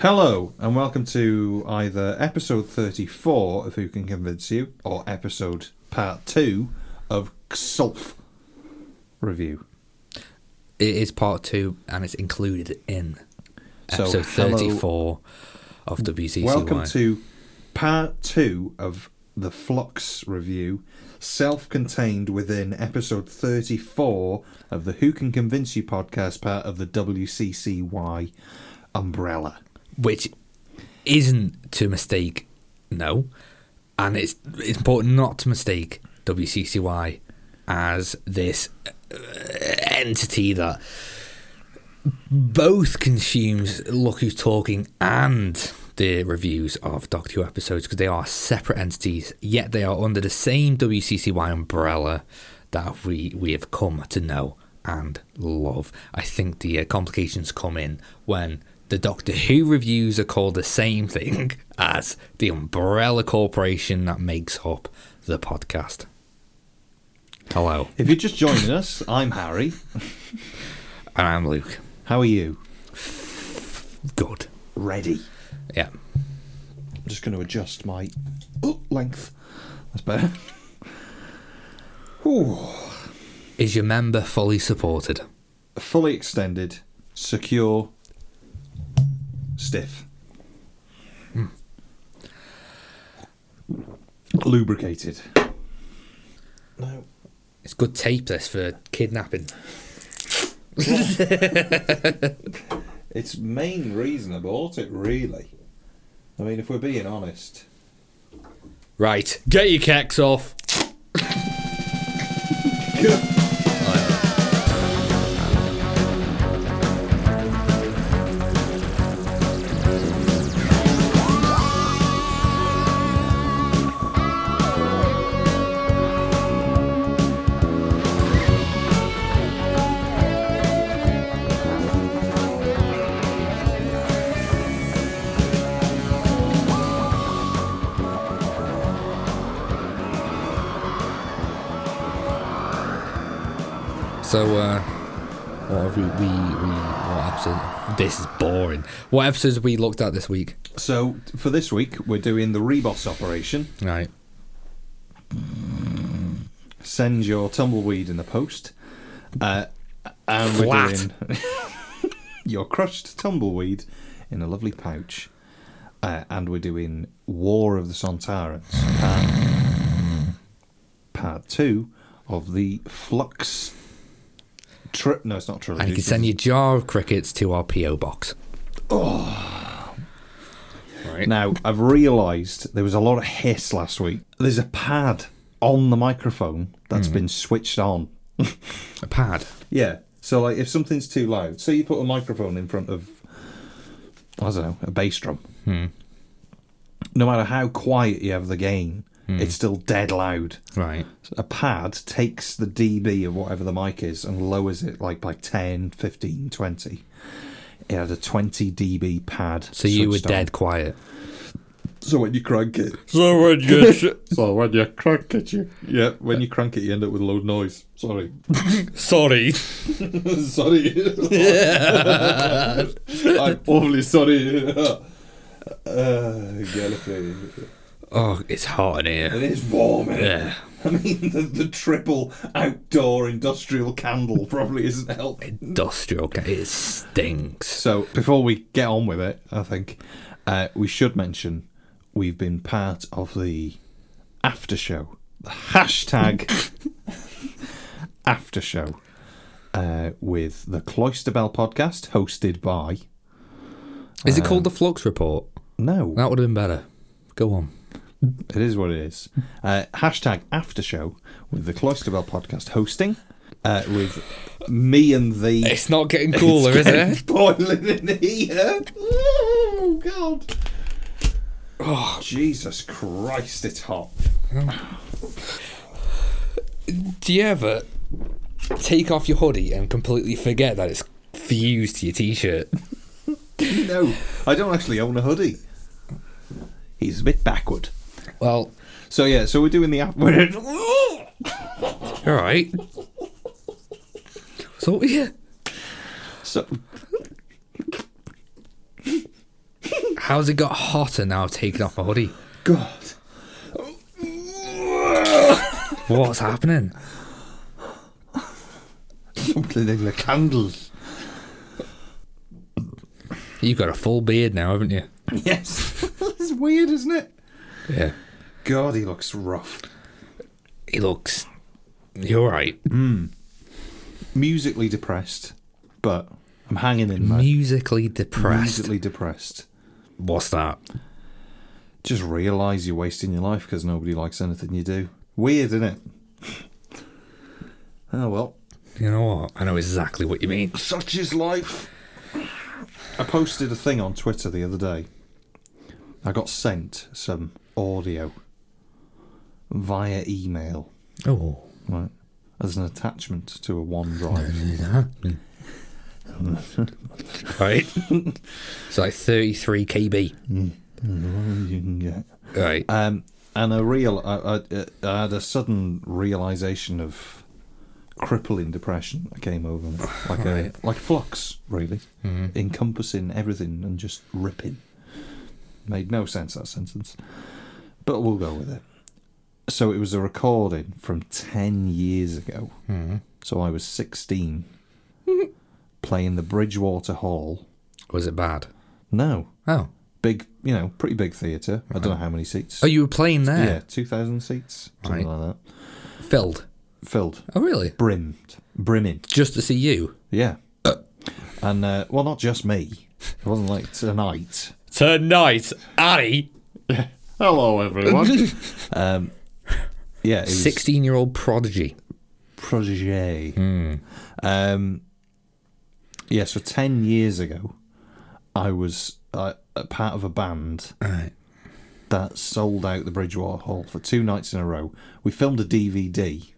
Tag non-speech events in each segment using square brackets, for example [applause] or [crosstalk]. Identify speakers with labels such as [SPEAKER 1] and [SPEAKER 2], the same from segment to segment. [SPEAKER 1] Hello, and welcome to either episode 34 of Who Can Convince You or episode part 2 of XOLF review.
[SPEAKER 2] It is part two, and it's included in
[SPEAKER 1] So,
[SPEAKER 2] episode
[SPEAKER 1] hello.
[SPEAKER 2] 34 of WCCY.
[SPEAKER 1] Welcome to part 2 of the Flux review, self contained within episode 34 of the Who Can Convince You podcast, part of the WCCY umbrella.
[SPEAKER 2] Which isn't to mistake, no. And it's, it's important not to mistake WCCY as this uh, entity that both consumes Look Who's Talking and the reviews of Doctor Who episodes because they are separate entities, yet they are under the same WCCY umbrella that we, we have come to know and love. I think the uh, complications come in when the Doctor Who reviews are called the same thing [laughs] as the umbrella corporation that makes up the podcast. Hello,
[SPEAKER 1] If you're just joining us, I'm Harry.
[SPEAKER 2] and I'm Luke.
[SPEAKER 1] How are you?
[SPEAKER 2] Good.
[SPEAKER 1] Ready.
[SPEAKER 2] Yeah.
[SPEAKER 1] I'm just going to adjust my oh, length. That's better. Ooh.
[SPEAKER 2] Is your member fully supported?
[SPEAKER 1] Fully extended, secure, stiff, Hmm. lubricated. No.
[SPEAKER 2] It's good tape this for kidnapping.
[SPEAKER 1] It's main reason I bought it, really. I mean, if we're being honest.
[SPEAKER 2] Right, get your keks off. So, uh, what have we, we, we what episode? This is boring. What episodes have we looked at this week?
[SPEAKER 1] So, for this week, we're doing the Reboss operation.
[SPEAKER 2] Right.
[SPEAKER 1] send your tumbleweed in the post. Uh, and
[SPEAKER 2] Flat.
[SPEAKER 1] we're doing [laughs] your crushed tumbleweed in a lovely pouch. Uh, and we're doing War of the Sontarans, part, part two of the Flux. Tri- no, it's not trilogy.
[SPEAKER 2] And you can send your jar of crickets to our PO box. Oh. Right.
[SPEAKER 1] Now, I've realised there was a lot of hiss last week. There's a pad on the microphone that's been switched on.
[SPEAKER 2] a pad.
[SPEAKER 1] Yeah. So like if something's too loud, say you put a microphone in front of I don't know, a bass drum.
[SPEAKER 2] Hmm.
[SPEAKER 1] No matter how quiet you have the gain,
[SPEAKER 2] Hmm.
[SPEAKER 1] it's still dead loud.
[SPEAKER 2] Right.
[SPEAKER 1] A pad takes the dB of whatever the mic is and lowers it like by 10, 15, 20. It had a 20 dB pad.
[SPEAKER 2] So you were
[SPEAKER 1] switched on.
[SPEAKER 2] dead quiet.
[SPEAKER 1] So when you crank it.
[SPEAKER 2] So when [laughs] you
[SPEAKER 1] So when you crank it, you. Yeah, when you crank it, you end up with low noise. Sorry. [laughs]
[SPEAKER 2] sorry.
[SPEAKER 1] sorry. I'm awfully sorry. [laughs] uh, Gallifrey.
[SPEAKER 2] Oh, it's hot in here.
[SPEAKER 1] It is warm. Isn't it?
[SPEAKER 2] Yeah.
[SPEAKER 1] I mean, the, the triple outdoor industrial candle probably isn't helping.
[SPEAKER 2] Industrial. ca- It stinks.
[SPEAKER 1] So, before we get on with it, I think uh, we should mention we've been part of the after show. The [laughs] hashtag after show uh, with the Cloister Bell podcast hosted by.
[SPEAKER 2] Is
[SPEAKER 1] Um,
[SPEAKER 2] it called the Flux Report?
[SPEAKER 1] No,
[SPEAKER 2] That would have been better. Go on.
[SPEAKER 1] It is what it is. Uh, hashtag after show with the Cloisterbell podcast hosting uh, with me and the.
[SPEAKER 2] It's not getting cooler, is
[SPEAKER 1] It's [laughs]
[SPEAKER 2] it?
[SPEAKER 1] boiling in here. Oh God. Oh Jesus Christ! It's hot.
[SPEAKER 2] [laughs] Do you ever take off your hoodie and completely forget that it's fused to your t-shirt?
[SPEAKER 1] No, I don't actually own a hoodie. He's a bit backward.
[SPEAKER 2] Well,
[SPEAKER 1] So yeah, so we're doing the after. We're
[SPEAKER 2] [laughs] all right. So yeah,
[SPEAKER 1] So.
[SPEAKER 2] How's it got hotter now? I've taken off my hoodie.
[SPEAKER 1] God.
[SPEAKER 2] What's happening?
[SPEAKER 1] Something in the candles.
[SPEAKER 2] You've got a full beard now, haven't you?
[SPEAKER 1] [laughs] Yes. it's weird, isn't it?
[SPEAKER 2] Yeah.
[SPEAKER 1] God, he looks rough.
[SPEAKER 2] He looks. You're right.
[SPEAKER 1] Musically depressed, but I'm hanging in, man.
[SPEAKER 2] Musically depressed.
[SPEAKER 1] Musically depressed.
[SPEAKER 2] What's that?
[SPEAKER 1] Just realise you're wasting your life because nobody likes anything you do. Weird, isn't it? Oh, well.
[SPEAKER 2] You know what? I know exactly what you mean.
[SPEAKER 1] Such is life. I posted a thing on Twitter the other day. I got sent some audio via email,
[SPEAKER 2] Oh.
[SPEAKER 1] right, as an attachment to a
[SPEAKER 2] [laughs]
[SPEAKER 1] OneDrive. [laughs]
[SPEAKER 2] [laughs] Right. it's like 33 KB.
[SPEAKER 1] you can get.
[SPEAKER 2] Right.
[SPEAKER 1] Um, and I real, I, I, I had a sudden realization of crippling depression that came over me, like a like a flux, really, encompassing everything and just ripping. Made no sense that sentence, but we'll go with it. So it was a recording from ten years ago. So I was sixteen, playing the Bridgewater Hall.
[SPEAKER 2] Was it bad?
[SPEAKER 1] No,
[SPEAKER 2] Oh.
[SPEAKER 1] big, you know, pretty big theatre. I don't know how many seats.
[SPEAKER 2] Oh, you were playing
[SPEAKER 1] Yeah,
[SPEAKER 2] there?
[SPEAKER 1] two thousand seats, something
[SPEAKER 2] Right.
[SPEAKER 1] like
[SPEAKER 2] Filled.
[SPEAKER 1] that. Filled,
[SPEAKER 2] Oh, really?
[SPEAKER 1] brimmed, brimming.
[SPEAKER 2] Just to see you?
[SPEAKER 1] Yeah, and uh, well, not just me. It wasn't like tonight.
[SPEAKER 2] Tonight, Annie.
[SPEAKER 1] Hello, everyone. [laughs] um, yeah, it was
[SPEAKER 2] 16 year old prodigy.
[SPEAKER 1] protege.
[SPEAKER 2] Hmm.
[SPEAKER 1] Um, yeah, so ten years ago, I was uh, a part of a band
[SPEAKER 2] Right.
[SPEAKER 1] that sold out the Bridgewater Hall for two nights in a row. We filmed a DVD,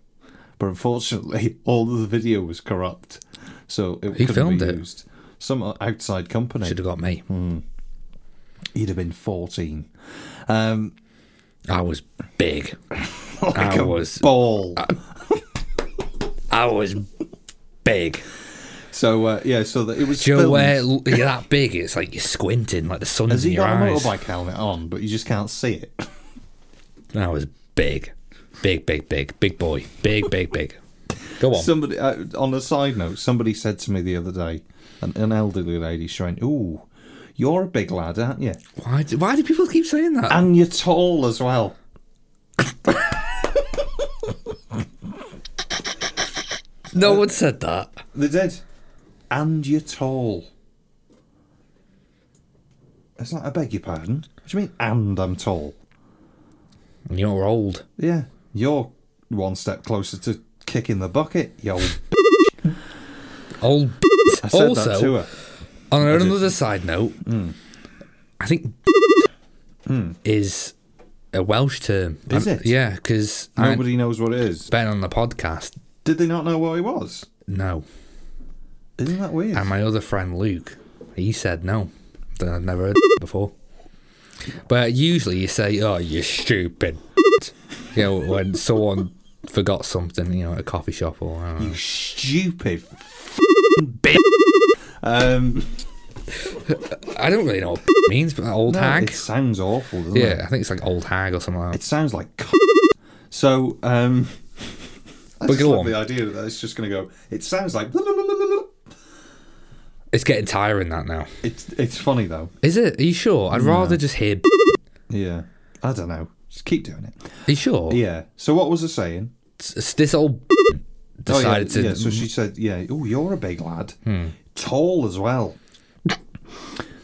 [SPEAKER 1] but unfortunately, [laughs] all of the video was corrupt, so it couldn't
[SPEAKER 2] filmed
[SPEAKER 1] be
[SPEAKER 2] it?
[SPEAKER 1] used. Some outside company.
[SPEAKER 2] Should have got me.
[SPEAKER 1] He'd have been fourteen. Um,
[SPEAKER 2] I was
[SPEAKER 1] [laughs]
[SPEAKER 2] big.
[SPEAKER 1] like
[SPEAKER 2] I
[SPEAKER 1] a
[SPEAKER 2] was-
[SPEAKER 1] ball.
[SPEAKER 2] I was big.
[SPEAKER 1] so uh, yeah, so that it was.
[SPEAKER 2] Do you know
[SPEAKER 1] filmed.
[SPEAKER 2] where l- you're that big? It's like you're squinting, like the sun's
[SPEAKER 1] Has
[SPEAKER 2] in
[SPEAKER 1] he
[SPEAKER 2] your
[SPEAKER 1] got a
[SPEAKER 2] eyes.
[SPEAKER 1] motorbike helmet on, but you just can't see it?
[SPEAKER 2] I was big. Big, big, big. Big boy. Big, big, big. Go on.
[SPEAKER 1] Somebody uh, on a side note, somebody said to me the other day, an, an elderly lady, she went, "Ooh, you're a big lad, aren't you?"
[SPEAKER 2] why, do, why do people keep saying that?
[SPEAKER 1] And you're tall as well.
[SPEAKER 2] no
[SPEAKER 1] uh,
[SPEAKER 2] one said that.
[SPEAKER 1] They did. And you're tall. It's like, I beg your pardon. What do you mean, and I'm tall?
[SPEAKER 2] You're old.
[SPEAKER 1] Yeah. You're one step closer to kicking the bucket, you old.
[SPEAKER 2] Old.
[SPEAKER 1] [laughs] I said
[SPEAKER 2] also,
[SPEAKER 1] that to her.
[SPEAKER 2] on another side note,
[SPEAKER 1] Hmm.
[SPEAKER 2] I think is a Welsh term.
[SPEAKER 1] Is
[SPEAKER 2] I-
[SPEAKER 1] it?
[SPEAKER 2] Yeah, because I've
[SPEAKER 1] Nobody knows what it is.
[SPEAKER 2] been on the podcast.
[SPEAKER 1] Did they not know what it was?
[SPEAKER 2] No.
[SPEAKER 1] Isn't that weird?
[SPEAKER 2] And my other friend Luke, he said no. That I'd never heard [laughs] it before. But usually you say, "Oh, you stupid," you know, when someone forgot something, you know, at a coffee shop or I don't know.
[SPEAKER 1] Stupid [laughs] bitch. Um,
[SPEAKER 2] I don't really know what it means, but old
[SPEAKER 1] no,
[SPEAKER 2] hag.
[SPEAKER 1] it sounds awful, doesn't it?
[SPEAKER 2] Yeah, I think it's like old hag or something like that.
[SPEAKER 1] It sounds like c- so. Um, [laughs] I just
[SPEAKER 2] go
[SPEAKER 1] love
[SPEAKER 2] on.
[SPEAKER 1] the idea that it's just going to go. It sounds like
[SPEAKER 2] It's getting tiring that now.
[SPEAKER 1] it's it's funny though.
[SPEAKER 2] Is it? Are you sure? I'd rather just hear.
[SPEAKER 1] Yeah, I don't know. Just keep doing it.
[SPEAKER 2] Are you sure?
[SPEAKER 1] Yeah. So what was I saying?
[SPEAKER 2] S- This old
[SPEAKER 1] Oh, yeah,
[SPEAKER 2] decided
[SPEAKER 1] yeah.
[SPEAKER 2] to. Hmm.
[SPEAKER 1] So she said, "Yeah, oh, you're a big lad, tall as well."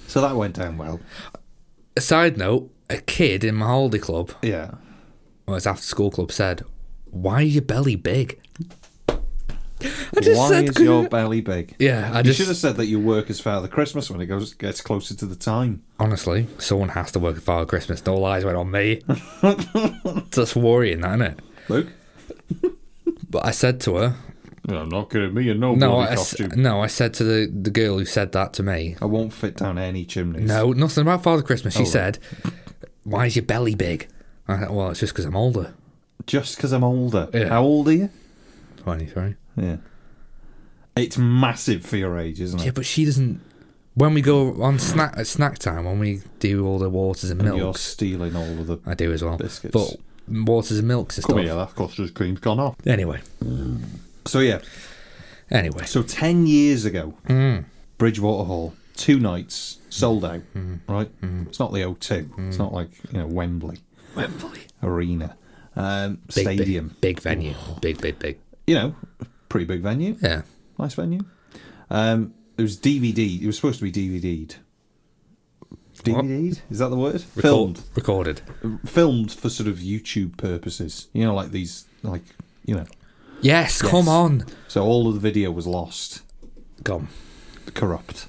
[SPEAKER 1] so that went down well.
[SPEAKER 2] A side note: a kid in my holiday club,
[SPEAKER 1] Yeah.
[SPEAKER 2] well, it's after school club, said, "Why is your belly big?" I [laughs] just
[SPEAKER 1] Why
[SPEAKER 2] said,
[SPEAKER 1] is your belly big?
[SPEAKER 2] Yeah, I
[SPEAKER 1] you
[SPEAKER 2] just
[SPEAKER 1] should have said that you work as Father Christmas when it goes gets closer to the time.
[SPEAKER 2] honestly, someone has to work for Christmas. No lies went on me.
[SPEAKER 1] [laughs]
[SPEAKER 2] just worrying, that innit?
[SPEAKER 1] Luke,
[SPEAKER 2] But I said to her,
[SPEAKER 1] I'm not kidding me. You're no,
[SPEAKER 2] "No,
[SPEAKER 1] bloody
[SPEAKER 2] I, s-
[SPEAKER 1] costume.
[SPEAKER 2] no." I said to the the girl who said that to me,
[SPEAKER 1] I won't fit down any chimneys.
[SPEAKER 2] No, nothing about Father Christmas. She
[SPEAKER 1] Oh, right.
[SPEAKER 2] said, "Why is your belly big?" I thought, "Well, it's just because I'm older."
[SPEAKER 1] Just because I'm older.
[SPEAKER 2] Yeah.
[SPEAKER 1] How old are you?
[SPEAKER 2] Twenty-three.
[SPEAKER 1] Yeah. It's massive for your age, isn't it?
[SPEAKER 2] Yeah, but she doesn't. when we go on snack at snack time, when we do all the waters and
[SPEAKER 1] And you're
[SPEAKER 2] milks,
[SPEAKER 1] stealing all of the. [laughs]
[SPEAKER 2] I do as well.
[SPEAKER 1] Biscuits.
[SPEAKER 2] But waters and milks and
[SPEAKER 1] Come
[SPEAKER 2] stuff.
[SPEAKER 1] here, that custard cream's gone off.
[SPEAKER 2] Anyway,
[SPEAKER 1] So yeah,
[SPEAKER 2] anyway,
[SPEAKER 1] so ten years ago,
[SPEAKER 2] Hmm.
[SPEAKER 1] Bridgewater Hall, two nights sold out.
[SPEAKER 2] Hmm.
[SPEAKER 1] Right, it's not the O2. It's not like you know Wembley
[SPEAKER 2] Wembley
[SPEAKER 1] Arena um,
[SPEAKER 2] big,
[SPEAKER 1] Stadium.
[SPEAKER 2] big, big venue, big, big, big.
[SPEAKER 1] You know, pretty big venue,
[SPEAKER 2] Yeah,
[SPEAKER 1] nice venue. Um, it was DVD. It was supposed to be DVD'd. DVD'd? Is that the word?
[SPEAKER 2] Record-
[SPEAKER 1] Filmed.
[SPEAKER 2] recorded.
[SPEAKER 1] filmed for sort of YouTube purposes. You know, like these, like you know.
[SPEAKER 2] Yes, come on,
[SPEAKER 1] So all of the video was lost,
[SPEAKER 2] gone.
[SPEAKER 1] corrupt.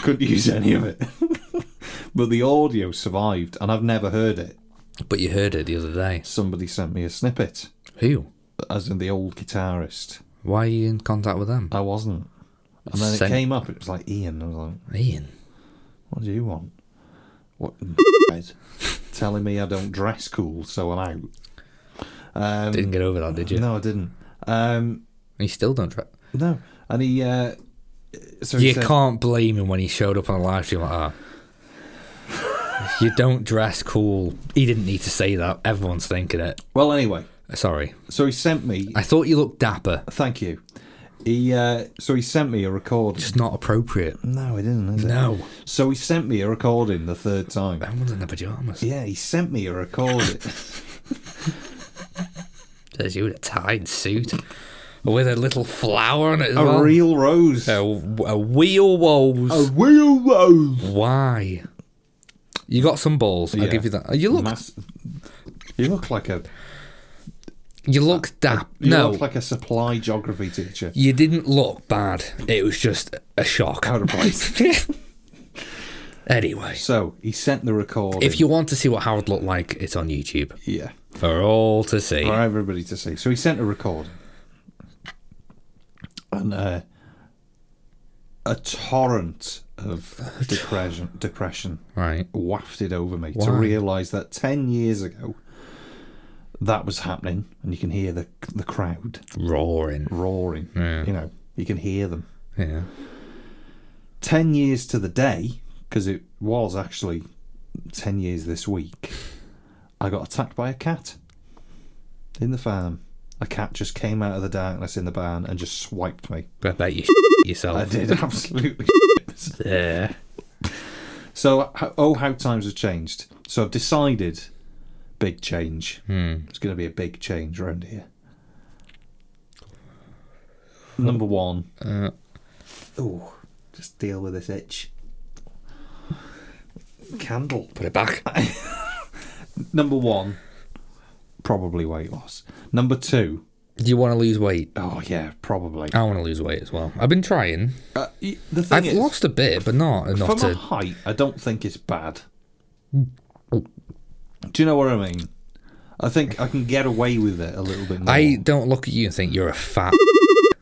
[SPEAKER 1] Couldn't use any of it. [laughs] but the audio survived, and I've never heard it.
[SPEAKER 2] But you heard it the other day.
[SPEAKER 1] Somebody sent me a snippet,
[SPEAKER 2] Who?
[SPEAKER 1] as in the old guitarist.
[SPEAKER 2] Why are you in contact with them?
[SPEAKER 1] I wasn't. And then
[SPEAKER 2] Sent-
[SPEAKER 1] it came up, and it was like Ian. I was like,
[SPEAKER 2] Ian.
[SPEAKER 1] "What do you want? What [laughs] telling me I don't dress cool, so I'm out." Um,
[SPEAKER 2] Didn't get over that, did you?
[SPEAKER 1] No, I didn't. Um,
[SPEAKER 2] You still don't try.
[SPEAKER 1] No, and he. Uh, so he
[SPEAKER 2] You
[SPEAKER 1] said-
[SPEAKER 2] can't blame him when he showed up on a live stream
[SPEAKER 1] [laughs]
[SPEAKER 2] like that. you don't dress cool. He didn't need to say that. Everyone's thinking it.
[SPEAKER 1] Well, anyway,
[SPEAKER 2] Sorry.
[SPEAKER 1] so he sent me.
[SPEAKER 2] I thought you looked dapper.
[SPEAKER 1] Thank you. He. Uh, so he sent me a recording.
[SPEAKER 2] It's not appropriate.
[SPEAKER 1] No, he didn't. Is it?
[SPEAKER 2] No.
[SPEAKER 1] So he sent me a recording the third time.
[SPEAKER 2] Everyone's in their pajamas.
[SPEAKER 1] Yeah, he sent me a
[SPEAKER 2] [laughs]
[SPEAKER 1] recording.
[SPEAKER 2] There's you in a tied suit with a little flower on it. As
[SPEAKER 1] a
[SPEAKER 2] well.
[SPEAKER 1] real Oh. rose.
[SPEAKER 2] A, a wheel woes.
[SPEAKER 1] A real rose.
[SPEAKER 2] Why? You got some balls. I'll
[SPEAKER 1] Yeah.
[SPEAKER 2] give you that. You look.
[SPEAKER 1] Mass- you look like a.
[SPEAKER 2] you look dap.
[SPEAKER 1] You
[SPEAKER 2] no.
[SPEAKER 1] look like a supply geography teacher.
[SPEAKER 2] You didn't look bad. It was just a shock.
[SPEAKER 1] Out of place.
[SPEAKER 2] [laughs] anyway,
[SPEAKER 1] So he sent the recording.
[SPEAKER 2] if you want to see what Howard looked like, it's on YouTube
[SPEAKER 1] Yeah.
[SPEAKER 2] for all to see.
[SPEAKER 1] for everybody to see. So he sent a record, and uh, a torrent of
[SPEAKER 2] [laughs]
[SPEAKER 1] depression, depression
[SPEAKER 2] Right.
[SPEAKER 1] wafted over me
[SPEAKER 2] Why?
[SPEAKER 1] to realise that ten years ago that was happening, and you can hear the the crowd
[SPEAKER 2] Roaring.
[SPEAKER 1] roaring.
[SPEAKER 2] Yeah.
[SPEAKER 1] You know, you can hear them.
[SPEAKER 2] Yeah.
[SPEAKER 1] Ten years to the day, because it was actually ten years this week. I got attacked by a cat in the farm. A cat just came out of the darkness in the barn and just swiped me.
[SPEAKER 2] I bet you [laughs] yourself.
[SPEAKER 1] I did absolutely.
[SPEAKER 2] Yeah.
[SPEAKER 1] so h- oh, how times have changed. So I've decided, big change.
[SPEAKER 2] Hmm.
[SPEAKER 1] It's going to be a big change around here. Number one.
[SPEAKER 2] Uh.
[SPEAKER 1] oh, just deal with this itch. Candle.
[SPEAKER 2] Put it back.
[SPEAKER 1] Number one, probably weight loss. Number two,
[SPEAKER 2] Do you want to lose weight?
[SPEAKER 1] oh yeah, probably.
[SPEAKER 2] I want to lose weight as well. I've been trying.
[SPEAKER 1] Uh, y- the thing
[SPEAKER 2] I've
[SPEAKER 1] is,
[SPEAKER 2] lost a bit, but not enough
[SPEAKER 1] for my
[SPEAKER 2] to.
[SPEAKER 1] height, I don't think it's bad. Do you know what I mean? I think I can get away with it a little bit more.
[SPEAKER 2] I don't look at you and think you're a fat.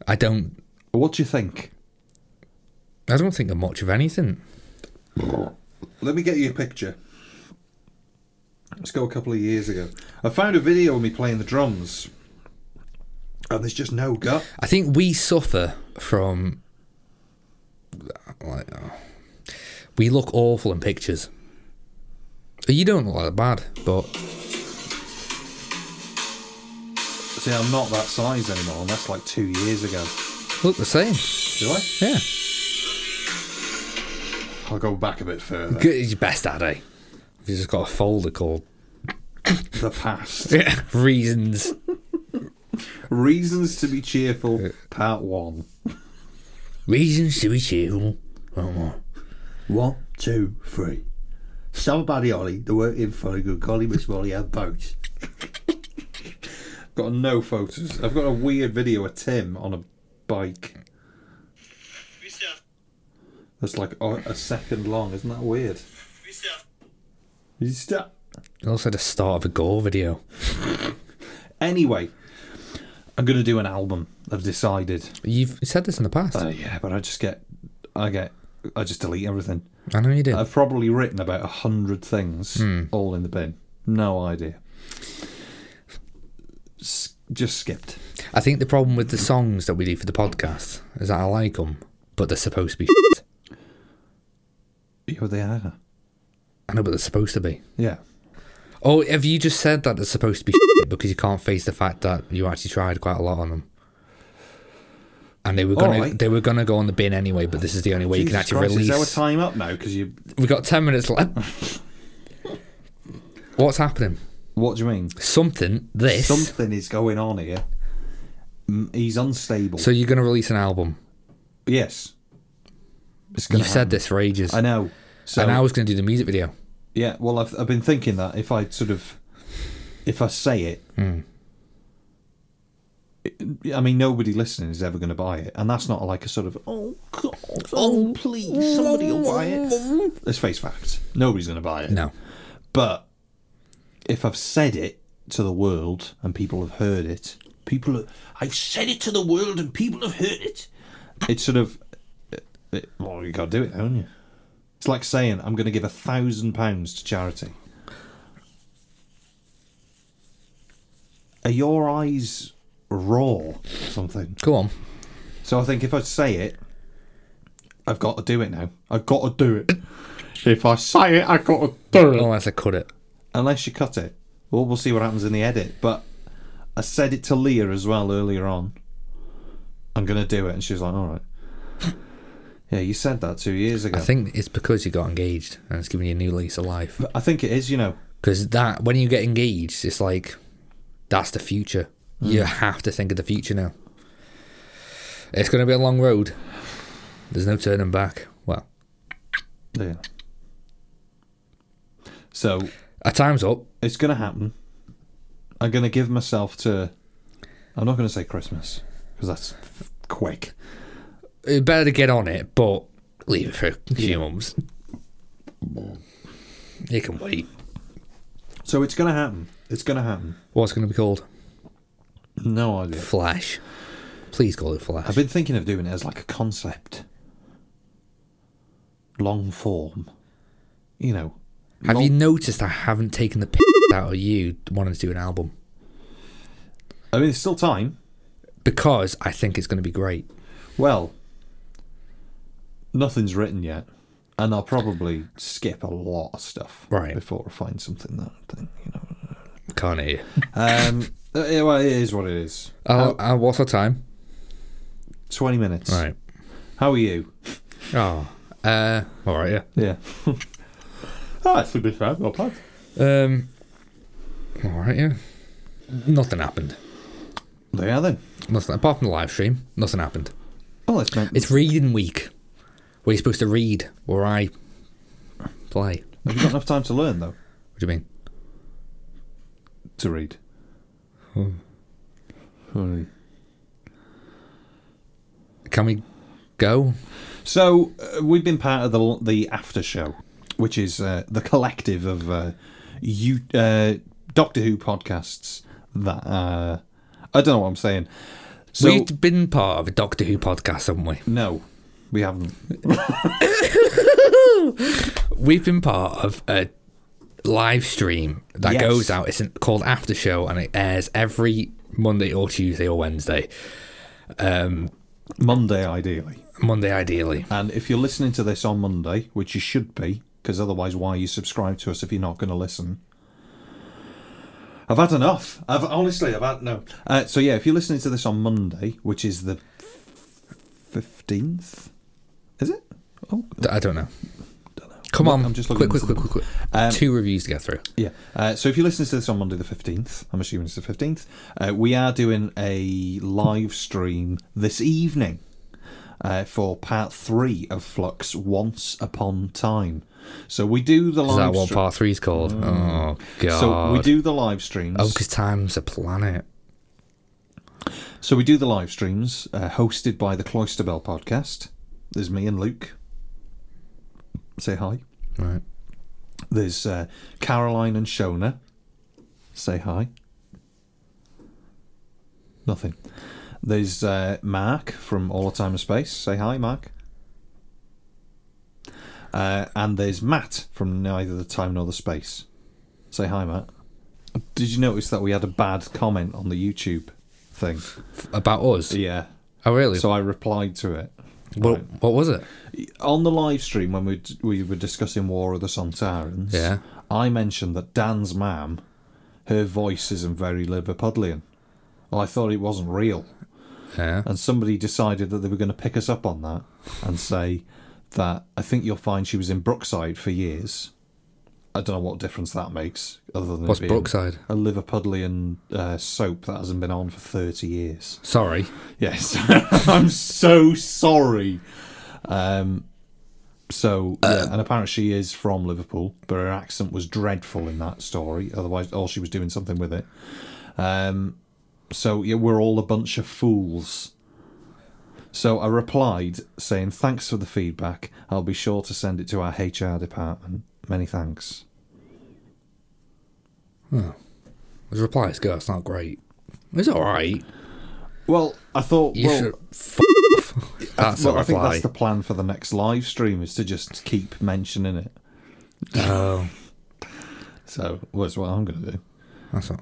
[SPEAKER 2] I don't.
[SPEAKER 1] What do you think?
[SPEAKER 2] I don't think I'm much of anything.
[SPEAKER 1] Let me get you a picture. Let's go a couple of years ago. I found a video of me playing the drums, and there's just no gut.
[SPEAKER 2] I think we suffer from like oh, we look awful in pictures. You don't look that bad, but
[SPEAKER 1] See, I'm not that size anymore, and that's like two years ago.
[SPEAKER 2] look the same.
[SPEAKER 1] Do I?
[SPEAKER 2] Yeah,
[SPEAKER 1] I'll go back a bit further.
[SPEAKER 2] good. It's your best at it. You just got a folder called
[SPEAKER 1] The past.
[SPEAKER 2] reasons.
[SPEAKER 1] Reasons to be cheerful, part one.
[SPEAKER 2] Reasons to be cheerful. Oh, my.
[SPEAKER 3] One, two, three. Somebody Ollie, the work in for a good collie, Miss Molly and boats.
[SPEAKER 1] [laughs] Got no photos. I've got a weird video of Tim on a bike.
[SPEAKER 4] Mister,
[SPEAKER 1] That's like a, a second long. Isn't that weird?
[SPEAKER 4] Mister,
[SPEAKER 1] Is it sta-
[SPEAKER 2] Also, the start of a gore video.
[SPEAKER 1] Anyway, I'm gonna do an album. I've decided.
[SPEAKER 2] You've said this in the past.
[SPEAKER 1] Uh, yeah, but I just get, I get, I just delete everything.
[SPEAKER 2] I know you did.
[SPEAKER 1] I've probably written about a hundred things,
[SPEAKER 2] Hmm.
[SPEAKER 1] all in the bin. No idea. S- just skipped.
[SPEAKER 2] I think the problem with the songs that we do for the podcast is that I like them, but they're supposed to be.
[SPEAKER 1] Yeah, they are.
[SPEAKER 2] [laughs] I know, but they're supposed to be.
[SPEAKER 1] Yeah.
[SPEAKER 2] Oh, have you just said that they're supposed to be [laughs] shit because you can't face the fact that you actually tried quite a lot on them? And they were gonna
[SPEAKER 1] Alright.
[SPEAKER 2] they were gonna go on the bin anyway, but this is the only way you can
[SPEAKER 1] Jesus
[SPEAKER 2] actually
[SPEAKER 1] Christ,
[SPEAKER 2] release.
[SPEAKER 1] Is our time up now? Because you.
[SPEAKER 2] We've got ten minutes left. What's happening?
[SPEAKER 1] What do you mean?
[SPEAKER 2] Something. This.
[SPEAKER 1] Something is going on here. Mm, He's unstable.
[SPEAKER 2] So you're gonna release an album?
[SPEAKER 1] yes. It's gonna
[SPEAKER 2] You've said
[SPEAKER 1] happen.
[SPEAKER 2] this for ages,
[SPEAKER 1] I know. So
[SPEAKER 2] and I was gonna do the music video.
[SPEAKER 1] yeah. Well, I've I've been thinking that if I sort of, if I say it, it- I mean nobody listening is ever going to buy it, and that's not like a sort of oh God, oh please somebody will buy it. Let's face facts. Nobody's going to buy it.
[SPEAKER 2] No.
[SPEAKER 1] But if I've said it to the world and people have heard it, people have, I've said it to the world and people have heard it. It's sort of it, well, you got to do it, haven't you? It's like saying I'm going to give a thousand pounds to charity. Are your eyes raw? or Something.
[SPEAKER 2] Go on.
[SPEAKER 1] So I think if I say it, I've got to do it now. I've got to do it. If I say it, I've got to do it
[SPEAKER 2] Unless I cut it.
[SPEAKER 1] unless you cut it. Well, we'll see what happens in the edit. But I said it to Leah as well earlier on. I'm gonna do it, and she's like, "All right." [laughs] Yeah, you said that two years ago.
[SPEAKER 2] I think it's because you got engaged and it's giving you a new lease of life.
[SPEAKER 1] I think it is. You know,
[SPEAKER 2] Because that when you get engaged, it's like that's the future. You have to think of the future now. It's going to be a long road. There's no turning back. Well,
[SPEAKER 1] yeah. So
[SPEAKER 2] our time's up.
[SPEAKER 1] it's gonna happen. I'm gonna give myself to. I'm not gonna say Christmas because that's f- quick.
[SPEAKER 2] You better get on it, but leave it for a few months. You can wait.
[SPEAKER 1] So it's gonna happen. It's gonna happen.
[SPEAKER 2] What's it going to be called?
[SPEAKER 1] No idea.
[SPEAKER 2] Flash. Please call it Flash.
[SPEAKER 1] I've been thinking of doing it as like a concept, long form. You know,
[SPEAKER 2] Have
[SPEAKER 1] long-
[SPEAKER 2] you noticed I haven't taken the piss [laughs] out of you wanting to do an album?
[SPEAKER 1] I mean, it's still time.
[SPEAKER 2] Because I think it's going to be great.
[SPEAKER 1] Well, nothing's written yet, and I'll probably skip a lot of stuff
[SPEAKER 2] Right.
[SPEAKER 1] before I find something that I think, you know.
[SPEAKER 2] Can't hear you.
[SPEAKER 1] Um, uh, yeah, well, it is what it is.
[SPEAKER 2] Oh, uh, what's our time?
[SPEAKER 1] Twenty minutes.
[SPEAKER 2] Right.
[SPEAKER 1] How are you?
[SPEAKER 2] Oh, uh, all right,
[SPEAKER 1] [laughs] Yeah. oh, it's a bit bad. Not bad.
[SPEAKER 2] yeah. Um, all right, yeah. Nothing happened.
[SPEAKER 1] There you are then.
[SPEAKER 2] Nothing apart from the live stream. Nothing happened.
[SPEAKER 1] Well, it's meant.
[SPEAKER 2] It's reading week, where you're supposed to read, or I play.
[SPEAKER 1] Have you got enough time to learn though?
[SPEAKER 2] What do you mean?
[SPEAKER 1] To read. Hmm.
[SPEAKER 2] Can we go?
[SPEAKER 1] So uh, we've been part of the the after show, which is uh, the collective of uh, you uh, Doctor Who podcasts that uh, I don't know what I'm saying. So
[SPEAKER 2] We've been part of a Doctor Who podcast, haven't we?
[SPEAKER 1] no, we haven't.
[SPEAKER 2] We've been part of a live stream that
[SPEAKER 1] Yes.
[SPEAKER 2] goes out. It's called After Show, and it airs every Monday or Tuesday or Wednesday.
[SPEAKER 1] Monday ideally,
[SPEAKER 2] Monday, ideally.
[SPEAKER 1] and if you're listening to this on Monday, which you should be, because otherwise, why are you subscribed to us if you're not going to listen? I've had enough. I've honestly, I've had no. Uh, so yeah, if you're listening to this on Monday, which is the fifteenth, is it? Oh,
[SPEAKER 2] D- I don't know. Come
[SPEAKER 1] Look,
[SPEAKER 2] on,
[SPEAKER 1] I'm just
[SPEAKER 2] quick,
[SPEAKER 1] looking
[SPEAKER 2] quick,
[SPEAKER 1] into
[SPEAKER 2] quick, quick, quick.
[SPEAKER 1] Um,
[SPEAKER 2] Two reviews to get through.
[SPEAKER 1] Yeah. Uh, so if you're listening to this on Monday the 15th, I'm assuming it's the 15th, uh, we are doing a live stream this evening uh, for part three of Flux Once Upon Time. So we do the
[SPEAKER 2] Is
[SPEAKER 1] live
[SPEAKER 2] that what
[SPEAKER 1] stream.
[SPEAKER 2] part three's called? Oh god.
[SPEAKER 1] Mm. So we do the live streams.
[SPEAKER 2] Oh, because time's a planet.
[SPEAKER 1] So we do the live streams uh, hosted by the Cloister Bell podcast. There's me and Luke. Say hi.
[SPEAKER 2] Right.
[SPEAKER 1] There's uh, Caroline and Shona. Say hi. Nothing. There's uh, Mark from All the Time and Space. Say hi, Mark. Uh, and there's Matt from Neither the Time Nor the Space. Say hi, Matt. Did you notice that we had a bad comment on the YouTube thing?
[SPEAKER 2] About us.
[SPEAKER 1] Yeah.
[SPEAKER 2] Oh really?
[SPEAKER 1] So I replied to it.
[SPEAKER 2] What, what was it?
[SPEAKER 1] on the live stream when we d- we were discussing War of the Sontarans,
[SPEAKER 2] Yeah.
[SPEAKER 1] I mentioned that Dan's mam, her voice isn't very Liverpudlian. Well, I thought it wasn't real,
[SPEAKER 2] Yeah.
[SPEAKER 1] and somebody decided that they were going to pick us up on that and say that I think you'll find she was in Brookside for years. I don't know what difference that makes, other than it
[SPEAKER 2] What's
[SPEAKER 1] being
[SPEAKER 2] Brookside?
[SPEAKER 1] a Liverpudlian uh, soap that hasn't been on for thirty years.
[SPEAKER 2] Sorry.
[SPEAKER 1] Yes, [laughs] I'm so sorry. Um, so yeah, and apparently she is from Liverpool, but her accent was dreadful in that story. Otherwise, all she was doing something with it. Um, so yeah, we're all a bunch of fools. So I replied saying, "Thanks for the feedback. I'll be sure to send it to our HR department. Many thanks."
[SPEAKER 2] The reply is good. It's not great. It's all right.
[SPEAKER 1] Well, I thought
[SPEAKER 2] You
[SPEAKER 1] well,
[SPEAKER 2] should. F- [laughs] off.
[SPEAKER 1] I-
[SPEAKER 2] that's
[SPEAKER 1] well,
[SPEAKER 2] a
[SPEAKER 1] I think
[SPEAKER 2] reply.
[SPEAKER 1] that's the plan for the next live stream is to just keep mentioning it.
[SPEAKER 2] Oh,
[SPEAKER 1] [laughs] So well, that's what I'm going to do.
[SPEAKER 2] that's not.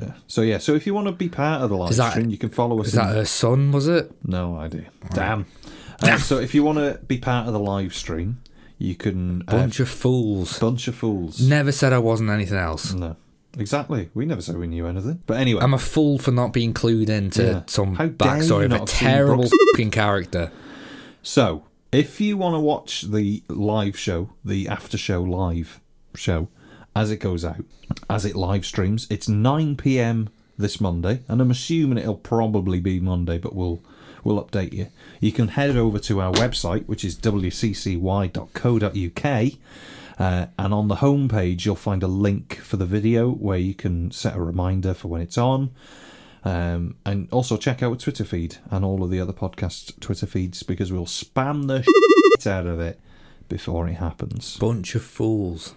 [SPEAKER 1] Yeah. So yeah. So if you want to be part of the live
[SPEAKER 2] Is that-
[SPEAKER 1] stream, you can follow us.
[SPEAKER 2] Is that
[SPEAKER 1] in-
[SPEAKER 2] her son? Was it?
[SPEAKER 1] no idea. Damn. Uh, so if you want to be part of the live stream, you can. Uh, bunch.
[SPEAKER 2] Bunch of fools.
[SPEAKER 1] of fools.
[SPEAKER 2] Never said I wasn't anything else.
[SPEAKER 1] No. Exactly. We never said we knew anything. But anyway,
[SPEAKER 2] I'm a fool for not being clued into
[SPEAKER 1] Yeah.
[SPEAKER 2] some
[SPEAKER 1] How dare you
[SPEAKER 2] backstory of
[SPEAKER 1] not
[SPEAKER 2] a
[SPEAKER 1] have seen
[SPEAKER 2] terrible
[SPEAKER 1] Brooks-
[SPEAKER 2] fucking character.
[SPEAKER 1] so if you want to watch the live show, the after show live show, as it goes out, as it live streams, it's 9 p.m. this Monday, and I'm assuming it'll probably be Monday, but we'll we'll update you. You can head over to our website, which is wccy.co.uk. Uh, and on the homepage, you'll find a link for the video where you can set a reminder for when it's on. Um, and also check out our Twitter feed and all of the other podcast Twitter feeds because we'll spam the [laughs] shit out of it before it happens.
[SPEAKER 2] Bunch of fools.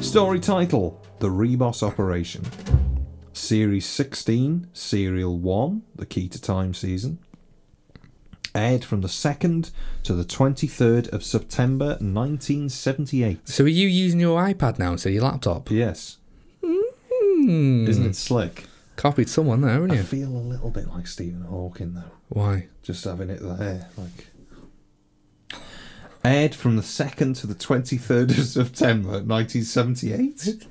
[SPEAKER 1] Story title The Reboss Operation. Series 16, Serial 1, The Key to Time season. Aired from the 2nd to the 23rd of September 1978.
[SPEAKER 2] So are you using your iPad now instead of your laptop?
[SPEAKER 1] Yes. Isn't it slick?
[SPEAKER 2] Copied someone there, haven't
[SPEAKER 1] I
[SPEAKER 2] you?
[SPEAKER 1] feel a little bit like Stephen Hawking, though.
[SPEAKER 2] Why?
[SPEAKER 1] just having it there, like. Aired from the 2nd to the 23rd of September 1978.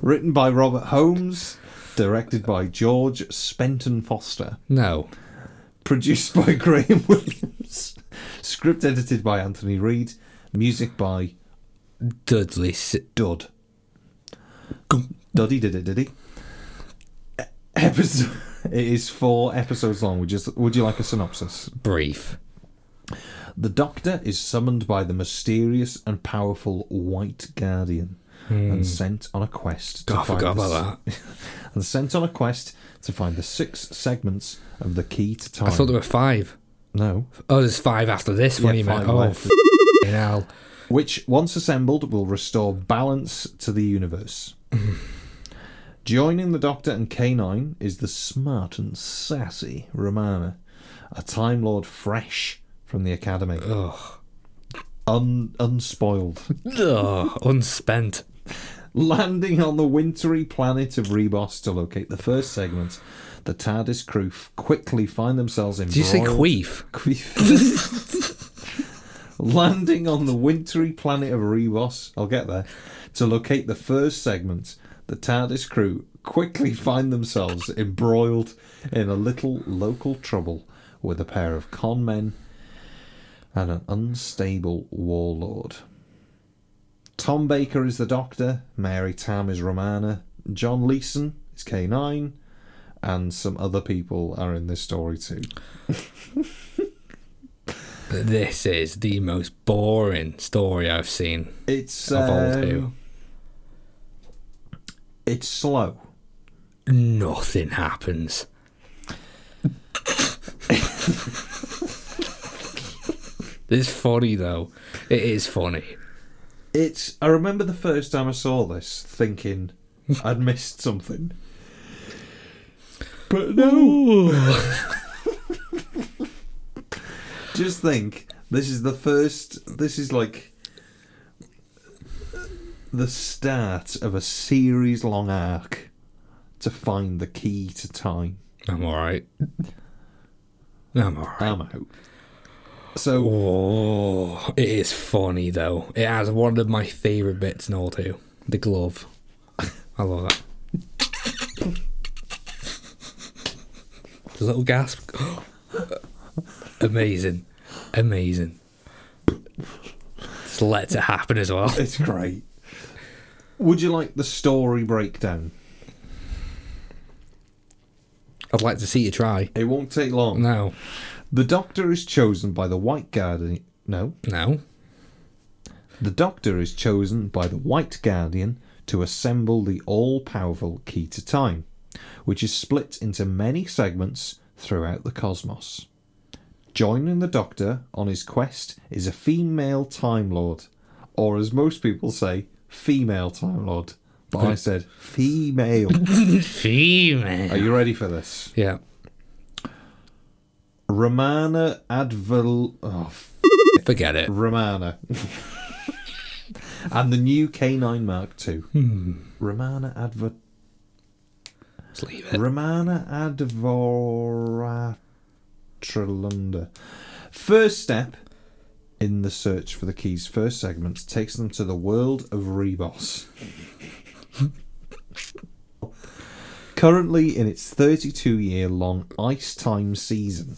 [SPEAKER 1] Written by Robert Holmes. Directed by George Spenton Foster.
[SPEAKER 2] No.
[SPEAKER 1] Produced by [laughs] Graham Williams. Script edited by Anthony Reed. Music by
[SPEAKER 2] Dudley. Si-
[SPEAKER 1] Dud. Duddy did it, did he? E- Episode. It is four episodes long. Would you, would you like a synopsis?
[SPEAKER 2] Brief.
[SPEAKER 1] The Doctor is summoned by the mysterious and powerful White Guardian and sent on a quest to
[SPEAKER 2] Hmm. God, I
[SPEAKER 1] find
[SPEAKER 2] forgot
[SPEAKER 1] the-
[SPEAKER 2] about that.
[SPEAKER 1] and sent on a quest to find the six segments of the key to time.
[SPEAKER 2] I thought there were five.
[SPEAKER 1] no,
[SPEAKER 2] Oh, there's five after this one,
[SPEAKER 1] Yeah,
[SPEAKER 2] you meant.
[SPEAKER 1] five
[SPEAKER 2] Oh,
[SPEAKER 1] left.
[SPEAKER 2] f- hell.
[SPEAKER 1] which once assembled will restore balance to the
[SPEAKER 2] [laughs]
[SPEAKER 1] universe. Joining the Doctor and K9 is the smart and sassy Romana, a Time Lord fresh from the Academy.
[SPEAKER 2] Ugh.
[SPEAKER 1] Un- unspoiled. [laughs]
[SPEAKER 2] Ugh. Unspent.
[SPEAKER 1] Landing on the wintry planet of Rebos to locate the first segment, the TARDIS crew f- quickly find themselves in.
[SPEAKER 2] Did you say queef?
[SPEAKER 1] [laughs] Landing on the wintry planet of Rebos, I'll get there, to locate the first segment, the TARDIS crew quickly find themselves embroiled in a little local trouble with a pair of con men and an unstable warlord. Tom Baker is the Doctor, Mary Tam is Romana, John Leeson is K9, and some other people are in this story too.
[SPEAKER 2] This is the most boring story I've seen
[SPEAKER 1] It's
[SPEAKER 2] of all
[SPEAKER 1] um,
[SPEAKER 2] two.
[SPEAKER 1] It's slow.
[SPEAKER 2] Nothing happens. [laughs] it's funny though. It is funny. [laughs]
[SPEAKER 1] It's. I remember the first time I saw this, thinking I'd missed something. But no. Just think, this is the first. This is like the start of a series-long arc to find the key to time.
[SPEAKER 2] I'm all right. I'm all right.
[SPEAKER 1] I'm out. So
[SPEAKER 2] Oh, it is funny though. It has one of my favorite bits in all two. The glove. [laughs] I love that. the little gasp. [gasps] Amazing. Amazing. Just lets it happen as well.
[SPEAKER 1] it's great. Would you like the story breakdown?
[SPEAKER 2] I'd like to see you try.
[SPEAKER 1] It won't take long.
[SPEAKER 2] No.
[SPEAKER 1] The Doctor is chosen by the White Guardian. No,
[SPEAKER 2] No.
[SPEAKER 1] The Doctor is chosen by the White Guardian to assemble the all powerful Key to Time, which is split into many segments throughout the cosmos. Joining the Doctor on his quest is a female Time Lord, or as most people say, female Time Lord. But I said female. Are
[SPEAKER 2] Female.
[SPEAKER 1] you ready for this?
[SPEAKER 2] Yeah.
[SPEAKER 1] Romana Adval. Oh, f-
[SPEAKER 2] Forget it.
[SPEAKER 1] Romana. and the new K9 Mark II. Romana Adver.
[SPEAKER 2] Just leave it.
[SPEAKER 1] Romana Advoratralunda. First step in the search for the keys first segment takes them to the world of Rebos. Currently in its 32 year long ice time season.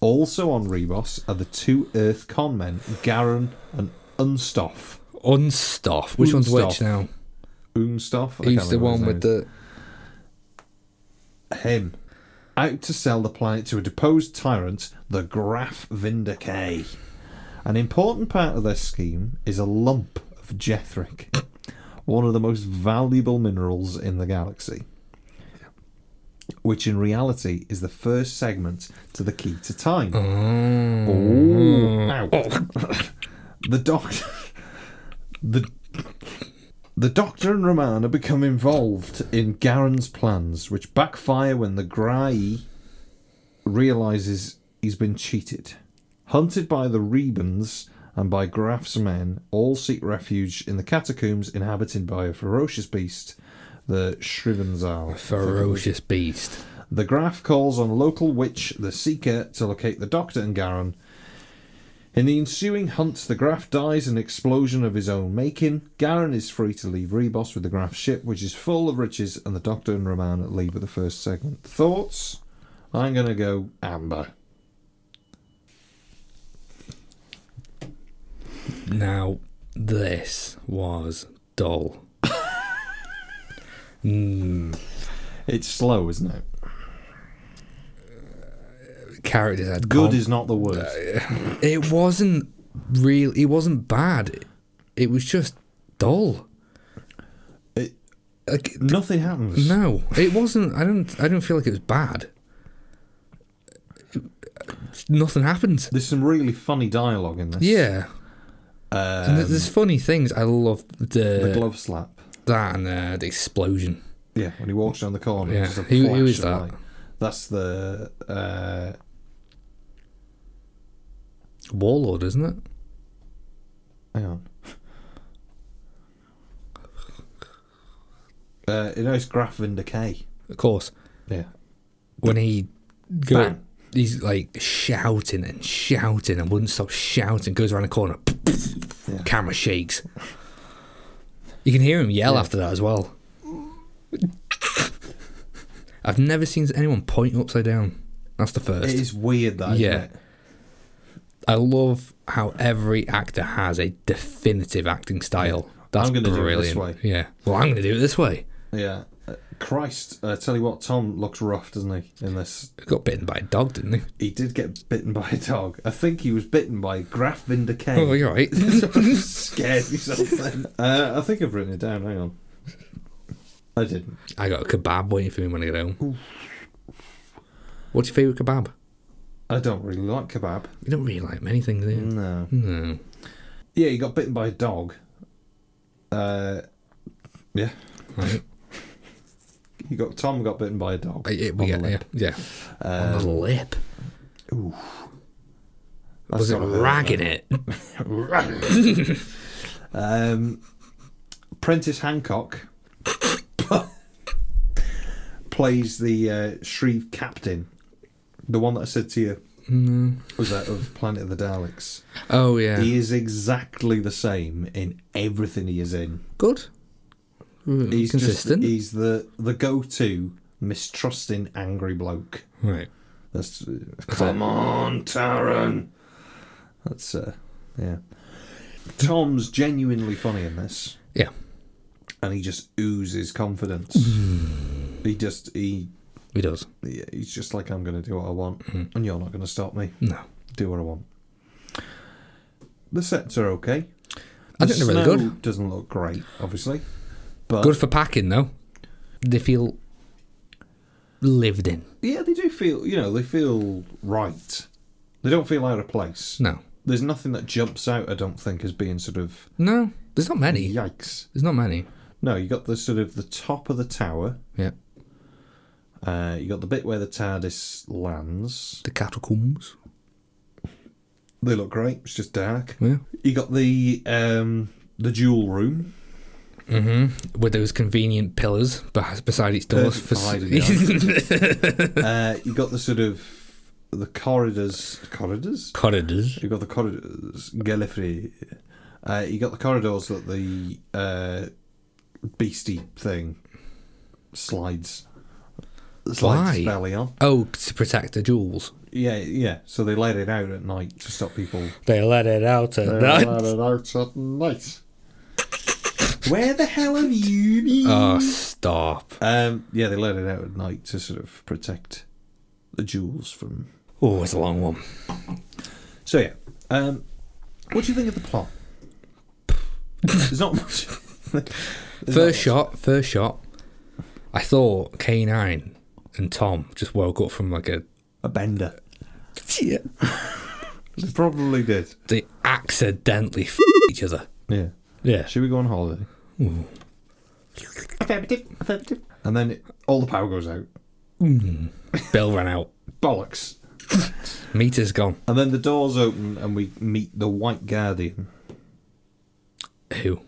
[SPEAKER 1] Also on Rebos are the two Earth con men, Garen and Unstoff.
[SPEAKER 2] Unstuff. Which one's
[SPEAKER 1] Unstuff.
[SPEAKER 2] which now?
[SPEAKER 1] Unstoff? I can't
[SPEAKER 2] Who's the
[SPEAKER 1] remember his
[SPEAKER 2] one
[SPEAKER 1] name.
[SPEAKER 2] with the.
[SPEAKER 1] him out to sell the planet to a deposed tyrant, the Graf Vindicay. An important part of their scheme is a lump of jethric, one of the most valuable minerals in the galaxy, which in reality is the first segment to the key to time. Ooh, ow. the doctor, the the Doctor and Romana become involved in Garen's plans, which backfire when the Grai realizes he's been cheated. Hunted by the Rebans and by Graf's men, all seek refuge in the catacombs inhabited by a ferocious beast, the Shrivenzal.
[SPEAKER 2] Ferocious beast.
[SPEAKER 1] The Graf calls on local witch, the Seeker, to locate the Doctor and Garen. In the ensuing hunt, the Graf dies in an explosion of his own making. Garen is free to leave Rebos with the Graf's ship, which is full of riches, and the Doctor and Roman leave with the first segment. Thoughts? I'm going to go Amber.
[SPEAKER 2] Now, this was dull.
[SPEAKER 1] It's slow, isn't it?
[SPEAKER 2] Characters had
[SPEAKER 1] Good
[SPEAKER 2] com-
[SPEAKER 1] is not the word.
[SPEAKER 2] It wasn't real. It wasn't bad. It was just dull.
[SPEAKER 1] It-
[SPEAKER 2] like
[SPEAKER 1] Nothing happens.
[SPEAKER 2] no, it wasn't. I don't. I don't feel like it was bad. Nothing happened.
[SPEAKER 1] There's some really funny dialogue in this.
[SPEAKER 2] Yeah, and
[SPEAKER 1] Uh,
[SPEAKER 2] th- there's funny things. I love the,
[SPEAKER 1] the glove slap.
[SPEAKER 2] that and uh, the explosion.
[SPEAKER 1] Yeah, when he walks down the corner.
[SPEAKER 2] Yeah.
[SPEAKER 1] it's just a
[SPEAKER 2] Who- who
[SPEAKER 1] flash
[SPEAKER 2] is
[SPEAKER 1] of
[SPEAKER 2] that?
[SPEAKER 1] light. That's the. Uh,
[SPEAKER 2] Warlord, isn't it?
[SPEAKER 1] hang on. Uh, you know, it's Graf and Decay.
[SPEAKER 2] Of course.
[SPEAKER 1] Yeah.
[SPEAKER 2] when he go,
[SPEAKER 1] Bang.
[SPEAKER 2] he's like shouting and shouting and wouldn't stop shouting goes around the corner
[SPEAKER 1] Yeah.
[SPEAKER 2] camera shakes you can hear him yell after that as well i've never seen anyone point upside down that's the
[SPEAKER 1] It
[SPEAKER 2] first
[SPEAKER 1] is weird that, isn't
[SPEAKER 2] Yeah.
[SPEAKER 1] it?
[SPEAKER 2] i love how every actor has a definitive acting style that's
[SPEAKER 1] I'm gonna do it
[SPEAKER 2] brilliant
[SPEAKER 1] this way.
[SPEAKER 2] yeah well i'm gonna do it this way
[SPEAKER 1] Yeah. Uh, Christ, I tell you what, Tom looks rough, doesn't he? In this,
[SPEAKER 2] got bitten by a dog didn't he
[SPEAKER 1] he did get bitten by a dog. I think he was bitten by Graf and Decay.
[SPEAKER 2] oh you're right
[SPEAKER 1] [laughs] scared me something. uh, I think I've written it down. Hang on. I didn't.
[SPEAKER 2] I got a kebab waiting for me when I get home. What's your favourite kebab?
[SPEAKER 1] I don't really like kebab.
[SPEAKER 2] You don't really like many things, do you?
[SPEAKER 1] No.
[SPEAKER 2] No.
[SPEAKER 1] Yeah, he got bitten by a dog. Uh, yeah.
[SPEAKER 2] Right.
[SPEAKER 1] You got Tom got bitten by a dog.
[SPEAKER 2] It- it- we
[SPEAKER 1] on the
[SPEAKER 2] get-
[SPEAKER 1] lip. Um,
[SPEAKER 2] Yeah. yeah. on the lip. Was it
[SPEAKER 1] That's not a-
[SPEAKER 2] ragging it?
[SPEAKER 1] [laughs] Um, Prentice Hancock [laughs] plays the uh, Shreve captain, the one that I said to you was that of Planet of the Daleks.
[SPEAKER 2] Oh yeah.
[SPEAKER 1] He is exactly the same in everything he is in.
[SPEAKER 2] Good.
[SPEAKER 1] He's just-
[SPEAKER 2] consistent.
[SPEAKER 1] he's the the go-to mistrusting angry bloke.
[SPEAKER 2] Right.
[SPEAKER 1] That's uh, come on, Taron. That's uh, yeah. Tom's genuinely funny in this,
[SPEAKER 2] Yeah.
[SPEAKER 1] and he just oozes confidence.
[SPEAKER 2] Mm.
[SPEAKER 1] he just he
[SPEAKER 2] He does.
[SPEAKER 1] he- he's just like I'm going to do what I want,
[SPEAKER 2] Mm.
[SPEAKER 1] and you're not going to stop me.
[SPEAKER 2] No.
[SPEAKER 1] Do what I want. The sets are okay. The
[SPEAKER 2] I think they're really
[SPEAKER 1] snow
[SPEAKER 2] good.
[SPEAKER 1] Doesn't look great, obviously, but
[SPEAKER 2] Good for packing though. They feel lived in.
[SPEAKER 1] yeah, they do feel you know they feel right. They don't feel out of place.
[SPEAKER 2] No.
[SPEAKER 1] There's nothing that jumps out, I don't think, as being sort of
[SPEAKER 2] No. There's not many.
[SPEAKER 1] yikes.
[SPEAKER 2] There's not many.
[SPEAKER 1] No, you got the sort of the top of the tower.
[SPEAKER 2] Yeah.
[SPEAKER 1] Uh, you got the bit where the TARDIS lands.
[SPEAKER 2] The catacombs.
[SPEAKER 1] They look great. It's just dark.
[SPEAKER 2] Yeah.
[SPEAKER 1] You got the um, the dual room.
[SPEAKER 2] Mm-hmm. With those convenient pillars beh- beside each doors for s-
[SPEAKER 1] Perfect uh, you got the sort of the corridors. Corridors.
[SPEAKER 2] [laughs] corridors.
[SPEAKER 1] You got the corridors. Gallifrey. Uh, you got the corridors that the uh, beastie thing slides. Slides
[SPEAKER 2] Why?
[SPEAKER 1] belly on.
[SPEAKER 2] Oh, to protect the jewels.
[SPEAKER 1] Yeah, yeah. So they let it out at night to stop people.
[SPEAKER 2] They let it out at [laughs]
[SPEAKER 1] it out at night. Where the hell have you been?
[SPEAKER 2] Oh, stop.
[SPEAKER 1] Um, yeah, they let it out at night to sort of protect the jewels from.
[SPEAKER 2] Oh, it's a long one.
[SPEAKER 1] So yeah, um, what do you think of the plot? There's not much. [laughs]
[SPEAKER 2] First shot, first shot. I thought K9 and Tom just woke up from like a.
[SPEAKER 1] A bender. They probably did.
[SPEAKER 2] They accidentally f- each other.
[SPEAKER 1] Yeah.
[SPEAKER 2] Yeah.
[SPEAKER 1] Should we go on holiday? Affirmative. Affirmative. And then it, all the power goes out.
[SPEAKER 2] Bill ran out.
[SPEAKER 1] Bollocks.
[SPEAKER 2] Meter's gone.
[SPEAKER 1] And then the doors open and we meet the White Guardian.
[SPEAKER 2] Who?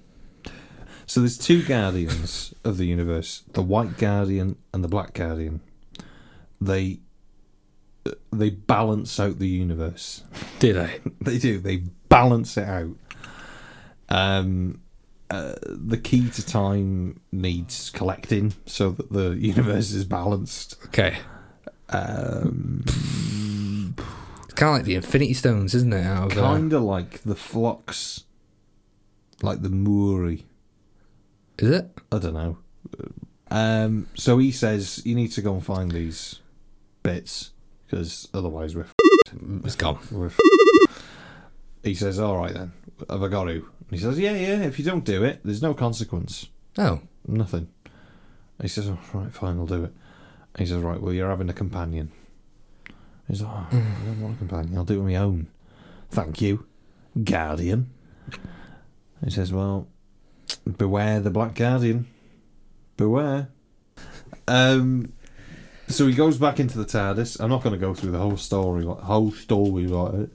[SPEAKER 1] So there's two guardians of the universe: the White Guardian and the Black Guardian. They uh, they balance out the universe.
[SPEAKER 2] Did I?
[SPEAKER 1] They do. They balance it out. Um, uh, the key to time needs collecting so that the universe is balanced.
[SPEAKER 2] Okay.
[SPEAKER 1] Um,
[SPEAKER 2] It's kind of like the Infinity Stones, isn't it? Out of, uh,
[SPEAKER 1] kind of like the flux, like the Moori.
[SPEAKER 2] Is it?
[SPEAKER 1] I don't know. Um, so he says you need to go and find these bits because otherwise we're f-
[SPEAKER 2] It's gone.
[SPEAKER 1] we're. F-. He says, "All right then, have I got to?" And he says, "Yeah, yeah. If you don't do it, there's no consequence,
[SPEAKER 2] Oh.
[SPEAKER 1] nothing." And he says, "All right, fine, I'll do it." And he says, "Right, well, you're having a companion." He's like, oh, "I don't want a companion. I'll do it on my own." Thank you, Guardian. He says, "Well, beware the Black Guardian. Beware." Um, so he goes back into the TARDIS. I'm not going to go through the whole story, like, whole story about it.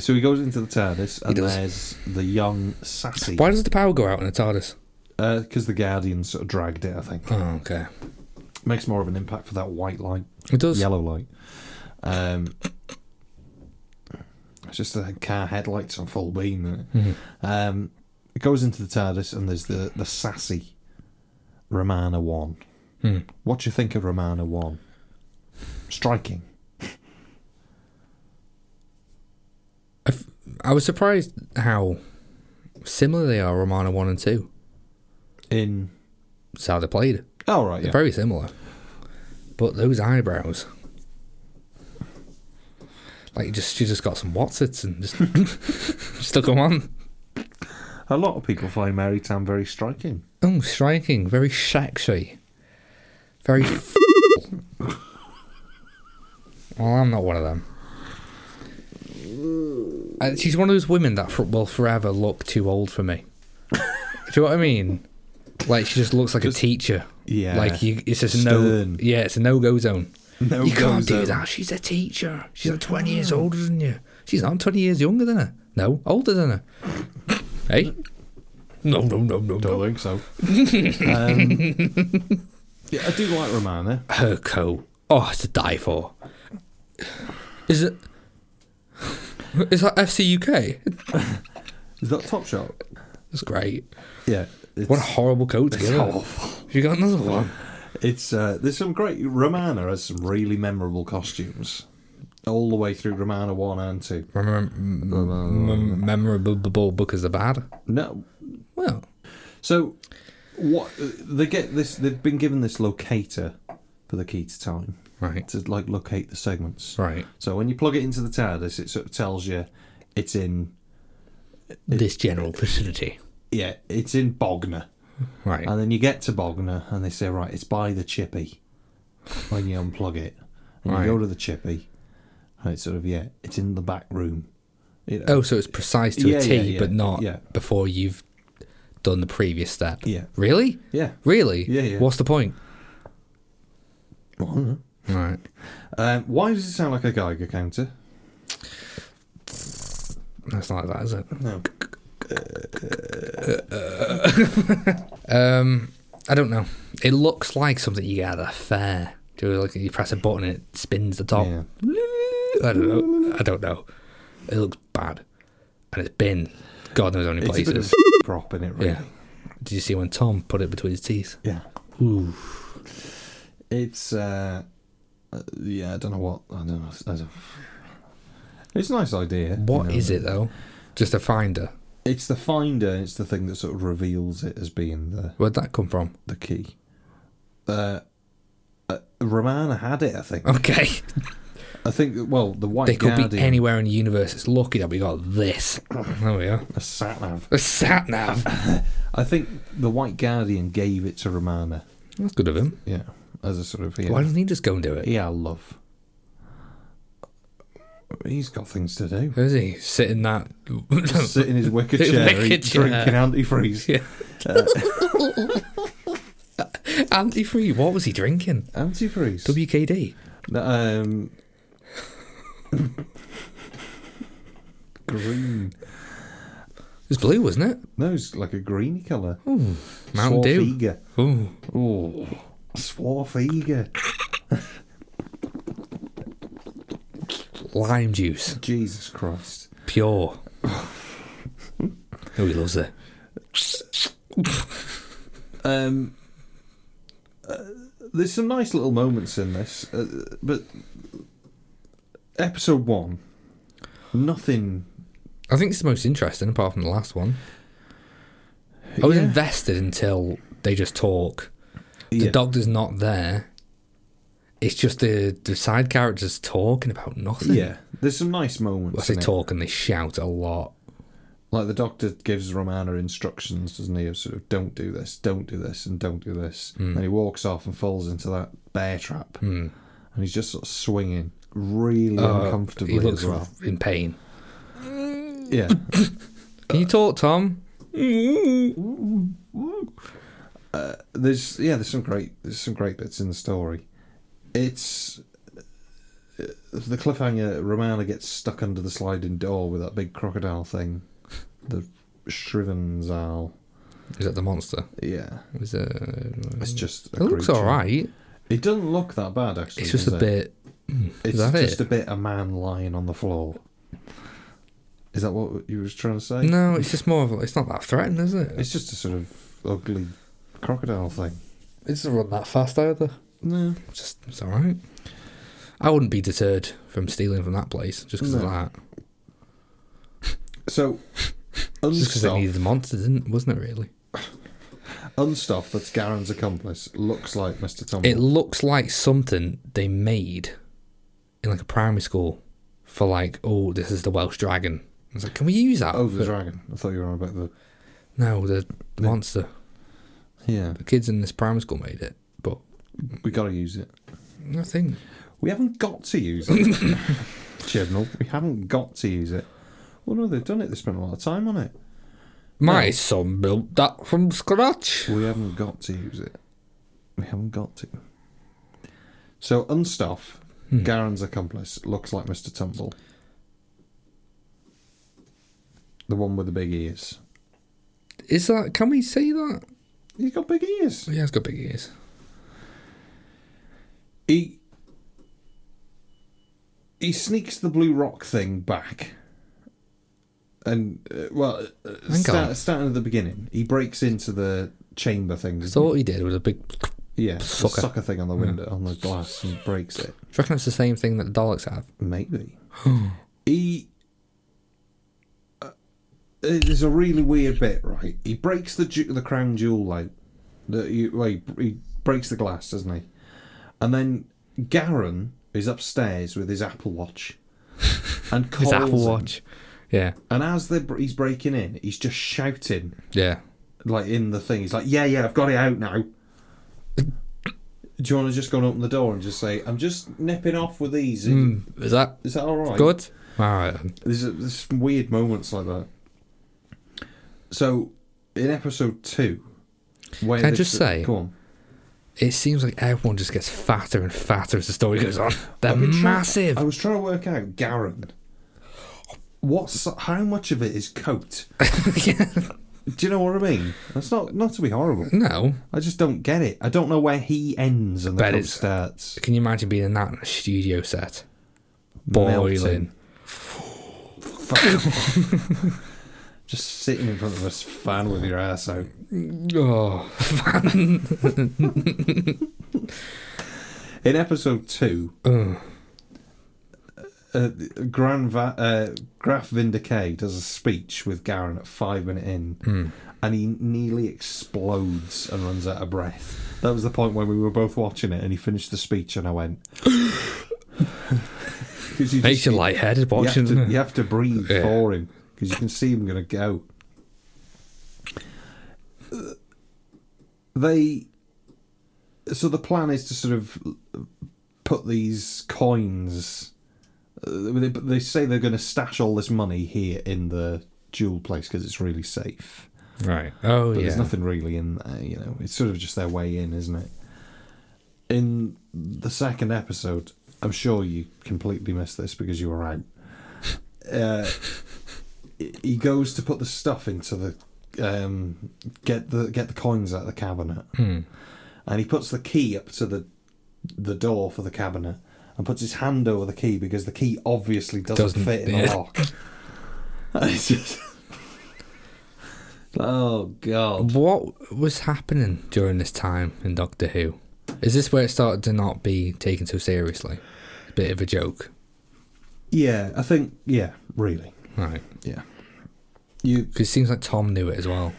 [SPEAKER 1] So he goes into the TARDIS, and
[SPEAKER 2] does.
[SPEAKER 1] there's the young sassy
[SPEAKER 2] Why does the power go out in the TARDIS?
[SPEAKER 1] because the Guardian sort of dragged it. I think
[SPEAKER 2] Oh, okay.
[SPEAKER 1] makes more of an impact for that white light,
[SPEAKER 2] It does.
[SPEAKER 1] yellow light. Um, it's just the car headlights on full beam. isn't it?
[SPEAKER 2] Mhm.
[SPEAKER 1] Um, it goes into the TARDIS and there's the, the sassy Romana 1.
[SPEAKER 2] Hmm.
[SPEAKER 1] What do you think of Romana 1? Striking.
[SPEAKER 2] I was surprised how similar they are, Romana 1 and 2.
[SPEAKER 1] In.
[SPEAKER 2] It's how they played.
[SPEAKER 1] Oh, right,
[SPEAKER 2] They're
[SPEAKER 1] yeah.
[SPEAKER 2] very similar. But those eyebrows. Like you just she just got some Watsits and just [laughs] stuck them on.
[SPEAKER 1] A lot of people find Mary Tam very striking.
[SPEAKER 2] Oh, striking, very sexy. Very f- Well, I'm not one of them. Uh, she's one of those women that for, will forever look too old for me. Do you know what I mean? Like she just looks like a teacher.
[SPEAKER 1] yeah.
[SPEAKER 2] Like you, it's just no.
[SPEAKER 1] Stern.
[SPEAKER 2] Yeah, it's a no go zone.
[SPEAKER 1] No
[SPEAKER 2] you can't
[SPEAKER 1] go
[SPEAKER 2] do
[SPEAKER 1] zone.
[SPEAKER 2] that. She's a teacher. She's like twenty years older than you. She's not I'm twenty years younger than her. No, older than her. hey. No, no, no, no,
[SPEAKER 1] Don't
[SPEAKER 2] no.
[SPEAKER 1] think
[SPEAKER 2] [laughs]
[SPEAKER 1] so. Um, yeah, I do like Romana.
[SPEAKER 2] Her coat. Oh, it's to die for. Is it? Is that FC UK?
[SPEAKER 1] Is that Top Shot?
[SPEAKER 2] It's great.
[SPEAKER 1] Yeah. It's,
[SPEAKER 2] What a horrible coat to
[SPEAKER 1] it's
[SPEAKER 2] get.
[SPEAKER 1] awful.
[SPEAKER 2] You got another one.
[SPEAKER 1] It's uh, there's some great Romana has some really memorable costumes. All the way through Romana one and two.
[SPEAKER 2] Remem- memorable because they're bad.
[SPEAKER 1] No,
[SPEAKER 2] Well,
[SPEAKER 1] So, what uh, they get this? They've been given this locator for the key to time
[SPEAKER 2] right,
[SPEAKER 1] to like locate the segments.
[SPEAKER 2] right.
[SPEAKER 1] So when you plug it into the TARDIS, it sort of tells you it's in
[SPEAKER 2] This general vicinity.
[SPEAKER 1] yeah, it's in Bognor,
[SPEAKER 2] Right.
[SPEAKER 1] and then you get to Bognor, and they say right, it's by the Chippy. When you unplug it, and
[SPEAKER 2] Right.
[SPEAKER 1] you go to the Chippy, and it's sort of yeah, it's in the back room. You know,
[SPEAKER 2] oh, so it's precise to
[SPEAKER 1] Yeah,
[SPEAKER 2] a T,
[SPEAKER 1] yeah, yeah,
[SPEAKER 2] but not
[SPEAKER 1] yeah.
[SPEAKER 2] before you've done the previous step.
[SPEAKER 1] Yeah.
[SPEAKER 2] Really?
[SPEAKER 1] yeah,
[SPEAKER 2] Really?
[SPEAKER 1] Yeah, yeah.
[SPEAKER 2] What's the point? Right.
[SPEAKER 1] um, why does it sound like a Geiger counter?
[SPEAKER 2] That's not like that, is it?
[SPEAKER 1] No.
[SPEAKER 2] Um, I don't know. It looks like something you get at a fair. Do you, like you press a button and it spins the top?
[SPEAKER 1] Yeah.
[SPEAKER 2] I don't know. I don't know. It looks bad, and it's been God knows how many
[SPEAKER 1] It's a bit of
[SPEAKER 2] places.
[SPEAKER 1] a prop in it, really.
[SPEAKER 2] Yeah. Did you see when Tom put it between his teeth?
[SPEAKER 1] yeah.
[SPEAKER 2] Ooh.
[SPEAKER 1] It's uh, uh, yeah, I don't know what I don't know. I don't- It's a nice idea.
[SPEAKER 2] What is
[SPEAKER 1] you know.
[SPEAKER 2] it though? Just a finder.
[SPEAKER 1] It's the finder. It's the thing that sort of reveals it as being the
[SPEAKER 2] Where'd that come from? [laughs]
[SPEAKER 1] the key. Uh, uh, Romana had it, I think.
[SPEAKER 2] Okay.
[SPEAKER 1] I think. that- Well, the white
[SPEAKER 2] They could be
[SPEAKER 1] Guardian,
[SPEAKER 2] anywhere in the universe. It's lucky that we got
[SPEAKER 1] [coughs]
[SPEAKER 2] this. There we are. [laughs]
[SPEAKER 1] a sat nav.
[SPEAKER 2] A sat nav.
[SPEAKER 1] I think the White Guardian gave it to Romana.
[SPEAKER 2] That's good of him.
[SPEAKER 1] Yeah, as a sort of yeah,
[SPEAKER 2] Why doesn't he just go and do it?
[SPEAKER 1] yeah, love. He's got things to
[SPEAKER 2] [laughs]
[SPEAKER 1] do.
[SPEAKER 2] Where is he? Sit in that. [laughs]
[SPEAKER 1] Sit in his wicker
[SPEAKER 2] His
[SPEAKER 1] chair,
[SPEAKER 2] wicker
[SPEAKER 1] eat-
[SPEAKER 2] chair.
[SPEAKER 1] drinking antifreeze.
[SPEAKER 2] Yeah. [laughs] Anti free. What was he drinking?
[SPEAKER 1] Antifreeze.
[SPEAKER 2] WKD.
[SPEAKER 1] Um,
[SPEAKER 2] [laughs]
[SPEAKER 1] green.
[SPEAKER 2] It was blue, wasn't it?
[SPEAKER 1] No, it's like a greeny colour.
[SPEAKER 2] Hmm, Mountain Dew.
[SPEAKER 1] Swarfiga.
[SPEAKER 2] Ooh.
[SPEAKER 1] Oh, Swarfiga.
[SPEAKER 2] Lime juice.
[SPEAKER 1] Jesus Christ. [laughs]
[SPEAKER 2] Pure. oh, he loves it.
[SPEAKER 1] Um, uh, there's some nice little moments in this, uh, but episode one, nothing.
[SPEAKER 2] I think it's the most interesting, apart from the last one. I was
[SPEAKER 1] Yeah.
[SPEAKER 2] invested until they just talk. The
[SPEAKER 1] Yeah.
[SPEAKER 2] doctor's not there. It's just the the side characters talking about nothing.
[SPEAKER 1] yeah, there's some nice moments.
[SPEAKER 2] Well, I say
[SPEAKER 1] in it.
[SPEAKER 2] talk and they shout a lot.
[SPEAKER 1] Like the doctor gives Romana instructions, doesn't he? Of sort of don't do this, don't do this, and don't do this.
[SPEAKER 2] Hmm.
[SPEAKER 1] And he walks off and falls into that bear trap, mm. and he's just sort of swinging really uncomfortably
[SPEAKER 2] Oh, He looks
[SPEAKER 1] as
[SPEAKER 2] [laughs]
[SPEAKER 1] well.
[SPEAKER 2] in pain.
[SPEAKER 1] Yeah,
[SPEAKER 2] Can you talk, Tom?
[SPEAKER 1] Mm-hmm. there's yeah, there's some great there's some great bits in the story. It's uh, the cliffhanger. Romana gets stuck under the sliding door with that big crocodile thing, the Shrivenzal.
[SPEAKER 2] Is that the monster?
[SPEAKER 1] Yeah,
[SPEAKER 2] Is it? uh, It
[SPEAKER 1] it's just. A
[SPEAKER 2] looks
[SPEAKER 1] creature.
[SPEAKER 2] all right.
[SPEAKER 1] It doesn't look that bad actually.
[SPEAKER 2] It's just a
[SPEAKER 1] does it?
[SPEAKER 2] bit.
[SPEAKER 1] It's
[SPEAKER 2] that it?
[SPEAKER 1] just a bit a man lying on the floor. Is that what you was trying to say?
[SPEAKER 2] No, it's just more of. a- It's not that threatening, is it?
[SPEAKER 1] It's just a sort of ugly crocodile thing.
[SPEAKER 2] It's not that fast either.
[SPEAKER 1] No.
[SPEAKER 2] Just it's all right. I wouldn't be deterred from stealing from that place just because of
[SPEAKER 1] No.
[SPEAKER 2] that.
[SPEAKER 1] So
[SPEAKER 2] [laughs] Just because they needed
[SPEAKER 1] Unstoff,
[SPEAKER 2] the monster, didn't wasn't it? Really,
[SPEAKER 1] Unstoff, that's Garen's accomplice, looks like Mr. Tumble.
[SPEAKER 2] it looks like something they made in like a primary school for like, oh, this is the Welsh dragon. I was like, can we use that?
[SPEAKER 1] oh, the
[SPEAKER 2] for-
[SPEAKER 1] dragon. I thought you were on about the
[SPEAKER 2] No, the, the monster.
[SPEAKER 1] Yeah.
[SPEAKER 2] The kids in this primary school made it, but
[SPEAKER 1] We gotta use it.
[SPEAKER 2] nothing.
[SPEAKER 1] We haven't got to use
[SPEAKER 2] [laughs]
[SPEAKER 1] it. Chibnall, we haven't got to use it. Well no, they've done it, they spent a lot of time on it.
[SPEAKER 2] My son built that from scratch.
[SPEAKER 1] We haven't got to use it. We haven't got to. So Unstaff,
[SPEAKER 2] Hmm.
[SPEAKER 1] Garen's accomplice, looks like Mr. Tumble. The one with the big ears.
[SPEAKER 2] Is that? Can we say that?
[SPEAKER 1] He's got big ears.
[SPEAKER 2] Yeah, it's got big ears.
[SPEAKER 1] He he sneaks the blue rock thing back. And uh, well, uh,
[SPEAKER 2] Hang
[SPEAKER 1] start,
[SPEAKER 2] on.
[SPEAKER 1] starting at the beginning, he breaks into the chamber thing. doesn't
[SPEAKER 2] So Mm. what he did was a big. Do
[SPEAKER 1] he? yeah,
[SPEAKER 2] sucker.
[SPEAKER 1] the sucker thing on the window on the glass and breaks it.
[SPEAKER 2] you reckon it's the same thing that the Daleks have?
[SPEAKER 1] Maybe. he. Uh, there's a really weird bit, right? He breaks the ju- the crown jewel out. The, he, well, he, he breaks the glass, doesn't he? And then Garen is upstairs with his Apple
[SPEAKER 2] [laughs]
[SPEAKER 1] Watch. And calls
[SPEAKER 2] His Apple
[SPEAKER 1] him.
[SPEAKER 2] Watch. Yeah.
[SPEAKER 1] And as they're, br- he's breaking in, he's just shouting,
[SPEAKER 2] Yeah.
[SPEAKER 1] like in the thing. He's like, yeah, yeah, I've got it out now. Do you want to just go and open the door and just say, I'm just nipping off with these?
[SPEAKER 2] Hmm. Is that
[SPEAKER 1] Is that all right?
[SPEAKER 2] good? All right. then.
[SPEAKER 1] There's, there's some weird moments like that. So, in episode two, when
[SPEAKER 2] Can I just say-
[SPEAKER 1] come on,
[SPEAKER 2] It seems like everyone just gets fatter and fatter as the story goes on. They're
[SPEAKER 1] I've been trying-
[SPEAKER 2] massive.
[SPEAKER 1] I was trying to work out Garen. What's how much of it is coat?
[SPEAKER 2] [laughs] Yeah.
[SPEAKER 1] Do you know what I mean? That's not not to be horrible.
[SPEAKER 2] No.
[SPEAKER 1] I just don't get it. I don't know where he ends and the
[SPEAKER 2] Bet
[SPEAKER 1] coat
[SPEAKER 2] it's- [laughs]
[SPEAKER 1] starts.
[SPEAKER 2] Can you imagine being in that in a studio set? Boiling.
[SPEAKER 1] Melting. Fuck. just sitting in front of us, fan with your ass out.
[SPEAKER 2] Oh, [laughs]
[SPEAKER 1] In episode two, uh, Gran Va- uh, Graf Vindicay does a speech with Garen at five minute in,
[SPEAKER 2] Hmm.
[SPEAKER 1] and he nearly explodes and runs out of breath. That was the point when we were both watching it, and he finished the speech, and I went. [gasps] 'Cause you
[SPEAKER 2] makes
[SPEAKER 1] just-
[SPEAKER 2] you lightheaded watching.
[SPEAKER 1] you have to,
[SPEAKER 2] doesn't
[SPEAKER 1] you
[SPEAKER 2] it?
[SPEAKER 1] have to breathe
[SPEAKER 2] Yeah.
[SPEAKER 1] for him because you can see him going to go. Uh, They. So the plan is to sort of put these coins. uh, They, they say they're going to stash all this money here in the jewel place because it's really safe
[SPEAKER 2] Right. Oh
[SPEAKER 1] but
[SPEAKER 2] yeah.
[SPEAKER 1] there's nothing really in there, you know. It's sort of just their way in, isn't it? In the second episode, I'm sure you completely missed this because you were
[SPEAKER 2] [laughs]
[SPEAKER 1] out. Uh, he goes to put the stuff into the um, get the get the coins out of the cabinet,
[SPEAKER 2] Hmm.
[SPEAKER 1] and he puts the key up to the the door for the cabinet and puts his hand over the key because the key obviously doesn't,
[SPEAKER 2] Doesn't-
[SPEAKER 1] fit in
[SPEAKER 2] yeah.
[SPEAKER 1] the lock. [laughs] And it's just. [laughs] Oh god!
[SPEAKER 2] What was happening during this time in Doctor Who? Is this where it started to not be taken so seriously? Bit of a joke.
[SPEAKER 1] Yeah, I think yeah, really.
[SPEAKER 2] Right.
[SPEAKER 1] Yeah. You
[SPEAKER 2] Because it seems like Tom knew it as well.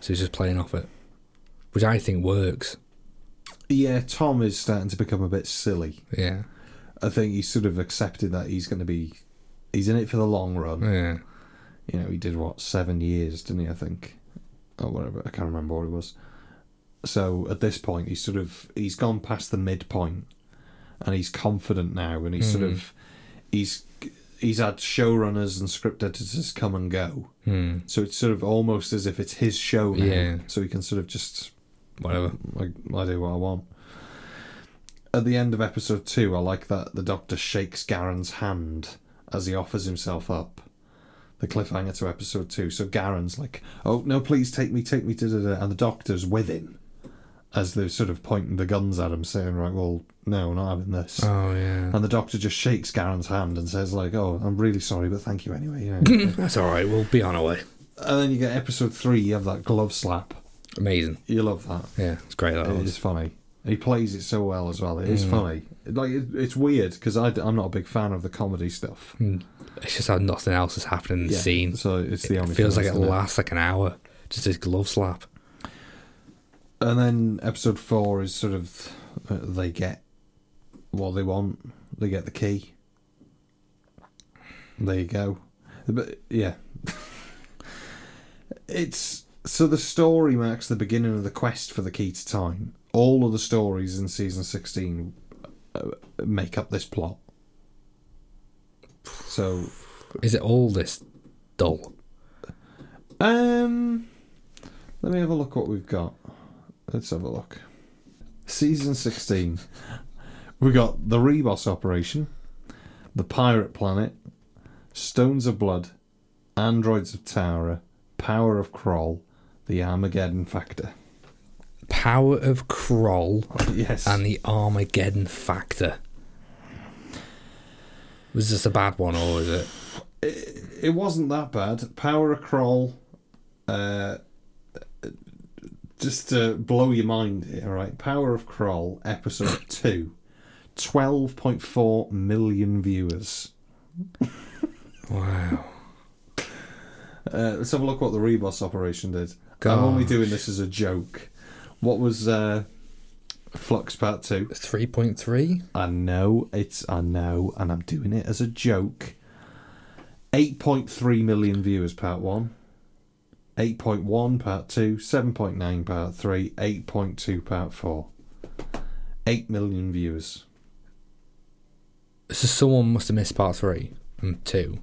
[SPEAKER 2] So he's just playing off it. Which I think works.
[SPEAKER 1] yeah, Tom is starting to become a bit silly.
[SPEAKER 2] Yeah.
[SPEAKER 1] I think he's sort of accepted that he's going to be he's in it for the long run.
[SPEAKER 2] Yeah.
[SPEAKER 1] You know, he did what 7 years, didn't he, I think. Or whatever, I can't remember what it was. So at this point he's sort of he's gone past the midpoint and he's confident now and he's
[SPEAKER 2] Hmm.
[SPEAKER 1] sort of he's he's had showrunners and script editors come and go.
[SPEAKER 2] Hmm.
[SPEAKER 1] So it's sort of almost as if it's his show now.
[SPEAKER 2] Yeah.
[SPEAKER 1] So he can sort of just
[SPEAKER 2] Whatever.
[SPEAKER 1] I, I do what I want. At the end of episode two, I like that the Doctor shakes Garen's hand as he offers himself up. The cliffhanger to episode two. So Garen's like, "Oh no, please take me, take me," da, da, da," and the Doctor's with him as they're sort of pointing the guns at him, saying, "Right, well, no, we're not having this."
[SPEAKER 2] Oh yeah.
[SPEAKER 1] and the Doctor just shakes Garen's hand and says, "Like, oh, I'm really sorry, but thank you anyway." You
[SPEAKER 2] [laughs]
[SPEAKER 1] know.
[SPEAKER 2] That's alright, we'll be on our way.
[SPEAKER 1] and then you get episode three. You have that glove slap.
[SPEAKER 2] Amazing.
[SPEAKER 1] You love that.
[SPEAKER 2] Yeah, it's great that
[SPEAKER 1] It
[SPEAKER 2] was.
[SPEAKER 1] is funny. He plays it so well as well. It
[SPEAKER 2] Mm.
[SPEAKER 1] is funny. Like it, it's weird because I'm not a big fan of the comedy stuff.
[SPEAKER 2] Hmm, It's just how nothing else is happening in the scene.
[SPEAKER 1] So it's the
[SPEAKER 2] it
[SPEAKER 1] only.
[SPEAKER 2] feels
[SPEAKER 1] thing
[SPEAKER 2] like it
[SPEAKER 1] that's in
[SPEAKER 2] lasts like an hour. Just this glove slap.
[SPEAKER 1] And then episode four is sort of uh, they get what they want. They get the key. There you go. But yeah, [laughs] it's so the story marks the beginning of the quest for the key to time. All of the stories in season sixteen uh, make up this plot. So
[SPEAKER 2] Is it all this dull?
[SPEAKER 1] Um, let me have a look what we've got. Let's have a look. Season 16. we got The Rebos Operation, The Pirate Planet, Stones of Blood, Androids of Tara, Power of Kroll, The Armageddon Factor. [laughs]
[SPEAKER 2] Power of Kroll
[SPEAKER 1] Yes.
[SPEAKER 2] and the Armageddon Factor. Was this a bad one or was it?
[SPEAKER 1] it wasn't that bad. Power of Kroll, uh, just to blow your mind here, right? Power of Kroll, episode 2, 12.4 million viewers.
[SPEAKER 2] Wow.
[SPEAKER 1] Uh, let's have a look what the Rebus operation did.
[SPEAKER 2] Gosh.
[SPEAKER 1] I'm only doing this as a joke. What was uh, Flux Part 2?
[SPEAKER 2] 3.3?
[SPEAKER 1] I know, it's, I know, and I'm doing it as a joke. 8.3 million viewers, part one. 8.1, part two. 7.9, part three. 8.2, part four. 8 million viewers.
[SPEAKER 2] So someone must have missed part 3 and 2.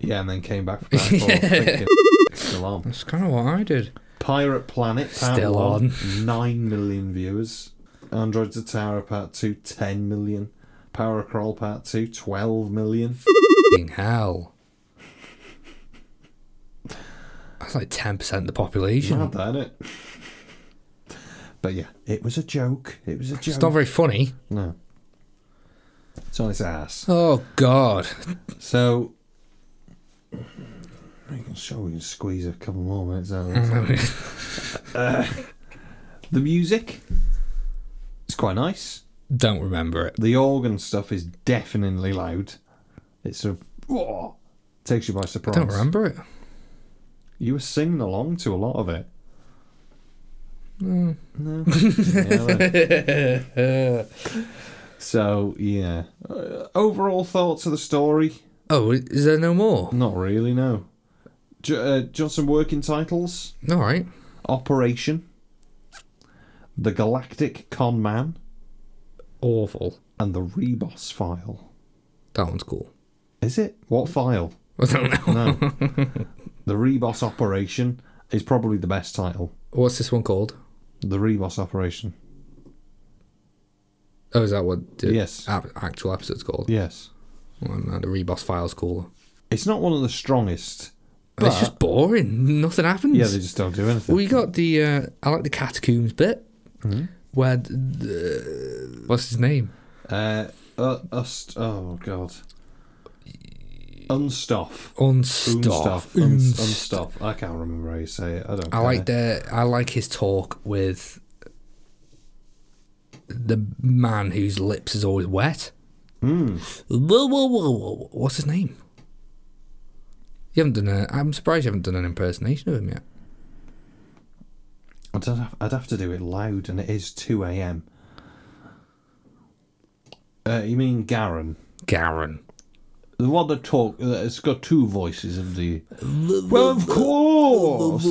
[SPEAKER 1] Yeah, and then came back for part four. thinking, still on.
[SPEAKER 2] That's kind of what I did.
[SPEAKER 1] Pirate Planet, part
[SPEAKER 2] Still
[SPEAKER 1] one. 9 million viewers. Androids of Tara, part two. 10 million. Power of Crawl, part two. 12 million.
[SPEAKER 2] F***ing hell. That's like 10% of the population.
[SPEAKER 1] Mad, that, innit? But yeah, it was a joke. It was a joke.
[SPEAKER 2] It's not very funny.
[SPEAKER 1] No. It's on its ass.
[SPEAKER 2] Oh, God.
[SPEAKER 1] So. You can show we can squeeze a couple more minutes out of this. The music is quite nice.
[SPEAKER 2] Don't remember it.
[SPEAKER 1] The organ stuff is deafeningly loud. It's a. Whoa, takes you by surprise.
[SPEAKER 2] Don't remember it.
[SPEAKER 1] You were singing along to a lot of it. [laughs] No. No. so yeah. Uh, overall thoughts of the story?
[SPEAKER 2] Oh, is there no more?
[SPEAKER 1] Not really. No. J- uh, Johnson working titles:
[SPEAKER 2] All right.
[SPEAKER 1] Operation, The Galactic Con Man,
[SPEAKER 2] Awful.
[SPEAKER 1] and The Reboss File.
[SPEAKER 2] That one's cool. [laughs]
[SPEAKER 1] Is it? What file?
[SPEAKER 2] I don't know.
[SPEAKER 1] No. the Reboss Operation is probably the best title.
[SPEAKER 2] What's this one called?
[SPEAKER 1] The Reboss Operation.
[SPEAKER 2] Oh, is that what the
[SPEAKER 1] Yes.
[SPEAKER 2] ap- actual episode's called?
[SPEAKER 1] Yes.
[SPEAKER 2] Oh, no, the Reboss file's cooler.
[SPEAKER 1] It's not one of the strongest.
[SPEAKER 2] it's just boring. Nothing happens.
[SPEAKER 1] Yeah, they just don't do anything.
[SPEAKER 2] we got the, uh, I like the catacombs bit.
[SPEAKER 1] Mm-hmm.
[SPEAKER 2] Where, th- the, what's his name?
[SPEAKER 1] Uh, uh, ust- oh god. Unstuff.
[SPEAKER 2] Unstuff.
[SPEAKER 1] Unstuff. Uns-
[SPEAKER 2] Unst-
[SPEAKER 1] Unstuff. I can't remember how you say it. I don't.
[SPEAKER 2] I like
[SPEAKER 1] care.
[SPEAKER 2] the I like his talk with the man whose lips is always wet.
[SPEAKER 1] Hmm.
[SPEAKER 2] Whoa, whoa, whoa, whoa. What's his name? You haven't done a. I'm surprised you haven't done an impersonation of him yet.
[SPEAKER 1] I'd have, I'd have to do it loud, and it is two a.m. Uh, you mean Garen?
[SPEAKER 2] Garen.
[SPEAKER 1] The one that talk. Uh, it's got two voices of the. well, of course.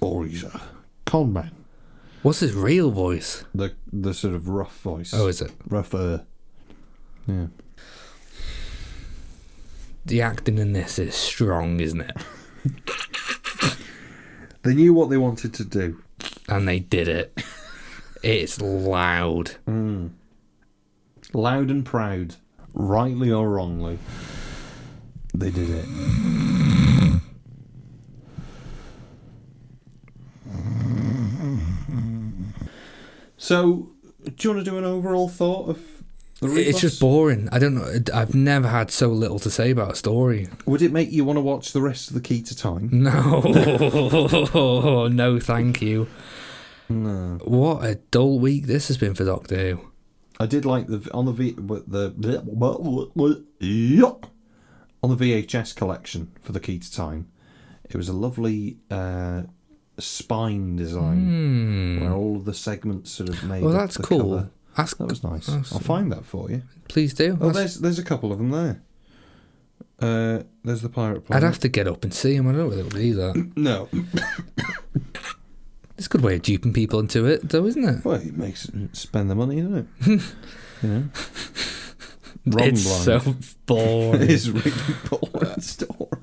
[SPEAKER 1] or he's a Oh, con man.
[SPEAKER 2] What's his real voice?
[SPEAKER 1] The the sort of rough voice.
[SPEAKER 2] Oh, is it
[SPEAKER 1] rougher. Yeah.
[SPEAKER 2] the acting in this is strong,
[SPEAKER 1] [laughs]
[SPEAKER 2] isn't it?
[SPEAKER 1] They knew what they wanted to do.
[SPEAKER 2] And they did it. It's loud.
[SPEAKER 1] Loud and proud, rightly or wrongly. They did it. So, do you want to do an overall thought of the Rebus?
[SPEAKER 2] It's just boring. I don't know. I've never had so little to say about a story.
[SPEAKER 1] Would it make you want to watch the rest of the Key to Time?
[SPEAKER 2] No, [laughs] no, thank you. What a dull week this has been for Doctor Who.
[SPEAKER 1] I did like the on the V but the yuck. on the VHS collection for the key to time. It was a lovely uh, spine design where all of the segments sort of made.
[SPEAKER 2] Hmm. Well,
[SPEAKER 1] up
[SPEAKER 2] that's
[SPEAKER 1] the
[SPEAKER 2] cool.
[SPEAKER 1] cover.
[SPEAKER 2] That's
[SPEAKER 1] That was nice.
[SPEAKER 2] that's-
[SPEAKER 1] I'll find that for you.
[SPEAKER 2] please do.
[SPEAKER 1] Oh,
[SPEAKER 2] That's-
[SPEAKER 1] there's there's a couple of them there. Uh, there's the pirate
[SPEAKER 2] I'd
[SPEAKER 1] planet.
[SPEAKER 2] have to get up and see him. I don't really do that.
[SPEAKER 1] [laughs] No,
[SPEAKER 2] It's a good way of duping people into it, though, isn't it?
[SPEAKER 1] well, it makes spend the money, doesn't it?
[SPEAKER 2] [laughs]
[SPEAKER 1] you know, Ron
[SPEAKER 2] it's
[SPEAKER 1] blind.
[SPEAKER 2] so
[SPEAKER 1] [laughs]
[SPEAKER 2] boring. [laughs]
[SPEAKER 1] It's really boring story.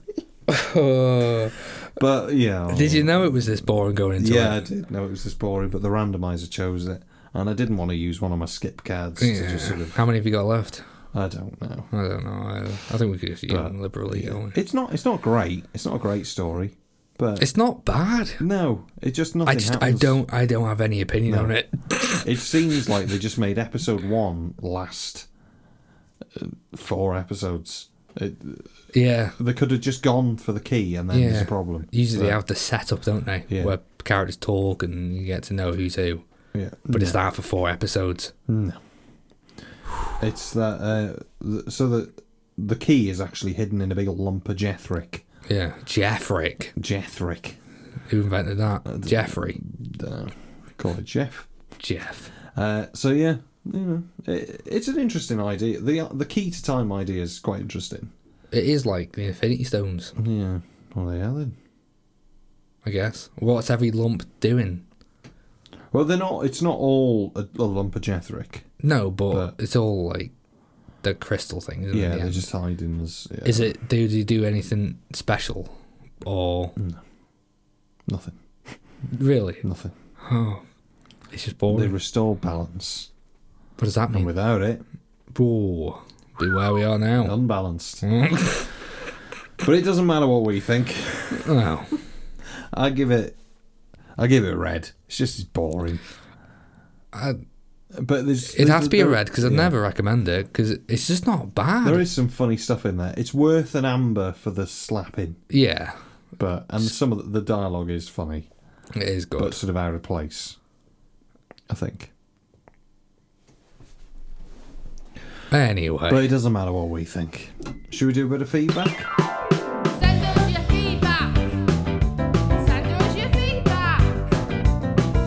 [SPEAKER 1] [laughs] But yeah,
[SPEAKER 2] Did you know it was this boring going into
[SPEAKER 1] Yeah, I
[SPEAKER 2] it?
[SPEAKER 1] did know it was this boring, but the randomizer chose it, and I didn't want to use one of my skip cards to just sort of.
[SPEAKER 2] How many have you got left?
[SPEAKER 1] I don't know.
[SPEAKER 2] I don't know. either. I think we could just eat
[SPEAKER 1] But,
[SPEAKER 2] them liberally. don't we?
[SPEAKER 1] It's not. It's not great. It's not a great story, but
[SPEAKER 2] It's not bad.
[SPEAKER 1] no, it just nothing.
[SPEAKER 2] I just I
[SPEAKER 1] happens.
[SPEAKER 2] don't I don't have any opinion on it.
[SPEAKER 1] It seems like they just made episode one last uh, four episodes. It,
[SPEAKER 2] Yeah.
[SPEAKER 1] they could have just gone for the key, and then
[SPEAKER 2] yeah.
[SPEAKER 1] there's a problem.
[SPEAKER 2] Usually they
[SPEAKER 1] But-
[SPEAKER 2] have the setup, don't they?
[SPEAKER 1] Yeah.
[SPEAKER 2] Where characters talk and you get to know who's who.
[SPEAKER 1] yeah.
[SPEAKER 2] But it's that for four episodes.
[SPEAKER 1] No. Hmm. It's that. Uh, th- so that the key is actually hidden in a big lump of Jethric.
[SPEAKER 2] Yeah. Jeffrick.
[SPEAKER 1] Jethric.
[SPEAKER 2] Who invented that? Jeffrey.
[SPEAKER 1] Uh, call it Jeff.
[SPEAKER 2] Jeff.
[SPEAKER 1] Uh, so yeah, you know, it, it's an interesting idea. the The key to time idea is quite interesting.
[SPEAKER 2] It is like the Infinity Stones,
[SPEAKER 1] Yeah. Well, they are then.
[SPEAKER 2] I guess. What's every lump doing?
[SPEAKER 1] Well, they're not. It's not all a, a lump of Jethric.
[SPEAKER 2] No, but,
[SPEAKER 1] But-
[SPEAKER 2] it's all like the crystal thing, isn't
[SPEAKER 1] Yeah,
[SPEAKER 2] it?
[SPEAKER 1] they're just hiding as yeah,
[SPEAKER 2] Is it do they do anything special? Or
[SPEAKER 1] nothing.
[SPEAKER 2] really?
[SPEAKER 1] Nothing.
[SPEAKER 2] Oh. It's just
[SPEAKER 1] They
[SPEAKER 2] boring.
[SPEAKER 1] restore balance,
[SPEAKER 2] what does that
[SPEAKER 1] and
[SPEAKER 2] mean?
[SPEAKER 1] without it,
[SPEAKER 2] Whoa. Be where we are now. [laughs]
[SPEAKER 1] unbalanced.
[SPEAKER 2] Mm.
[SPEAKER 1] But it doesn't matter what we think.
[SPEAKER 2] oh.
[SPEAKER 1] I give it. I give it red. It's just it's boring.
[SPEAKER 2] I,
[SPEAKER 1] But there's
[SPEAKER 2] it has to be a
[SPEAKER 1] there-
[SPEAKER 2] red because I'd
[SPEAKER 1] yeah.
[SPEAKER 2] never recommend it because it's just not bad.
[SPEAKER 1] There is some funny stuff in there. It's worth an amber for the slapping,
[SPEAKER 2] yeah,
[SPEAKER 1] but and some of the, the dialogue is funny,
[SPEAKER 2] it is good.
[SPEAKER 1] but sort of out of place. I think.
[SPEAKER 2] anyway,
[SPEAKER 1] But it doesn't matter what we think. Should we do a bit of feedback?
[SPEAKER 5] Send us your feedback. Send us your feedback.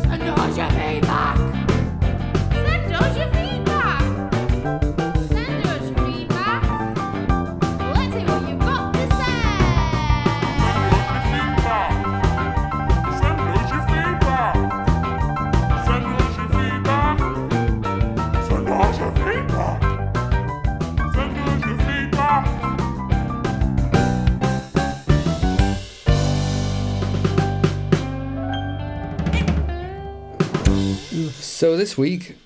[SPEAKER 5] Send us your feedback. Send us your feedback. Send us your feedback. Let's hear what you've got to say.
[SPEAKER 2] so this week,